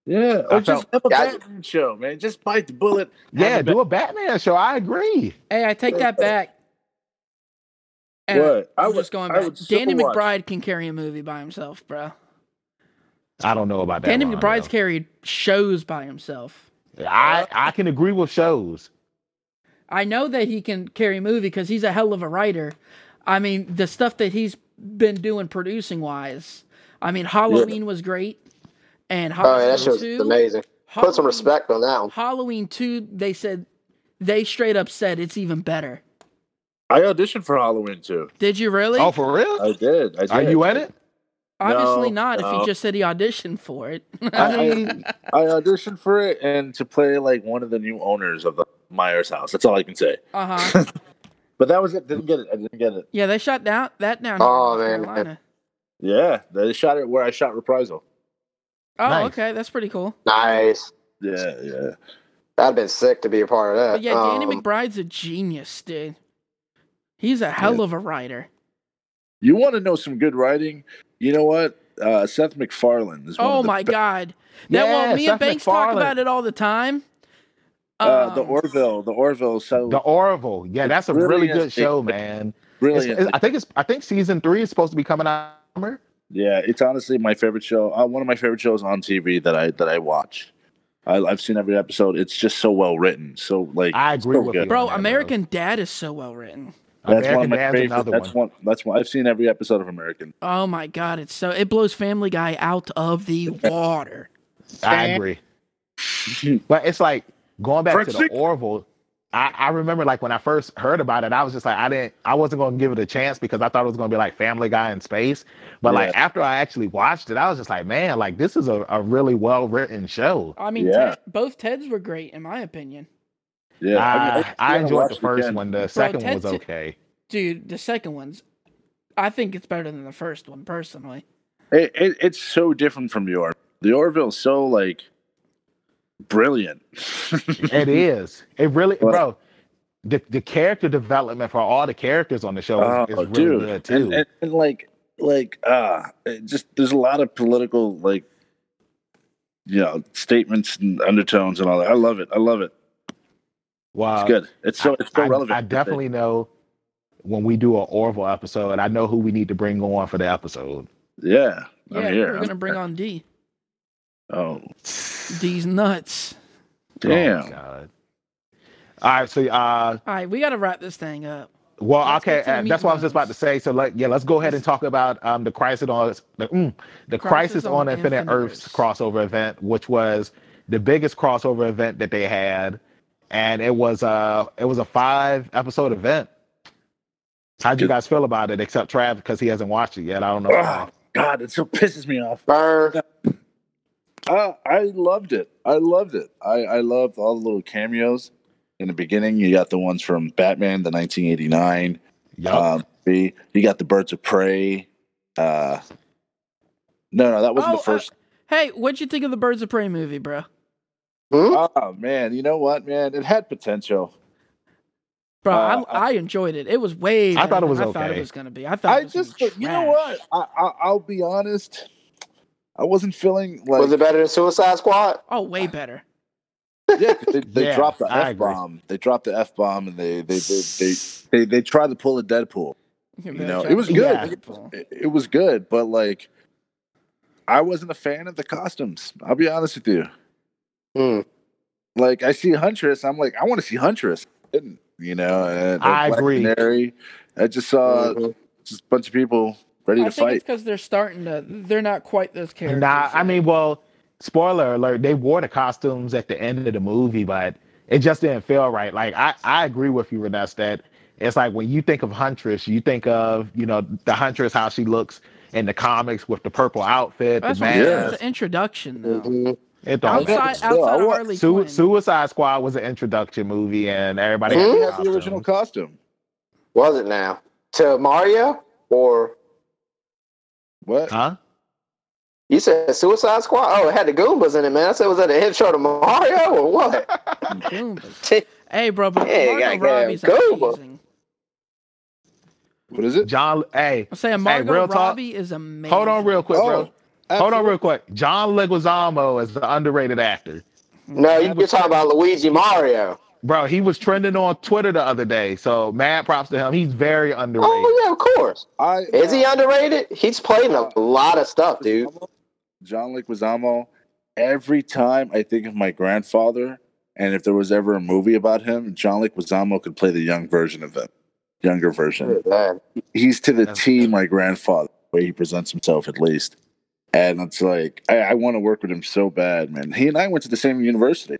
Yeah, or
I
just
felt-
have a
Yeah, I-
Batman show, man. Just bite the bullet. have
Yeah,
a
do a Batman show. I agree.
Hey, I take that back. And
What? I
I'm
would-
just going
I
back.
would still
Danny
watch.
McBride can carry a movie by himself, bro.
I don't know about that.
Danny
Ron,
McBride's
though.
carried shows by himself.
I I can agree with shows.
I know that he can carry a movie because he's a hell of a writer. I mean, the stuff that he's been doing producing wise. I mean, Halloween was great, and
Oh,
Halloween
yeah, that show's
two.
amazing. Put some
Halloween-
respect on that one.
Halloween two, they said they straight up said it's even better.
I auditioned for Halloween too.
Did you really?
Oh, for real?
I did. I did.
Are you in it?
Obviously
no,
not. If
no.
he just said he auditioned for it,
I mean,
I auditioned for it and to play like one of the new owners of the Myers house. That's all I can say.
uh huh.
But that was it. Didn't get it. I didn't get it.
Yeah, they shot down that down. here in
Oh,
North
man.
Carolina.
Yeah, they shot it where I shot Reprisal.
Oh,
Nice.
okay, that's pretty cool.
Nice.
Yeah, yeah.
That'd been sick to be a part of that.
But yeah, Danny
Um,
McBride's a genius, dude. He's a hell of a writer.
You want to know some good writing? You know what? Uh, Seth MacFarlane is one
Oh
of the
my
be-
god, that
Yeah,
one. Me and
Seth
Banks talk
MacFarlane.
about it all the time.
Uh, the
Um,
Orville, the Orville, so
The Orville. Yeah, that's a
really
really
is
good
big,
show,
but-
man. It's-
brilliant.
it's- I think it's. I think season three is supposed to be coming out. summer.
yeah, it's honestly my favorite show. Uh, one of my favorite shows on TV that I that I watch. I, I've seen every episode. It's just so well written. So like,
I agree
so
with
good.
you,
bro,
on that,
American Dad is so well written.
that's one of
American
my
Dad's
favorite.
another
That's
one.
one. That's one. I've seen every episode of American.
Oh my god, it's so it blows Family Guy out of the water.
I agree.
Mhm.
but it's like going back to the
Brexit.
Orville. I, I remember like when I first heard about it, I was just like, I didn't, I wasn't going to give it a chance because I thought it was going to be like Family Guy in space. But like after I actually watched it, I was just like, man, like this is a, a really well written show.
I mean,
Yeah.
Ted, both Teds were great in my opinion,
Yeah,
I,
mean,
I
gotta
enjoyed
watch
the
it
first
again.
one. The second one was
Ted's-
okay.
dude. The second one's, I think it's better than the first one personally.
It, it, it's so different from the Orville. The Orville's so like brilliant.
it is. It really,
Well-
bro. The, the character development for all the characters on the show
Oh,
is, is really
dude.
good too.
and, and, and like like uh it just there's a lot of political like you know statements and undertones and all that. I love it. I love it.
wow,
It's good. It's so it's so
Uh, I,
relevant.
I definitely know when we do an Orville episode, I know who we need to bring on for the episode.
Oh, Yeah.
Yeah,
I'm here.
we're gonna bring on D.
Oh
D's nuts.
Oh,
damn.
God. All right, so uh,
All right, we got to wrap this thing up.
well,
Let's
okay,
get to the
uh,
meat
that's what I was
and
just about to
bones.
say. So, like, yeah, let's go ahead and talk about um the crisis on the, mm, the crisis, on Infinite, Earths crossover event, which was the biggest crossover event that they had, and it was uh it was a five episode event. How'd you
Good.
guys feel about it? Except Trav because he hasn't watched it yet. I don't know.
Oh, God, it so pisses me off.
Burn.
Uh, I loved it. I loved it. I, I loved all the little cameos. In the beginning, you got the ones from Batman, the 1989.
Yup.
Um, B, you got the Birds of Prey. Uh, no, no, that wasn't
Oh, uh,
the first.
Hey, what'd you think of the Birds of Prey movie, bro?
Hmm?
oh man, you know what, man? It had potential.
Bro,
Uh,
I, I enjoyed it. It was way.
I
better
thought it
than
was
I thought it
okay.
was gonna be. I thought.
I
it was gonna
just,
be
you know
trash.
what? I, I I'll be honest. I wasn't feeling like
Was it better than Suicide Squad?
Oh, way better.
yeah. 'cause They, they
Yeah,
dropped the
I
f
agree.
bomb. They dropped the f bomb, and they they they, they they they tried to pull a Deadpool.
You
know, it was
good.
It, it was good, but like, I wasn't a fan of the costumes. I'll be honest with you.
Hmm.
like I see Huntress, I'm like, I want to see Huntress. Didn't you know? And,
I
Black
agree.
Canary. I just saw
Mhm.
just a bunch of people ready
I
to
think it's
fight.
because they're starting to. They're not quite those characters.
Nah, I
yet.
mean, well, spoiler alert, they wore the costumes at the end of the movie, but it just didn't feel right. Like I, I agree with you, Reness, that it's like when you think of Huntress, you think of, you know, the Huntress, how she looks in the comics with the purple outfit,
That's
the
what I'm
mask.
saying.
Yeah.
It's an introduction, though.
Mhm.
It don't.
Outside,
matter.
outside
still, I
of
want-
Harley
Su-
Quinn.
Suicide Squad was an introduction movie, and everybody
Who
had
has the original
costumes.
costume?
Was it now to Mario or
What?
Huh?
you said Suicide Squad? Oh, it had the Goombas in it, man. I said, was that a headshot of Mario or what?
Goombas. hey, bro, but
Yeah, you
Margot
gotta go.
Robbie's
Goomba.
amazing.
What is it?
John. Hey,
I'm saying Margot
real talk.
Robbie is amazing.
hold on real quick, bro.
Oh,
Hold on real quick. John Leguizamo is the underrated actor.
no, you- you're talking about Luigi Mario.
Bro, he was trending on Twitter the other day. So mad props to him. He's very underrated.
Oh yeah, of course.
I,
Is he underrated? He's played in a lot of stuff, dude.
John Leguizamo. Every time I think of my grandfather, and if there was ever a movie about him, John Leguizamo could play the young version of him, younger version.
Man.
He's to the
That's-
T my grandfather, the way he presents himself at least. And it's like I, I want to work with him so bad, man. He and I went to the same university,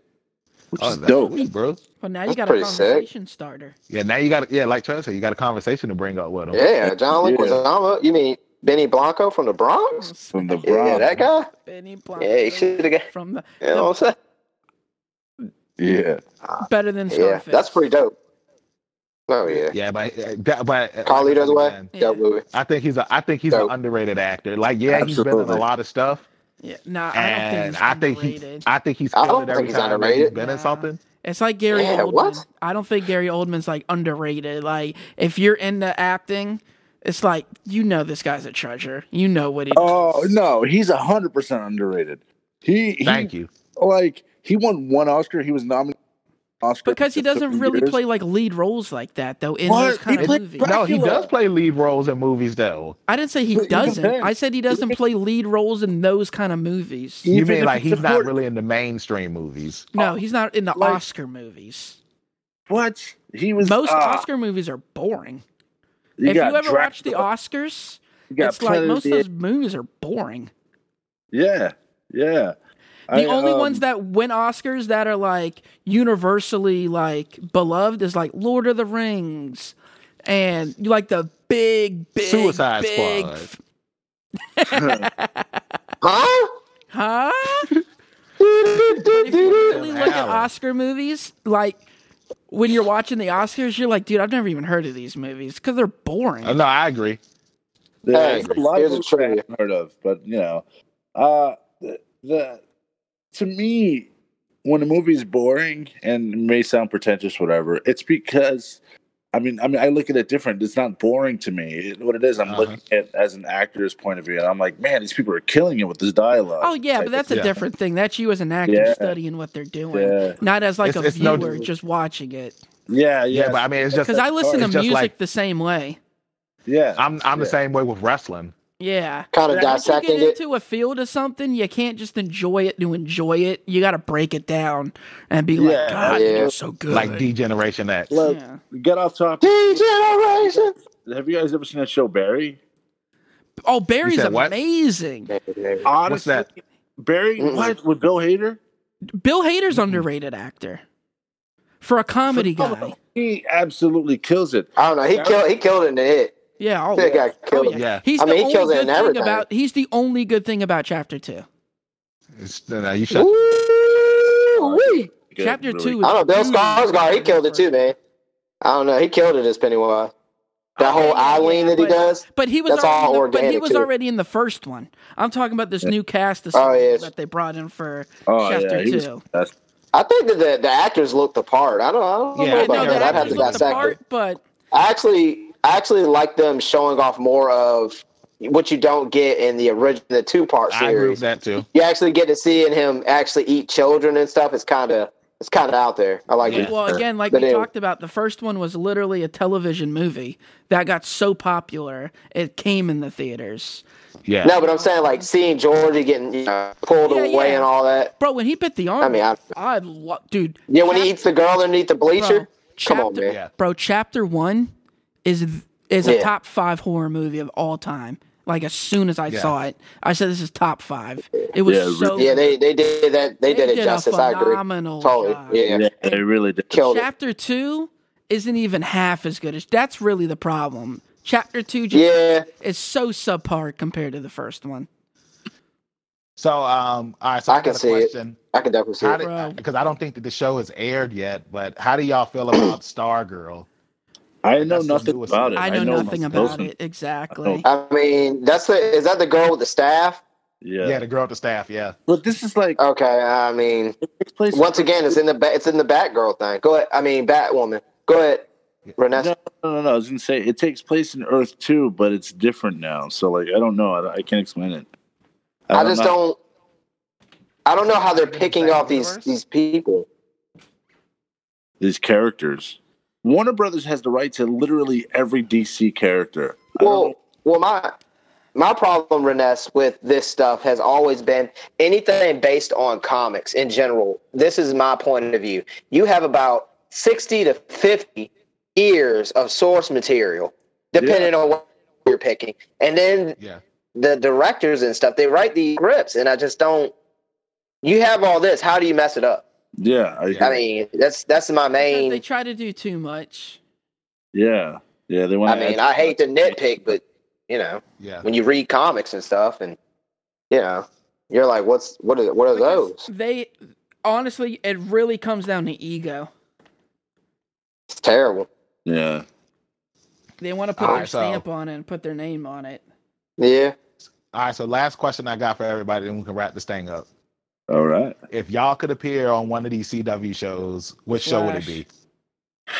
which
Oh,
is
that's
dope.
sweet, bro.
Well, now you
That's
got a
pretty sick.
conversation starter.
Yeah, now you got yeah, like Trent said, you got a conversation to bring up with him.
Yeah, John
Yeah.
Leguizamo. You mean Benny Blanco from the
Oh,
Bronx?
From the Bronx.
Yeah, that guy.
Benny Blanco
Yeah, he should have got.
from the
You know what I'm saying?
Yeah.
better than
Yeah,
Scarface.
that's pretty dope. Oh yeah,
Yeah, but uh, that, but uh,
Carlito's Way,
man,
Yeah.
dope movie.
I think he's a I think he's an
Dope.
underrated actor. Like yeah, he's been in
Absolutely.
a lot of stuff,
Yeah, nah, I don't think
and
he's
I think
underrated.
he I think he's
I don't
killed it
think
every
he's
time that he's
underrated.
been
Nah.
in something.
It's like Gary
Yeah,
Oldman.
what?
I don't think Gary Oldman's like underrated. Like if you're into acting, it's like you know this guy's a treasure. You know what he does.
Oh no, he's hundred percent underrated. He, he
Thank you.
like he won one Oscar. He was nominated for an Oscar
because he
for
doesn't
seven
really
years.
play like lead roles like that though in
What?
those kind
He
of
played
movies.
Brad-
No, he
Dracula.
does play lead roles in movies though.
I didn't say he
But even
doesn't.
then-
I said he doesn't play lead roles in those kind of movies.
You
Even
mean
if
like
it's
he's not
supporting-
really in the mainstream movies?
No, he's not in the
Like-
Oscar movies.
What he was
Most
ah,
Oscar movies are boring.
You
if you
got
ever watch the
Dracula,
Oscars,
you got
it's like
Planet
most of
the-
those movies are boring.
Yeah, yeah.
The only
um,
ones that win Oscars that are like universally like beloved is like Lord of the Rings, and you like the big, big,
Suicide
big,
Squad.
Huh?
huh? if you really look at
Alan.
Oscar movies, like when you're watching the Oscars, you're like, dude, I've never even heard of these movies because they're boring.
Uh, no, I agree.
there's
Hey,
a lot
here's
of
a
movies
trivia.
I haven't heard of, but you know, uh, the, the to me when a movie's boring and it may sound pretentious, whatever, it's because. I mean, I mean, I look at it different. It's not boring to me. It- what it is, I'm
Uh-huh.
looking at as an actor's point of view, and I'm like, man, these people are killing it with this dialogue.
oh yeah, but that's a
Yeah.
different thing. That's you as an actor
Yeah.
studying what they're doing,
yeah,
not as like
It's-
a
it's no-
viewer just watching it.
yeah, yeah.
Yeah, but I mean, it's just
Because I listen to
it's just
music
like-
the same way.
yeah.
I'm I'm the
Yeah.
same way with wrestling.
Yeah.
Kind of
Yeah, I
Once you
dissecting
get
it.
into a field of something, you can't just enjoy it to enjoy it. You got to break it down and be like,
Yeah.
God,
Yeah.
you're so good.
Like Degeneration X.
Look,
Yeah.
get off topic.
Degeneration.
Have you guys ever seen that show Barry?
Oh, Barry's
You said what?
amazing.
Honestly,
that?
Barry,
Mm-mm.
what with Bill Hader?
Bill Hader's underrated actor for a comedy guy.
Phenomenal. He absolutely kills it.
I don't know. He
That-
killed. He killed in the hit.
Yeah, oh,
That guy
Oh,
killed.
yeah.
him.
Yeah.
He's
I
the
mean, he
only
kills it
good
in
thing
everything.
about he's the only good thing about chapter two.
It's, no, no, you shut.
Ooh-wee.
Good,
chapter
really.
two.
I don't know. Bill
is-
Skarsgård. He killed it too, man. I don't know. He killed it as Pennywise. That whole
yeah,
Eileen that he
but-
does.
But he was
That's
already
all
in the- but he
organic,
was
too.
already in the first one. I'm talking about this new cast of
Oh, yeah,
people
it's-
that they brought in for
Oh,
chapter
yeah, he was-
two.
that's-
I think that the, the actors looked the part. I don't. I don't
Yeah,
know
I
I
about
know
yeah,
that.
that
Oh, I'd have
actors
to
look the
dissect it.
part, but
I actually, I actually like them showing off more of what you don't get in the original, the two part
I agree with
series.
that too.
You actually get to see in him actually eat children and stuff. It's kind of, it's kind of out there. I like it.
well, again, like
But
we
it-
talked about, the first one was literally a television movie that got so popular it came in the theaters.
Yeah.
No, but I'm saying like seeing Georgie getting you know, pulled
Yeah,
away
yeah.
and all that.
Bro, when he bit the arm,
I mean, I-
I lo- dude.
Yeah, when he
chapter-
eats the girl underneath the bleacher.
Bro,
Come on,
chapter-
man.
Yeah.
bro chapter one is is a
Yeah.
top five horror movie of all time like as soon as i
Yeah.
saw it i said this is top five it was
Yeah, re-
so
Yeah, they they did that. They, did it
did a
justice. I agree.
phenomenal
Totally.
job.
Yeah,
Yeah, they really did.
killed it.
chapter two isn't even half as good as that's really the problem Chapter two just
Yeah.
is so subpar compared to the first one.
So, um, all right. So
I
I,
can
got a
see it.
question.
I can definitely see
How
it.
did
Right.
because I don't think that the show has aired yet, but how do y'all feel about Stargirl?
I know
That's the
nothing
newest
about
one.
it.
I know nothing about
Wilson.
it exactly.
I mean, that's the is that the girl with the staff?
Yeah,
Yeah.
the girl at the staff. Yeah.
but this is like
Okay, I mean,
this place.
once again, it's in the ba- it's in the Batgirl thing. Go ahead. I mean, Batwoman. Go ahead, Renessa.
No, no, no, no. I was gonna say it takes place in Earth too, but it's different now. So like, I don't know. I, I can't explain it.
I, just
know.
don't. I don't know how they're picking
Same
off these
universe?
these people.
these characters. Warner Brothers has the right to literally every DC character. I don't
Well,
know-
well, my my problem, Reness, with this stuff has always been anything based on comics in general. This is my point of view. You have about sixty to fifty years of source material, depending on what you're picking, and then
Yeah.
the directors and stuff they write the scripts, and I just don't. You have all this. How do you mess it up?
yeah, I,
I mean, that's that's my
Because
main.
they try to do too much.
yeah, yeah. They want.
I mean, I hate to nitpick, but you know,
Yeah.
when you read comics and stuff, and you know, you're like, what's what are what are
Because
those?
They honestly, it really comes down to ego.
It's terrible.
yeah,
They want to put
Alright,
their
so-
stamp on it and put their name on it.
Yeah,
All right. So last question I got for everybody, then we can wrap this thing up.
all right.
If y'all could appear on one of these CW shows, which show would it
Flash.
be?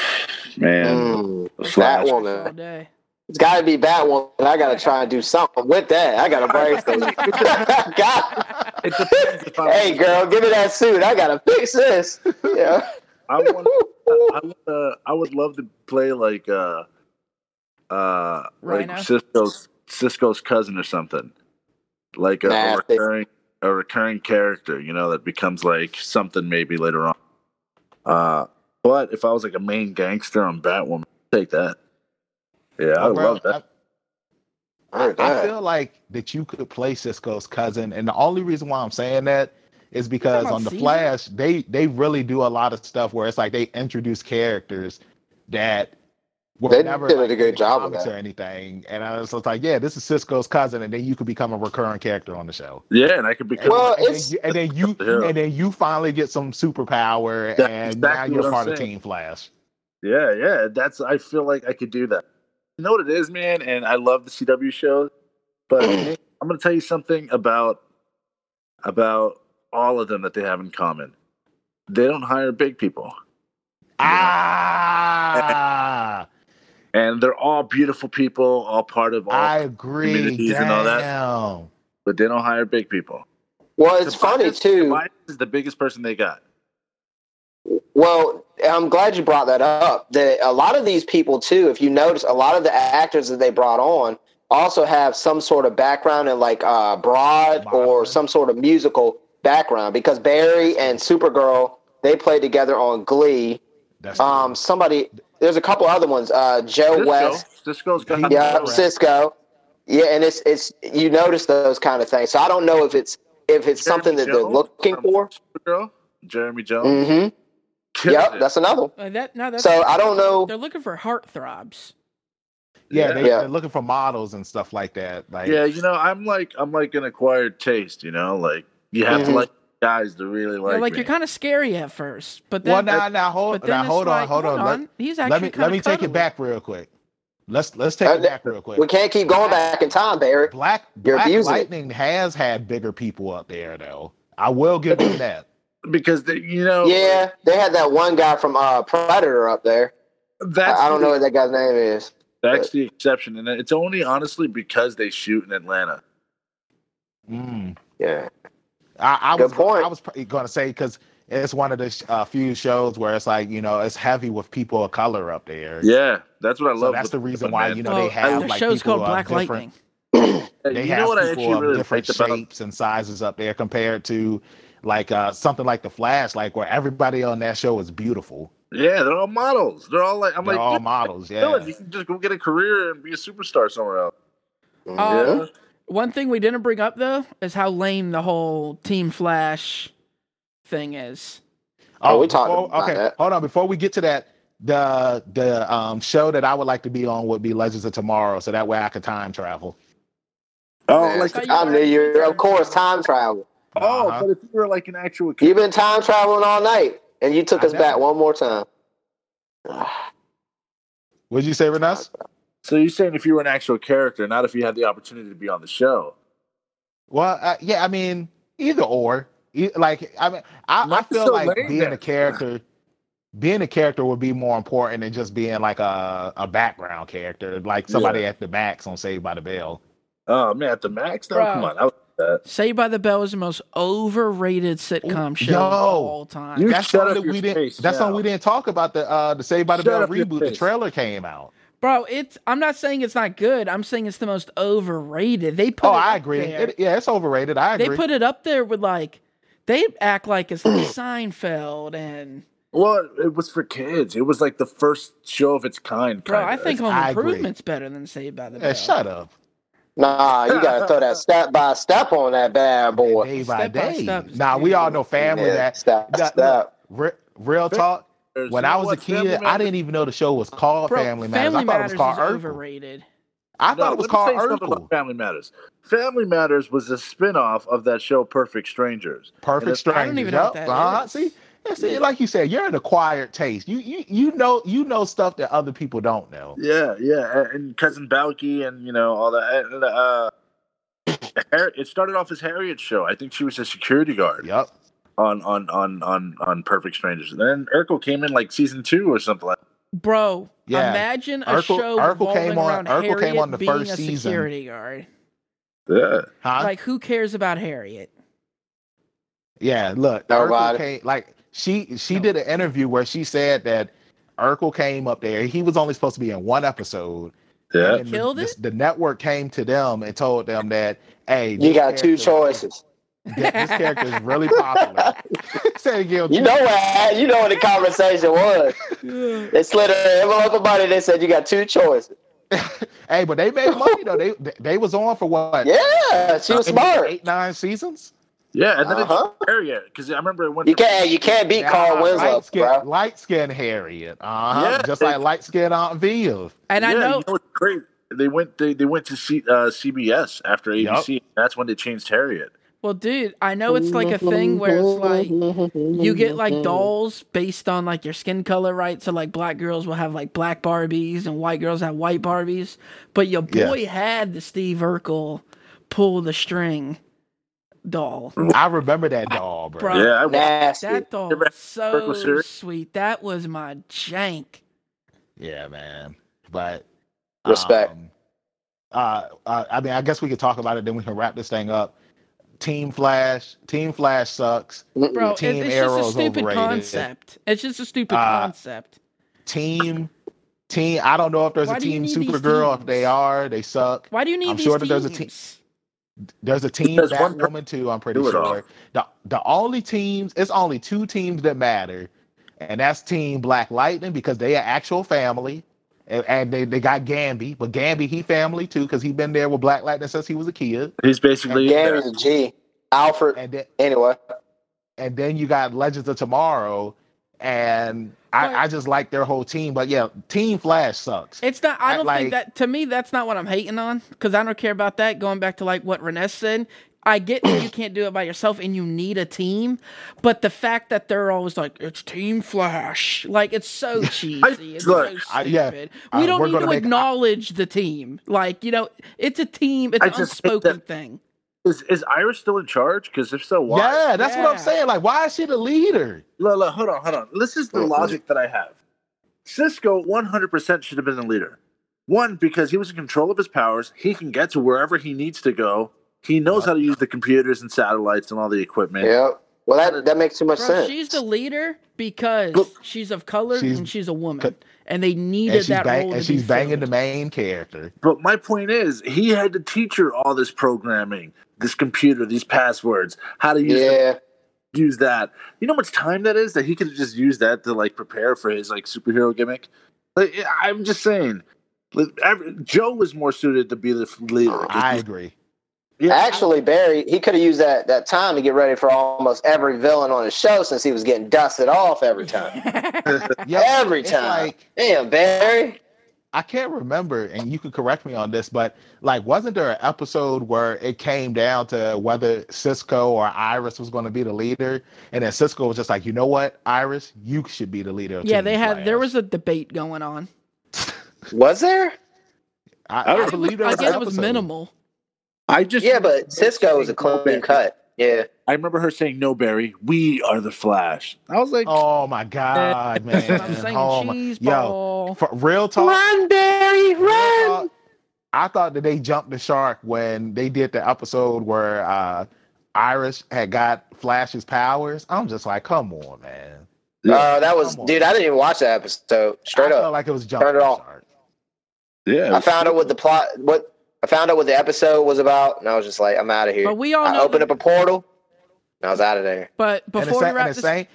Man,
Mm,
the Flash.
All
Batwoman.
day.
It's got to be Batwoman. I got to try and do something with that. I got to break those. God.
It depends if I'm,
Hey, girl, give me that suit. I got to fix this. Yeah.
I, want, I, want, uh, I would love to play like uh, uh,
Rhino?
like Cisco's Cisco's cousin or something, like a,
Nah,
a
they-
recurring a recurring character. You know that becomes like something maybe later on. Uh, but if I was like a main gangster on Batwoman, I'd take that. Yeah, I
Bro,
love that.
Oh,
I
God.
feel like that you could play Cisco's cousin, and the only reason why I'm saying that is because
about
on the
Caesar?
Flash, they they really do a lot of stuff where it's like they introduce characters that were
They
never
did a
like,
good
in the
job of
comics
that.
or anything. And I was just like, yeah, this is Cisco's cousin, and then you could become a recurring character on the show.
Yeah, and I could become.
Well,
and, then
it's-
you, and then you
Yeah.
and then you finally get some superpower,
That's
and
exactly
now
what
you're
I'm
part of
saying.
Team Flash.
Yeah, yeah. That's I feel like I could do that. You know what it is, man, and I love the CW show, but
Mm.
I'm gonna tell you something about about all of them that they have in common. They don't hire big people.
Ah,
And they're all beautiful people, all part of all
I agree.
Communities and all that.
Damn.
but they don't hire big people.
Well, it's funny,
Tobias-
too.
Tobias is the biggest person they got.
Well, I'm glad you brought that up. That a lot of these people too, if you notice, a lot of the actors that they brought on also have some sort of background in like uh, broad or
Modern.
some sort of musical background because Barry and Supergirl they played together on Glee.
That's
Um, somebody, there's a couple other ones. Uh, Joe West,
Cisco's got
yeah,
Correct.
Cisco. Yeah, and it's it's you notice those kind of things. So I don't know if it's if it's
Jeremy
something that they're
Jones
looking
from
for.
Supergirl, Jeremy Jones.
Mm-hmm.
Killed
Yep,
it.
that's another. one.
Uh, that no, that's
So I don't know.
they're looking for heartthrobs.
Yeah, They,
Yeah.
they're looking for models and stuff like that. Like,
yeah, you know, I'm like I'm like an acquired taste, you know, like you have
Mm-hmm.
Mhm.
to like guys to really like.
They're like
me.
you're kind of scary at first, but then
well, now, now,
but
hold,
then
now,
it's
hold on,
like,
hold on. Let-
He's
Let,
actually
me,
kinda
let me take
cuddly.
it back real quick. Let's let's take
Uh,
it back real quick.
We can't keep going back in time, Barry.
Black
You're
Black
abusing it.
Lightning has had bigger people up there though. I will give them that.
because they, you know
Yeah, they had that one guy from uh, Predator up there. I,
that's
I don't
the,
know what that guy's name is.
that's the exception, and it's only honestly because they shoot in Atlanta.
Mm.
Yeah,
I, I
Good
was
point.
I was pr- gonna say because it's one of the sh- uh, few shows where it's like you know it's heavy with people of color up there.
Yeah, that's what I
So
love.
that's
with
the reason why,
man.
you know,
Well,
they have,
the
like,
show's
people
called
who are
Black
different.
Lightning.
They
you
have
know what I
people
actually
of
really
different
liked about
shapes and sizes up there compared to like uh, something like the Flash, like where everybody on that show is beautiful.
yeah, they're all models. They're all like I'm
They're
like
all
dude,
models, yeah. Oh,
Dylan, you can just go get a career and be a superstar somewhere else.
Um,
Yeah.
One thing we didn't bring up though is how lame the whole Team Flash thing is.
Oh, we talked
before-
Oh, about
okay,
that.
hold on. Before we get to that, the the um, show that I would like to be on would be Legends of Tomorrow, so that way I could time travel.
Oh,
Man,
like
the-
I knew you. were, Of course, time travel.
oh,
Uh-huh.
but if you were like an actual
You've been time traveling all night, and you took
I
us
know.
back one more time.
Would you say, Renes?
so you're saying if you were an actual character, not if you had the opportunity to be on the show.
Well, uh, yeah, I mean, either or. E- Like, I mean, I, I
Life is
feel
so
like
lame
being
then.
a character, being a character would be more important than just being like a, a background character, like somebody at the max on Saved by the Bell.
Oh man, at the max? No,
Bruh.
come on. I was that.
Saved by the Bell is the most overrated sitcom
Ooh,
show
yo.
of all time.
You
That's
shut up
something
your
we didn't.
face
That's something
now.
we didn't talk about the uh the Saved by the
Shut
Bell
up your
reboot. The
face.
trailer came out.
Bro, it's I'm not saying it's not good. I'm saying it's the most overrated. They put
Oh,
it
I
up
agree.
there.
It, yeah, it's overrated. I
they
agree.
put it up there with like they act like it's like Seinfeld and
Well, it was for kids. It was like the first show of its kind.
bro,
kinda.
I think
I
Home
agree.
Improvement's better than Saved by the Bell.
yeah, shut up.
Nah, you gotta throw that step by step on that bad boy.
Day by
Step by
day.
step is
Nah, we all know
Yeah,
family that.
step by
that-
step.
Re- real
Fa-
talk.
There's-
When
you
I
know
was a
what, Family
kid, I
Matters-
didn't even know the show was called
Bro,
Family Matters. I thought it was
Matters
called
is
Urkel.
overrated.
I thought
No,
it was
let me
called
tell you something
Urkel.
about Family Matters. Family Matters was a spin-off of that show Perfect Strangers. And
Perfect
it's-
Strangers.
I don't even know what
Yup.
that
uh-huh.
is.
See, That's it. like you said, you're an acquired taste. You you you know you know stuff that other people don't know.
Yeah, yeah, and- and cousin Balky, and you know all that. and, uh, Har- it started off as Harriet's show. I think she was a security guard
Yep.
on on on on on Perfect Strangers. And then Urkel came in like season two or something like.
Bro,
Yeah.
imagine a
Urkel-
show
Urkel
revolving
came on-
around
Urkel
Harriet
came on the
being
first
a
season.
security guard.
Yeah,
Huh?
Like who cares about Harriet?
yeah. Look, Urkel
Nobody.
came, like she she did an interview where she said that Urkel came up there. He was only supposed to be in one episode.
yeah.
And
Killed
the,
it?
The network came to them and told them that, hey,
You
this
got two
character-
choices.
This this character is really popular. Say it again.
You know what? You know what the conversation was. They slid her envelope of money. They said you got two choices.
Hey, but they made money though. They they- they was on for what?
Yeah, she was
Eight-
smart.
Eight nine seasons.
Yeah, and then
Uh-huh.
it's Harriet because I remember it went.
You
from-
can't you can't beat Carl Winslow,
light
bro.
skin, light skin Harriet. Uh-huh.
Yeah.
Just like light skin Aunt Viv.
And I
Yeah,
know
you know what's great. They went. They, they went to C, uh, CBS after ABC. That's when they changed Harriet.
Well, dude, I know it's like a thing where it's like you get like dolls based on like your skin color, right? So like black girls will have like black Barbies and white girls have white Barbies. But your
Yeah.
boy had the Steve Urkel pull the string doll.
Mm-hmm.
I remember that doll, bro.
Bro.
Yeah, I watched
Nasty.
That doll
Ever
was
Urkel
so
series?
sweet. That was my jank.
Yeah, man. But
Respect.
um, uh, uh, I mean, I guess we could talk about it. Then we can wrap this thing up. Team Flash. Team Flash sucks.
Bro, it,
Team
it's
Arrow's
just a stupid
overrated.
concept. It's just a stupid
Uh,
concept.
Team. Team. I don't know if there's
Why
a
do you
team
need these
Supergirl. If
teams?
they are, they suck.
Why do you need
I'm
these
sure that
teams?
there's a team- There's a team
There's one
Batwoman too. I'm pretty
Do it
sure. The the only teams it's only two teams that matter, and that's Team Black Lightning because they are actual family, and, and they, they got Gambi, but Gambi he family too because he been there with Black Lightning since he was a kid.
He's basically
Gary's a G. Alfred.
And then
Anyway,
and then you got Legends of Tomorrow, and I,
But-
I just like their whole team. But yeah, Team Flash sucks.
It's not. I
I-
don't
like-
think that. To me, that's not what I'm hating on because I don't care about that. Going back to like what Renes said, I get that you can't do it by yourself and you need a team, but the fact that they're always like it's Team Flash, like it's so cheesy. It's
look,
so
I- yeah,
stupid.
uh,
we don't
we're
need
gonna
to
make- I-
acknowledge the team. Like you know, it's a team. It's
I
an
just hate
unspoken
that-
thing.
Is, is Iris still in charge? Because if so, why?
Yeah, that's what I'm
Yeah.
saying. Like, why is she the leader?
Look, look, hold on, hold on. This is the
Mhm.
logic that I have. Cisco 100% should have been the leader. One, because he was in control of his powers. He can get to wherever he needs to go. He knows how to use the computers and satellites and all the equipment.
yep. Well, that that makes too much
Bro,
sense.
she's the leader because
Look,
she's of color
she's-
and she's a woman, and they needed
And she's,
that
bang,
role.
and
to be
she's banging
filled.
the main character.
But my point is, he had to teach her all this programming, this computer, these passwords, how to use
yeah.
use that. You know how much time that is that he could have just used that to like prepare for his like superhero gimmick. Like, I'm
Uh,
just saying, like, every- Joe was more suited to be the leader.
I agree.
Yeah.
Actually, Barry, he could have used that, that time to get ready for almost every villain on his show since he was getting dusted off every time.
Yep.
Every
It's
time.
like-
Damn, Barry.
I can't remember, and you could correct me on this, but like, wasn't there an episode where it came down to whether Cisco or Iris was going to be the leader? And then Cisco was just like, you know what, Iris, you should be the leader. Of
Yeah,
Team
they had there
Flash."
was a debate going on.
Was there?
I,
I
I,
don't-
believe there
I
was
guess
an
it was
episode.
minimal.
I just
Yeah, but Cisco was a
Barry.
clean cut. Yeah.
I remember her saying, "No, Barry, we are the Flash." I was like,
Oh my god, man!
That's what I'm saying.
Oh my-
Cheese
yo,
ball.
for real talk.
Run, Barry,
I
run.
thought- I thought that they jumped the shark when they did the episode where uh, Iris had got Flash's powers. I'm just like, come on, man.
Oh,
Yeah.
that was,
Come on.
dude, I didn't even watch that episode. Straight
I
up.
felt like it was jumping
Turn it
the
off.
shark.
"Yeah."
I found out what the plot, what I found out what the episode was about, and I was just like, I'm out of here.
But we all
I
know
opened
that-
up a portal, and I was out of there.
But before
and
we
the, sa-
wrap
and the
this
same.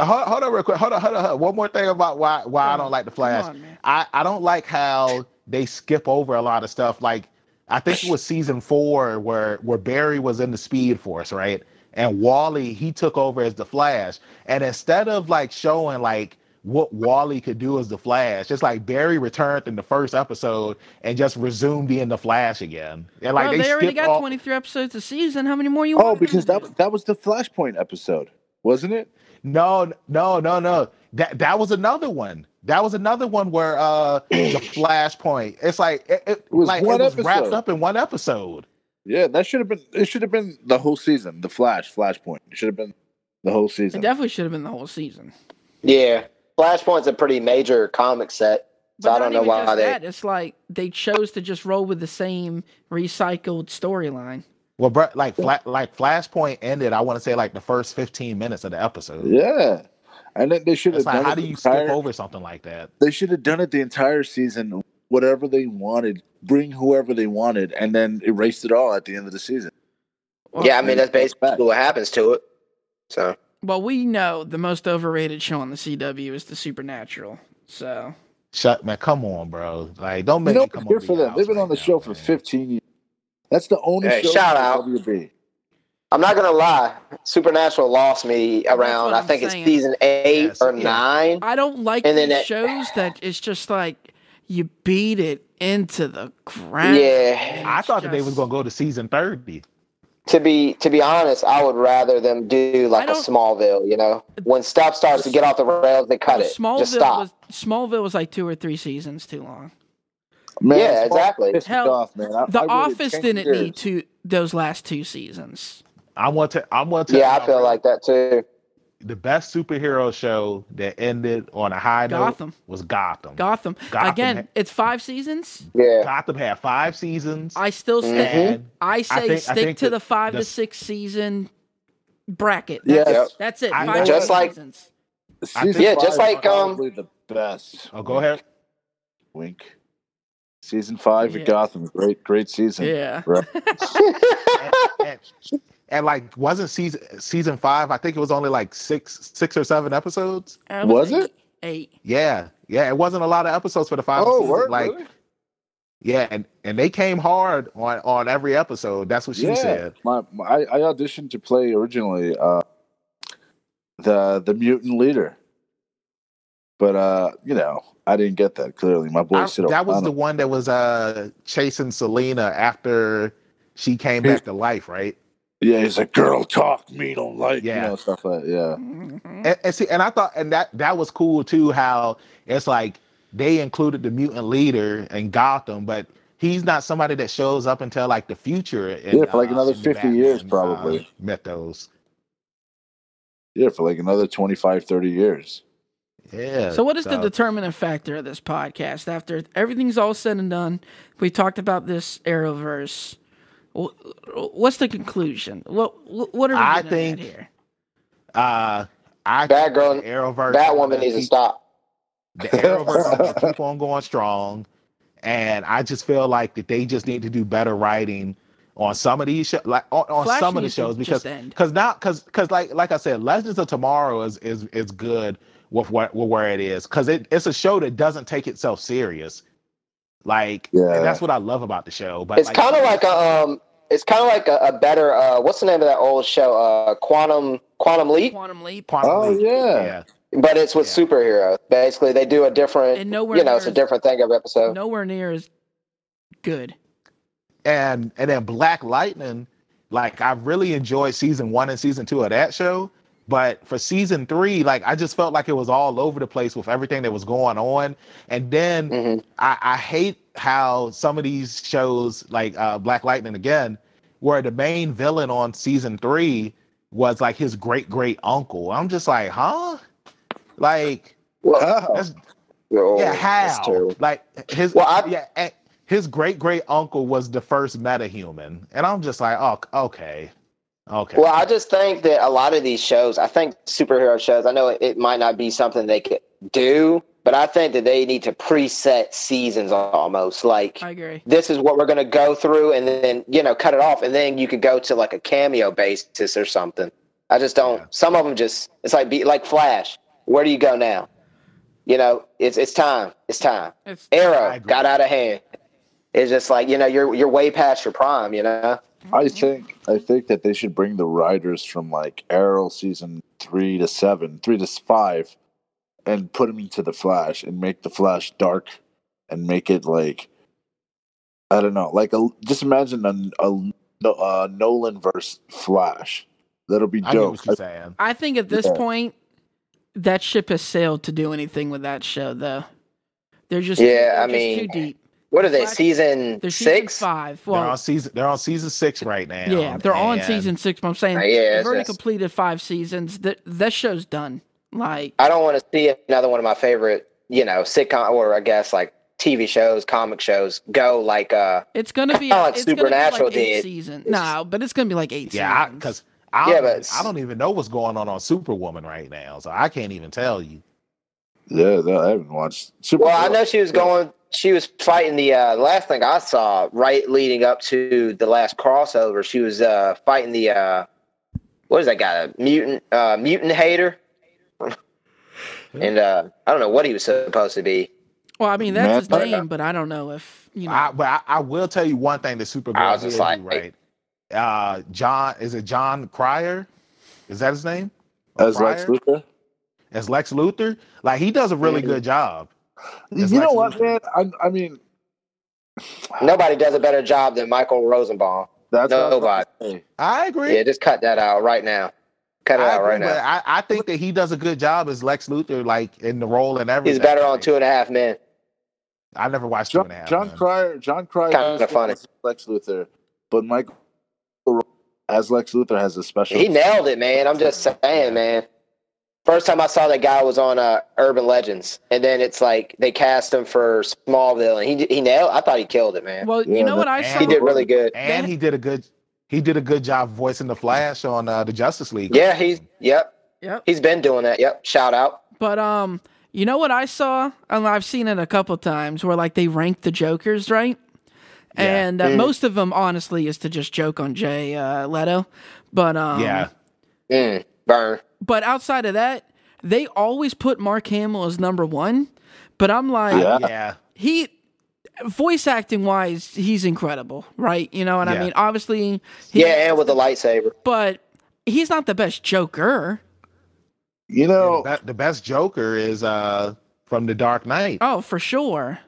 Hold, hold on, real quick. Hold on, hold on, hold on. One more thing about why why I
Come
don't
on,
like the
come
Flash.
on, man.
I, I don't like how they skip over a lot of stuff. Like I think it was season four where where Barry was in the Speed Force, right? And Wally he took over as the Flash. And instead of like showing like what Wally could do as the Flash, it's like Barry returned in the first episode and just resumed being the Flash again. And like
Bro,
they,
they, already
skipped
got
all-
23 episodes a season. How many more you want?
Oh,
them
because
to do?
that was- that was the Flashpoint episode, wasn't it?
No, no, no, no. That that was another one. That was another one where uh the flashpoint. It's like it, it-
was
like
one
it was wrapped
episode.
up in one episode.
Yeah, that should have been. It should have been the whole season. The Flash, Flashpoint. It should have been the whole
It
season.
definitely should have been the whole season.
Yeah, Flashpoint's a pretty major comic set, so I
not
don't know
even
why
just
they.
That. It's like they chose to just roll with the same recycled storyline.
Well, bro, like fla- like flashpoint ended. I want to say like the first fifteen minutes of the episode.
yeah, and then they should have.
It's like
done
how
it
do
the
you skip
entire-
over something like that?
They should have done it the entire season, whatever they wanted, bring whoever they wanted, and then erased it all at the end of the season.
Well,
yeah, I mean that's basically what happens to it. So
Well, we know the most overrated show on the CW is the Supernatural. So
Shut man, come on, bro. Like don't
You
make
know,
me come
good
over
for
your
them. They've
house
been on the
right
show
now,
for
man.
15 years. That's the only
Hey,
show.
shout out.
WB.
I'm not gonna lie, Supernatural lost me around.
what
I
I'm
think
saying.
it's season eight
Yes,
or
yeah.
nine.
I don't like
And
these
then that-
shows that it's just like you beat it into the ground.
Yeah,
I thought that they
Just-
was gonna go to season thirty.
to be to be honest, I would rather them do like
I
a
don't-
Smallville. You know, when stuff starts to get off the rails, they cut
Well,
it.
Smallville
Just stop.
was Smallville was like two or three seasons too long.
Man,
Yeah,
it's all
exactly.
pissed me
Hell,
off, man. I-
The
I waited
Office
10
didn't
years.
need to those last two seasons.
I want to. I want to.
yeah, I feel like that too.
the best superhero show that ended on a high
Gotham.
note was Gotham.
Gotham.
Gotham
Again,
had-
it's five seasons.
Yeah,
Gotham had five seasons.
I still
Mm.
stick.
And
I say
think- I
stick
think
to
that
the five
the-
to six season bracket.
Yeah.
That's,
Yep.
that's it.
I
Five
know
to
Just
six
like-
seasons.
Season
Yeah,
just
five
like,
was
um,
probably the best.
oh, go ahead.
Wink. Season five
Yeah.
of Gotham, great, great season.
Yeah.
bro.
And, and, like, wasn't season season five? I think it was only like six, six or seven episodes.
Uh,
Was
eight-
it?
Eight.
Yeah, yeah. It wasn't a lot of episodes for the five.
Oh,
seasons.
word,
like,
really?
yeah, and and they came hard on on every episode. That's what she
yeah.
said.
My, my, I I auditioned to play originally uh, the the mutant leader, but uh, you know, I didn't get that. Clearly, my boy
I-
Sid
that was the
O'Connell-
one that was uh chasing Selena after she came
Yeah.
back to life, right?
Yeah, he's like, "Girl, talk me, don't like."
Yeah.
you know, stuff like yeah.
Mhm.
and, and see, and I thought, and that that was cool too. How it's like they included the mutant leader in Gotham, but he's not somebody that shows up until like the future. In, uh,
Yeah, for, like, another
in the
50 years,
Batman,
probably.
uh, mythos.
Yeah, for like another 25, 30 years.
Yeah.
So, what is the determining factor of this podcast? After everything's all said and done, we talked about this Arrowverse. Wh- What's the conclusion? What What are we
I
getting at
think-
here?
Uh, I
Batgirl-
the Arrowverse.
Batwoman needs to stop.
The Arrowverse needs to keep on going strong, and I just feel like that they just need to do better writing on some of these shows, like on, on
Flash
some of the
needs to
shows,
just
because
end.
because now because because like like I said, Legends of Tomorrow is is is good with what with where it is because it, it's a show that doesn't take itself serious. Like,
Yeah.
and that's what I love about the show. But
It's
like,
kind of like a um, it's kind of like a, a better uh, what's the name of that old show? Uh, Quantum Quantum Leap,
Quantum Leap.
Quantum
Oh,
Leap.
yeah.
but it's with
Yeah.
superheroes. Basically, they do a different
And nowhere
you know it's
near-
a different thing of episode.
Nowhere near as good.
and and then Black Lightning, like I really enjoyed season one and season two of that show. But for season three, like I just felt like it was all over the place with everything that was going on. And then
Mhm.
I, I hate how some of these shows, like uh, Black Lightning again, where the main villain on season three was like his great great uncle. I'm just like, huh? Like
Well,
Oh.
that's
oh,
yeah,
that's
how?
terrible.
Like his
Well, I-
yeah, eh, his great great uncle was the first metahuman, and I'm just like, oh, okay, okay.
Well, I just think that a lot of these shows, I think superhero shows, I know it, it might not be something they could do, but I think that they need to preset seasons almost. Like
I agree.
this is what we're going to go through and then you know cut it off and then you could go to like a cameo basis or something i just don't
Yeah.
some of them just it's like be like flash where do you go now you know it's it's time it's time
It's,
I
arrow
agree.
got out of hand it's just like you know you're you're way past your prime you know
I think I think that they should bring the riders from like Arrow season three to seven, three to five, and put them into the Flash and make the Flash dark and make it like I don't know, like a just imagine a, a, uh Nolan verse Flash. That'll be
I get
dope.
what you're saying.
I think at this
Yeah.
point, that ship has sailed to do anything with that show, though. They're just
Yeah, I
they're just
mean,
too deep.
what are they
Flash-
season
They're season
six
five.
they're
Well,
on season. They're on season six right now.
yeah, they're on
and-
season six. But I'm saying
Uh, yeah,
they've
it's-
already
it's-
completed five seasons. That that show's done. Like
i don't want to see another one of my favorite you know sitcom or i guess like tv shows comic shows go like uh
it's gonna be
Kinda like
it's gonna be
Supernatural
like eight
did.
seasons. No, but it's gonna be like eight.
Yeah,
seasons.
because. I,
Yeah,
don't
but-
even- I don't even know what's going on on Superwoman right now, so I can't even tell you.
Yeah, no, I haven't watched Super.
Well, I know she was going. She was fighting the uh, last thing I saw right leading up to the last crossover. She was uh, fighting the uh, what is that guy? A mutant uh, mutant hater. and uh, I don't know what he was supposed to be.
well, I mean that's
Matt-
his name, but I don't know if you know.
I, but I, I will tell you one thing that Supergirl
I was
did
just
do
like-
right. Uh, John is it John Cryer? Is that his name? Or
as Lex
Cryer?
Luthor.
as Lex Luthor. Like he does a really
Mhm.
good job.
You
As
know
Lex
what, man?
Luthor.
I, I mean,
Nobody does a better job than Michael Rosenbaum.
that's what I was about to say.
I agree.
Yeah, just cut that out right now. Cut it
I,
out
agree
right
but
now.
I, I think that he does a good job as Lex Luthor, like in the role and everything.
He's better on
Like,
Two and a Half Men.
I never watched Two
John,
and a Half.
John
Men.
Cryer. John Cryer
Kinda
is
funny.
Lex Luthor, but Michael as Lex Luthor has a special.
He nailed it, man. I'm just saying, man. First time I saw that guy was on uh, Urban Legends, and then it's like they cast him for Smallville, and he he nailed. I thought he killed it, man.
well,
Yeah,
you know
that-
what I
And
saw.
he did really good.
and he did a good he did a good job voicing the Flash on uh, the Justice League.
Yeah, he's yep,
Yep.
he's been doing that. Yep, shout out.
But um, you know what I saw, and I've seen it a couple times where like they rank the jokers, right? And
Mm.
uh, most of them, honestly, is to just joke on Jay uh, Leto. But um,
yeah.
Mm, burn.
But outside of that, they always put Mark Hamill as number one. But I'm like,
Yeah.
yeah.
he voice acting wise, he's incredible, right? You know what I
Yeah.
mean? Obviously, he,
Yeah, and with the lightsaber.
But he's not the best joker.
You
The,
know,
be- the best Joker is uh, from The Dark Knight.
Oh, for sure.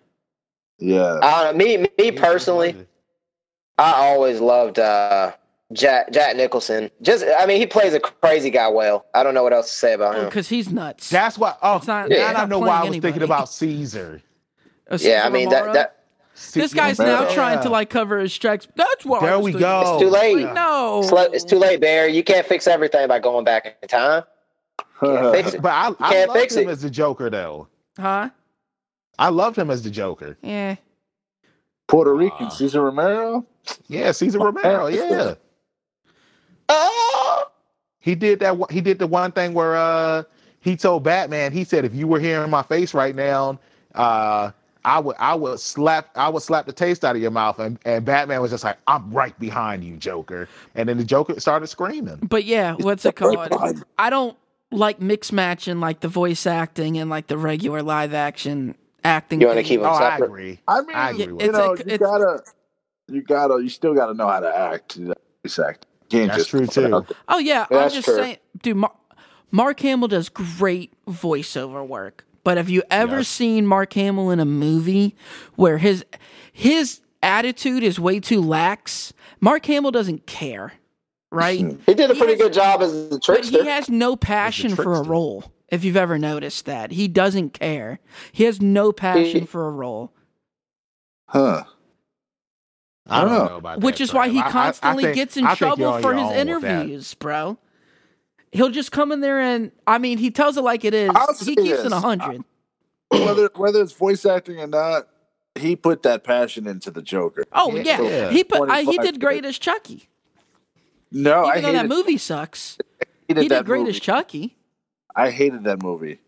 yeah.
I don't know, me me personally, I always loved uh, Jack Jack Nicholson. Just I mean, he plays a crazy guy well. I don't know what else to say about him.
Because he's nuts.
That's why. Oh,
It's not-
now
it's
I
not
know why I was
playing
thinking
anybody.
about Caesar.
Uh,
Yeah, I
Cesar
mean
Romero.
that that
Ce-
This guy's
yeah.
now
Yeah.
trying to like cover his tracks. That's why.
There we go.
it's too late.
no.
It's, lo- it's too late, Barry. You can't fix everything by going back in time. Can't fix it.
But I, I
Can't
loved
fix
him
it.
as the Joker, though.
Huh?
I loved him as the Joker.
Yeah.
Puerto Rican
Ah.
Cesar Romero.
Yeah, Caesar Romero. Yeah,
Oh,
he did that. one- He did the one thing where uh, he told Batman. He said, "If you were here in my face right now, uh, I would, I would slap, I would slap the taste out of your mouth." And, and Batman was just like, "I'm right behind you, Joker." And then the Joker started screaming.
But yeah, what's it
Right
called?
behind.
I don't like mix match and like the voice acting and like the regular live action acting.
You wanna
thing.
keep
Oh, I
Separate.
agree.
I mean,
I agree
you
with
that.
know,
It's a-
you
it's-
gotta. you gotta you still gotta know how to act. You know, voice act. You can't
That's
just
true,
put it
too.
out there.
Oh yeah,
Yeah,
I'm
that's
just
true.
saying, dude. Mar- Mark Hamill does great voiceover work, but have you ever seen Mark Hamill in a movie where his his attitude is way too lax? Mark Hamill doesn't care, right?
He did a pretty
has-
good job as the
but
trickster.
he has no passion for a
trickster.
role. If you've ever noticed that, he doesn't care. He has no passion for a role,
Huh.
I don't
I don't
know about
which
that,
is why
Sam.
he
I- I- I
constantly
think-
gets in
I think you're
trouble
on
for
your
his
own with that.
interviews, bro. He'll just come in there and I mean, he tells it like it is.
I'll say
He keeps it
this.
a hundred.
whether whether it's voice acting or not, he put that passion into the Joker.
Oh
Yeah.
yeah,
Yeah.
he put I, he
25
did great as Chucky.
Oh,
No, I
Even though
hated,
that movie sucks,
hated
he did
that
great
movie.
as Chucky.
I hated that movie.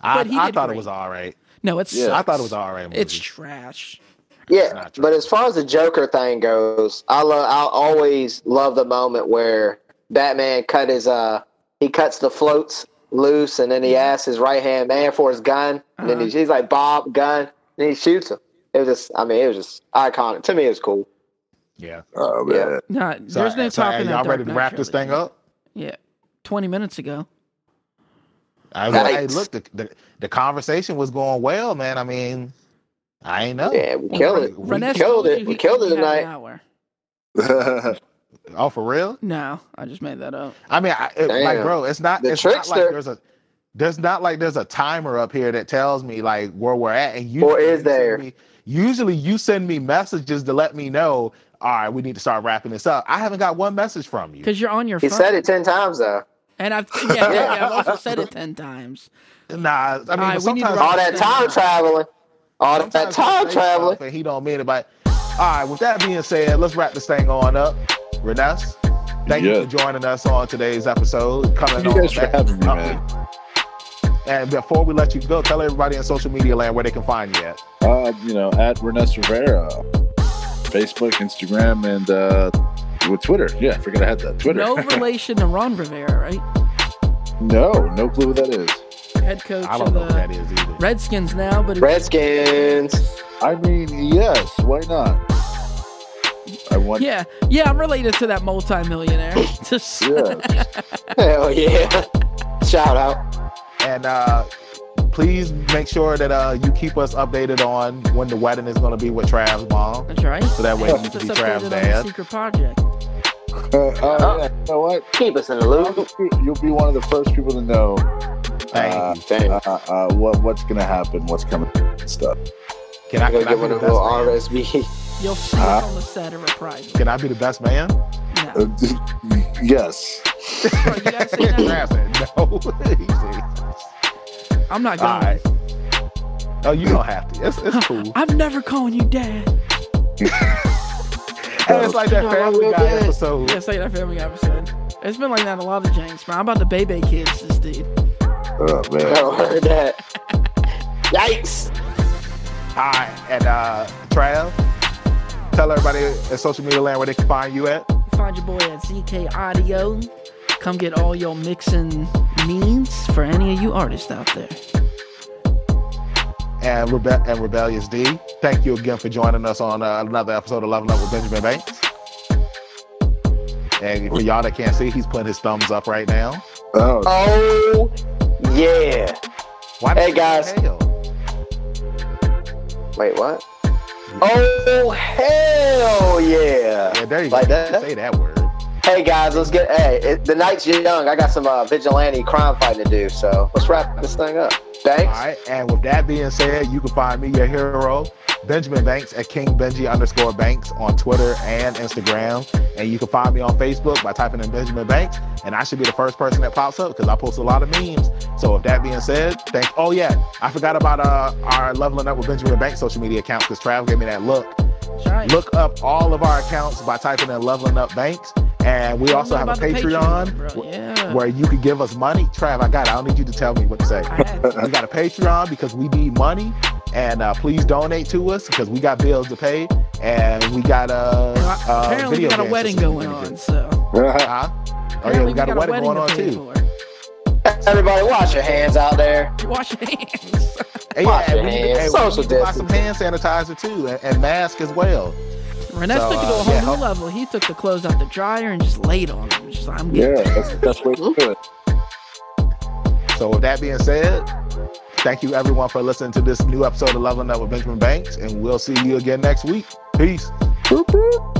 I,
but he
I
did
thought
great.
it was all right.
No, it's
Yeah.
I thought it was all right. Movie.
it's trash.
Yeah,
not true.
but as far as the Joker thing goes, I lo- I'll always love the moment where Batman cut his uh he cuts the floats loose and then he asks his right hand man for his gun and
Uh-huh.
then he's, he's like Bob gun and he shoots him. It was just I mean it was just iconic to me. It was cool.
yeah.
Oh man.
Yeah.
Nah,
So,
there's no
so are
talking.
y'all
that Dark
ready to
Knight
wrap this
trilogy.
thing up?
Yeah, twenty minutes ago.
I was like, hey,
Yikes.
look, the, the the conversation was going well, man. I mean, I ain't know.
Yeah, we killed it.
We
Vanessa
killed
told
it.
you
We
he-
killed it
he had an
tonight.
hour.
Oh, for real?
No, I just made that up.
I mean, I, it, like,
Damn.
bro, it's not.
The
it's not like
trickster.
there's a. There's not like there's a timer up here that tells me like where we're at, and you
Or is
you send
there?
me- usually, you send me messages to let me know. All right, we need to start wrapping this up. I haven't got one message from you.
Because you're on your
He
phone.
said it ten times though.
and I've yeah, yeah, I've also said it ten times.
Nah, I mean,
right,
but
we need to
sometimes
All that time traveling. All that
Sometimes I
time
say
traveling.
stuff And he don't mean it. But all right, with that being said, let's wrap this thing on up. Renes, thank
Yeah.
you for joining us on today's episode. Coming
you
on
guys for
back.
having me,
Uh,
man.
And before we let you go, tell everybody in social media land where they can find you at.
Uh, you know, at Renes Rivera, Facebook, Instagram, and uh, with Twitter. Yeah, I forget I had that. Twitter.
No relation to Ron Rivera, right?
no, no clue what that is.
Head coach
I don't
of
know what that
the
is either.
Redskins now, but
Redskins.
I mean, yes, why not? I want.
yeah, yeah, I'm related to that multimillionaire. Just-
yeah. Uh,
Hell yeah. Shout out.
And uh, please make sure that uh, you keep us updated on when the wedding is going to be with Trav's mom.
That's right.
So that way
Keep
you
us
can be
updated
Trav's
on the
dad.
secret project.
oh, yeah. You know what?
Keep us in the loop.
You'll be one of the first people to know
Thank
uh,
you.
Dang.
uh, uh, what what's gonna happen, what's coming, and stuff.
Can I,
I'm gonna
can, I
get
be
one
the
of those
best man?
RSB.
You'll see
Uh-huh.
us on the set of Reprisal.
can I be the best man?
No.
Uh, yes.
Bro, you gotta say that.
Trav said no. He said-
I'm not
All
going.
right. Oh, you don't have to. It's, it's cool.
I'm never calling you dad.
And it's like that Family Guy episode.
Yeah, say that Family Guy episode. It's been like that a lot of James, bro. I'm about to baby kids this dude.
Oh man.
Oh, heard that. Yikes.
All right, and uh, Trav, tell everybody at social media land where they can find you at.
Find your boy at ZK Audio. Come get all your mixing needs for any of you artists out there.
And, Rebe- and Rebellious D, thank you again for joining us on uh, another episode of Leveling Up with Benjamin Banks. And for y'all that can't see, he's putting his thumbs up right now.
Oh,
Oh, yeah.
Why
Hey,
did you
guys.
inhale?
Wait, what? Oh, hell yeah.
Yeah, there you
Like
go. You can
that?
Say that word.
Hey, guys, let's get. Hey, it, the night's young. I got some uh, vigilante crime fighting to do, so let's wrap this thing up.
All
Thanks.
right. And with that being said, you can find me, your hero, Benjamin Banks at King Benji underscore Banks on Twitter and Instagram. And you can find me on Facebook by typing in Benjamin Banks. And I should be the first person that pops up because I post a lot of memes. So with that being said, thank. Oh yeah, I forgot about uh, our leveling up with Benjamin Banks social media accounts because Trav gave me that look.
That's right.
Look up all of our accounts by typing in leveling up Banks. And we
Tell
also
me
have a
about the
Patreon,
bro.
wh-
Yeah.
where you can give us money. Trav, I got it. I don't need you to tell me what to say.
I had to.
We got a Patreon because we need money, and uh, please donate to us because we got bills to pay, and we got a uh, uh,
Apparently, we
video
got a
game
wedding
system
going
we need
on,
to
so.
do. Huh? Oh yeah,
Apparently
we got, a wedding, going on
to pay
too.
for.
Everybody, wash your hands out there.
Wash your hands.
Hey,
Wash
yeah,
your
we need to-
hands,
hey, we
social
need to buy some
distancing.
hand sanitizer too, and, and mask as well.
Renes
So,
took it to
uh,
a whole
yeah,
new
I'll-
level. He took the clothes out the dryer and just laid on them. Just like, I'm
Yeah,
getting
that's the best way to do it.
So with that being said, thank you everyone for listening to this new episode of Leveling Up with Benjamin Banks, and we'll see you again next week. Peace.
Boop, boop.